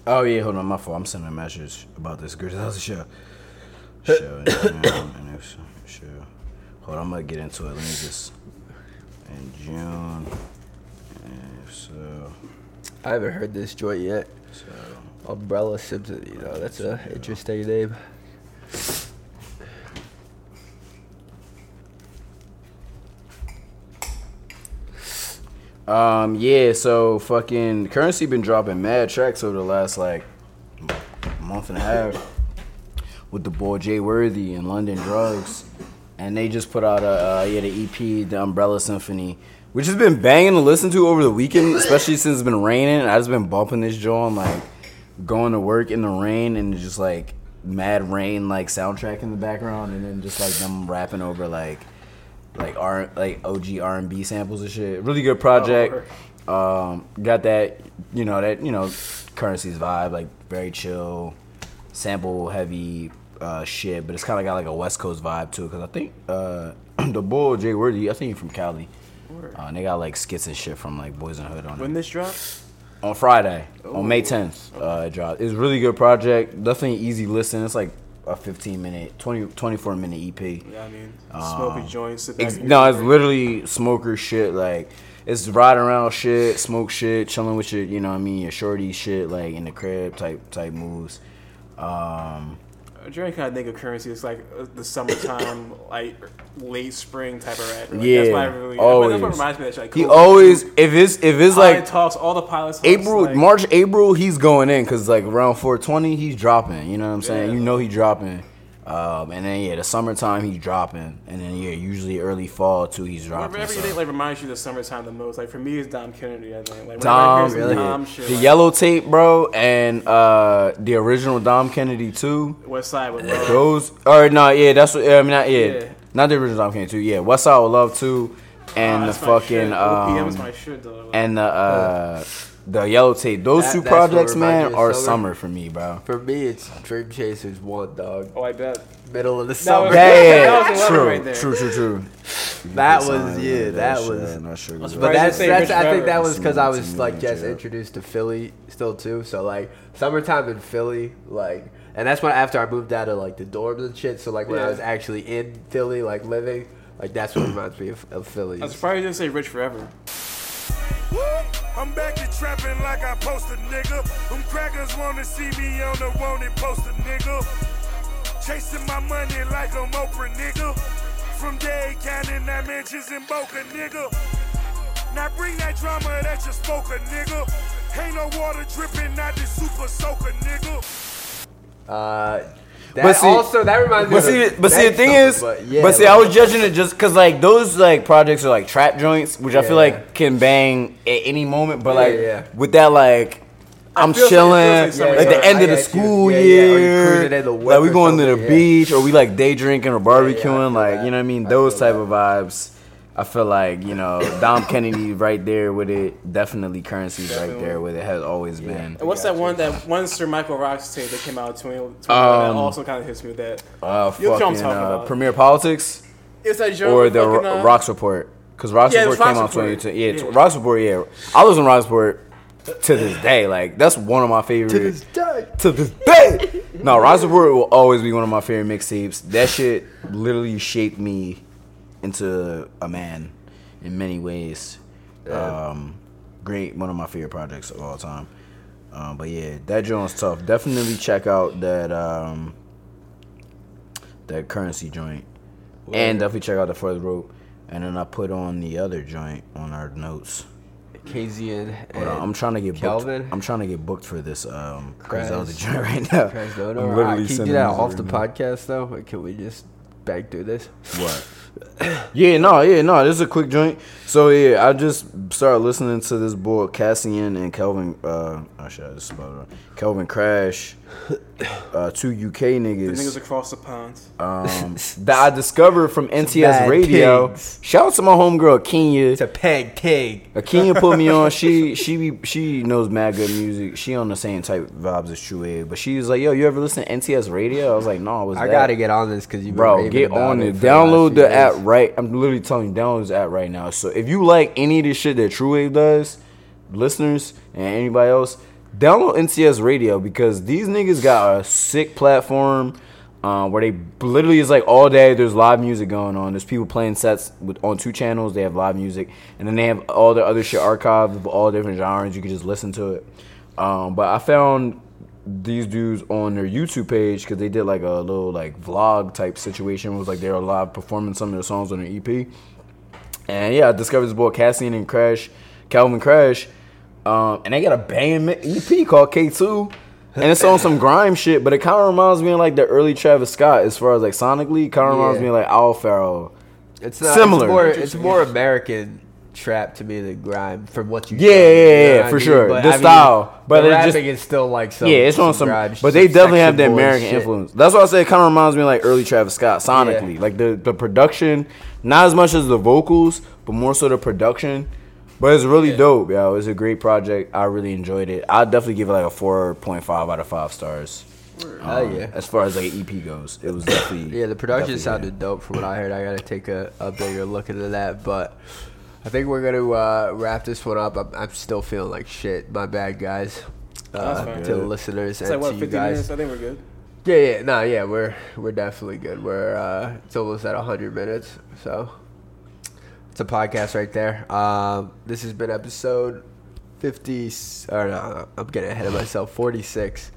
S1: Oh yeah, hold on, my fault. I'm sending a message about this Griselda show. Show. and, um, and it's- show. Hold on, I'm gonna get into it. Let me just. In June. And so,
S2: I haven't heard this joint yet.
S1: so.
S2: Umbrella Symphony, though. That's a interesting name.
S1: Um, yeah, so fucking currency been dropping mad tracks over the last like month and a half with the boy Jay Worthy and London Drugs, and they just put out a uh, yeah the EP, the Umbrella Symphony, which has been banging to listen to over the weekend, especially since it's been raining. I just been bumping this joint like going to work in the rain and just like mad rain like soundtrack in the background, and then just like them rapping over like like R like OG R and B samples and shit. Really good project. Um, got that you know that you know currency's vibe like very chill, sample heavy uh, shit, but it's kind of got like a West Coast vibe too. Cause I think uh, *clears throat* the bull Jay Worthy, I think he's from Cali. Uh, and they got like skits and shit from like Boys and Hood on it
S3: When this drops,
S1: on Friday, on May 10th. Uh, it dropped. It's a really good project. Definitely an easy listen. It's like a 15 minute, 20, 24 minute EP.
S3: yeah, I mean, smoke a joint, sit back.
S1: Ah. Ex-
S3: and
S1: no,
S3: get
S1: it's
S3: it.
S1: literally smoker shit. Like it's ride around shit, smoke shit, chilling with your, you know, what I mean, your shorty shit, like in the crib type type moves. Um,
S3: Drake kind of think of currency as like uh,
S1: *laughs*
S3: the summertime, like late spring type of rapper. Like,
S1: yeah,
S3: that's why I really.
S1: always.
S3: That's what reminds me of that shit. Like,
S1: He
S3: cool.
S1: always if it's if it's
S3: Pilot
S1: like
S3: talks all the pilots. talks,
S1: April,
S3: like,
S1: March, April, he's going in because like around 420, he's dropping. You know what I'm saying?
S3: Yeah.
S1: You know he dropping. Um, and then yeah, the summertime he's dropping, and then yeah, usually early fall too he's dropping.
S3: Whatever you
S1: so.
S3: think like reminds you of the summertime the most. Like for me, it's Dom Kennedy. I think. Like,
S1: Dom,
S3: whenever I hear some Dom shit,
S1: the
S3: like,
S1: yellow tape, bro, and uh, the original Dom Kennedy too.
S3: West Side with love.
S1: Those or no, yeah, that's what I mean. Not, yeah,
S3: Yeah.
S1: not the original Dom Kennedy too. Yeah, Westside with Love too, and
S3: Ah,
S1: the
S3: that's my
S1: fucking
S3: shit. OPM is
S1: um,
S3: my shit though. Like,
S1: and the uh, the yellow tape. Those
S2: That-
S1: two
S2: that's what
S1: projects,
S2: reminds
S1: man,
S2: you of
S1: are
S2: summer.
S1: summer for me, bro.
S2: For me, it's Dream Chasers One, dog.
S3: oh, I bet.
S2: Middle of the summer.
S3: it-
S1: Yeah, yeah,
S3: That was
S1: yeah.
S3: a
S1: True,
S3: letter right there.
S1: true, true, true.
S2: *laughs* that was yeah. That was But that's,
S3: Surprised you didn't say
S2: that's
S3: Rich
S2: I think
S3: Forever.
S2: that was because I
S1: Similar to
S2: was
S1: me
S2: like
S1: and
S2: just
S1: J-Lo.
S2: introduced to Philly still too. So like summertime in Philly, like and that's when after I moved out of like the dorms and shit. So like when I
S3: Yeah.
S2: was actually in Philly, like living, like that's what reminds me of, of Philly.
S3: I'm surprised you didn't say Rich Forever.
S6: I'm back to trapping like I posted, nigga. Them crackers wanna see me on the wanted poster, nigga. Chasing my money like I'm Oprah, nigga. From day counting that mansions in Boca, nigga. Now bring that drama that you spoke, of, nigga. Ain't no water dripping, not the super soaker, nigga.
S2: Uh, That
S1: But see-
S2: also that reminds me.
S1: But
S2: of
S1: see,
S2: the
S1: but see, the
S2: next
S1: thing
S2: song,
S1: is, but,
S2: but, yeah,
S1: see, I was judging it just because like those like projects are like trap joints, which I feel
S2: Yeah.
S1: like can bang at any moment. But
S2: Yeah,
S1: like
S2: yeah.
S1: with that, like I'm
S3: feels like- it feels
S1: chilling,
S3: like
S1: like,
S3: summertime.
S1: the end
S2: I
S1: of the
S2: got you.
S1: school
S2: Yeah, yeah, or you
S1: year,
S2: cruising at the
S1: like
S2: whip
S1: we
S2: or
S1: going to the
S2: something, yeah.
S1: beach or we like day drinking or
S2: yeah, I
S1: barbecuing,
S2: feel
S1: like you
S2: that.
S1: know what I mean.
S2: I
S1: those
S2: feel
S1: type of vibes. I feel like you know Dom Kennedy right there with it. Definitely currencies right there with it has always been.
S3: And what's that one that one Sir Michael Rock's tape that came out in 20, 2011
S1: Um,
S3: that also kind of hits me with that?
S1: Uh,
S3: You know what I'm
S1: fucking
S3: talking
S1: uh,
S3: about.
S1: Premier Politics.
S3: It's that genre
S1: or
S3: with
S1: the
S3: fucking,
S1: Ro-
S3: uh,
S1: Rocks Report. Because Rocks
S3: Yeah, it
S1: Report
S3: was
S1: came
S3: Rocks
S1: out
S3: Report.
S1: in 2018. Yeah, it's
S3: Yeah.
S1: Rocks Report, yeah. I was in Rocks Report to this day. Like, that's one of my favorite. To this day. To this day. no, Rocks Report will always be one of my favorite mixtapes. That shit literally shaped me into a man in many ways. Um, great, one of my favorite projects of all time. Um, but yeah, that joint's tough. Definitely check out that um, that currency joint, and definitely check out the first rope. And then I put on the other joint on our notes.
S2: KZN.
S1: Hold on, I'm trying to get
S2: Calvin?
S1: booked. I'm trying to get booked for this um,
S2: Crash.
S1: Griselda joint *laughs* right now.
S2: Can
S1: I'm
S2: you do
S1: sending
S2: that
S1: these
S2: off the
S1: over.
S2: podcast though? Or can we just back through this?
S1: What? yeah, no, yeah, no. This is a quick joint. So yeah, I just started listening to this boy Cassian and Kelvin. Uh, oh shit, I just spelled it wrong. Kelvin
S2: *laughs*
S1: Crash, uh, two UK
S3: The niggas
S1: niggas
S3: across the pond.
S1: um, that I discovered from NTS
S2: Bad
S1: Radio.
S2: pigs.
S1: Shout out to my homegirl Kenya.
S2: It's a peg pig.
S1: Uh, Kenya put me on. She she be, she knows mad good music. She on the same type vibes as True Wave, but she was like, "Yo, you ever listen to NTS Radio?" I was like, "No, I was."
S2: I
S1: that.
S2: gotta get on this because you
S1: Bro, get on it. Download the app right. I'm literally telling you, download this app right now. So if you like any of this shit that True Wave does, listeners and anybody else, download NCS Radio because these niggas got a sick platform uh, where they literally is like all day. There's live music going on. There's people playing sets with on two channels. They have live music, and then they have all their other shit archived of all different genres. You can just listen to it. Um, but I found these dudes on their YouTube page because they did like a little like vlog type situation. It was like they were live performing some of their songs on their EP. And yeah, I discovered this boy Cassian and Crash, Calvin Crash, um, and they got a band EP called K2. And it's on some grime shit, but it kind of reminds me of like the early Travis Scott as far as like sonically. Kind of reminds
S2: Yeah.
S1: me of like Al Farrell.
S2: It's not,
S1: Similar.
S2: It's more, it's more American trap to me than grime from what you.
S1: Yeah,
S2: told me,
S1: yeah,
S2: you know
S1: yeah,
S2: what I
S1: for
S2: mean?
S1: sure.
S2: But,
S1: The
S2: I mean,
S1: style, but
S2: the
S1: it just-
S2: rapping is still like some.
S1: yeah, it's on some,
S2: grime
S1: but
S2: shit,
S1: they definitely have that
S2: Section Boy
S1: American
S2: shit.
S1: influence. That's why I say it kind of reminds me of like early Travis Scott sonically, like the the production, not as much as the vocals, but more so the production. But it's really dope, yo. It's a great project. I really enjoyed it. I'd definitely give it like a four point five out of five stars.
S2: Hell yeah.
S1: As far as like EP goes, it was definitely
S2: Yeah, the production
S1: definitely
S2: sounded dope from what I heard. I gotta take a, a bigger look into that, but I think we're gonna uh, wrap this one up. I'm, I'm still feeling like shit. My bad, guys.
S3: That's
S2: Uh,
S3: fine.
S2: to the listeners
S3: It's
S2: and
S3: like what,
S2: to you
S3: 15
S2: guys.
S3: minutes? I think we're good.
S2: Yeah, yeah, no, yeah, we're we're definitely good. We're uh, it's almost at hundred minutes, so it's a podcast right there. Um, this has been episode fifty. Or no, I'm getting ahead of myself. Forty six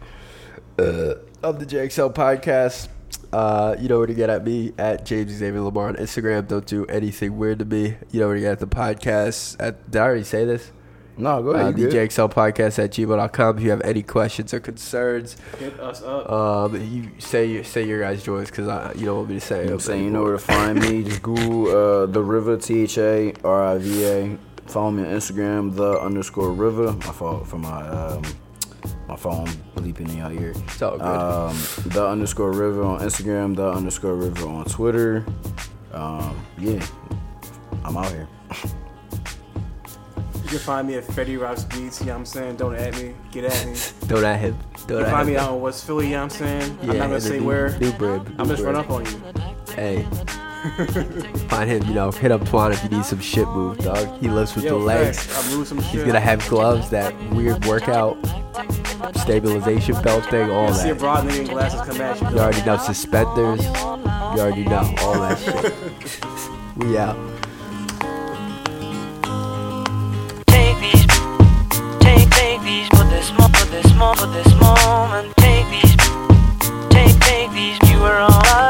S2: of the JXL podcast. Uh, you know where to get at me at James Xavier Lamar on Instagram. Don't do anything weird to me. You know where to get at the podcast. At, did I already say this?
S1: No, go
S2: Uh,
S1: ahead. Oh, you
S2: the
S1: good.
S2: JXL podcast at gmail.com. If you have any questions or concerns,
S3: Hit us up.
S1: Uh,
S2: um, you say say your guys' joins because I you don't want me to say.
S1: You know what I'm
S2: them
S1: saying? You know
S2: anymore.
S1: where to find me. Just Google uh, The River, T H A R I V A. Follow me on Instagram, The underscore River. My fault for my um, my phone bleeping in your ear.
S2: It's all good.
S1: Um, the underscore River on Instagram, The underscore River on Twitter. Um, yeah, I'm out here.
S3: You can find me at Fetty Rocks Beats, you know what I'm saying? Don't at me, get at me. You
S2: don't at him. Don't
S3: can
S2: at
S3: find
S2: him.
S3: me out in West Philly, you know what I'm saying?
S2: Yeah,
S3: I'm not gonna
S2: and the
S3: say
S2: new-
S3: where.
S2: New brib.
S3: I'm just run up on you.
S2: Hey.
S3: *laughs*
S2: Find him, you know, hit up Twan if you need some shit moved, dog. He lives with
S3: Yo,
S2: the legs.
S3: facts. I move some shit.
S2: He's gonna have gloves, that weird workout stabilization belt thing, all
S3: I see a
S2: that.
S3: broad nigga in glasses come at you.
S2: You already know suspenders. You already know all that
S3: *laughs*
S2: shit. we out.
S8: Take these, take, take these for this mo, for this mo, for this moment. Take these, take, take these. You were all I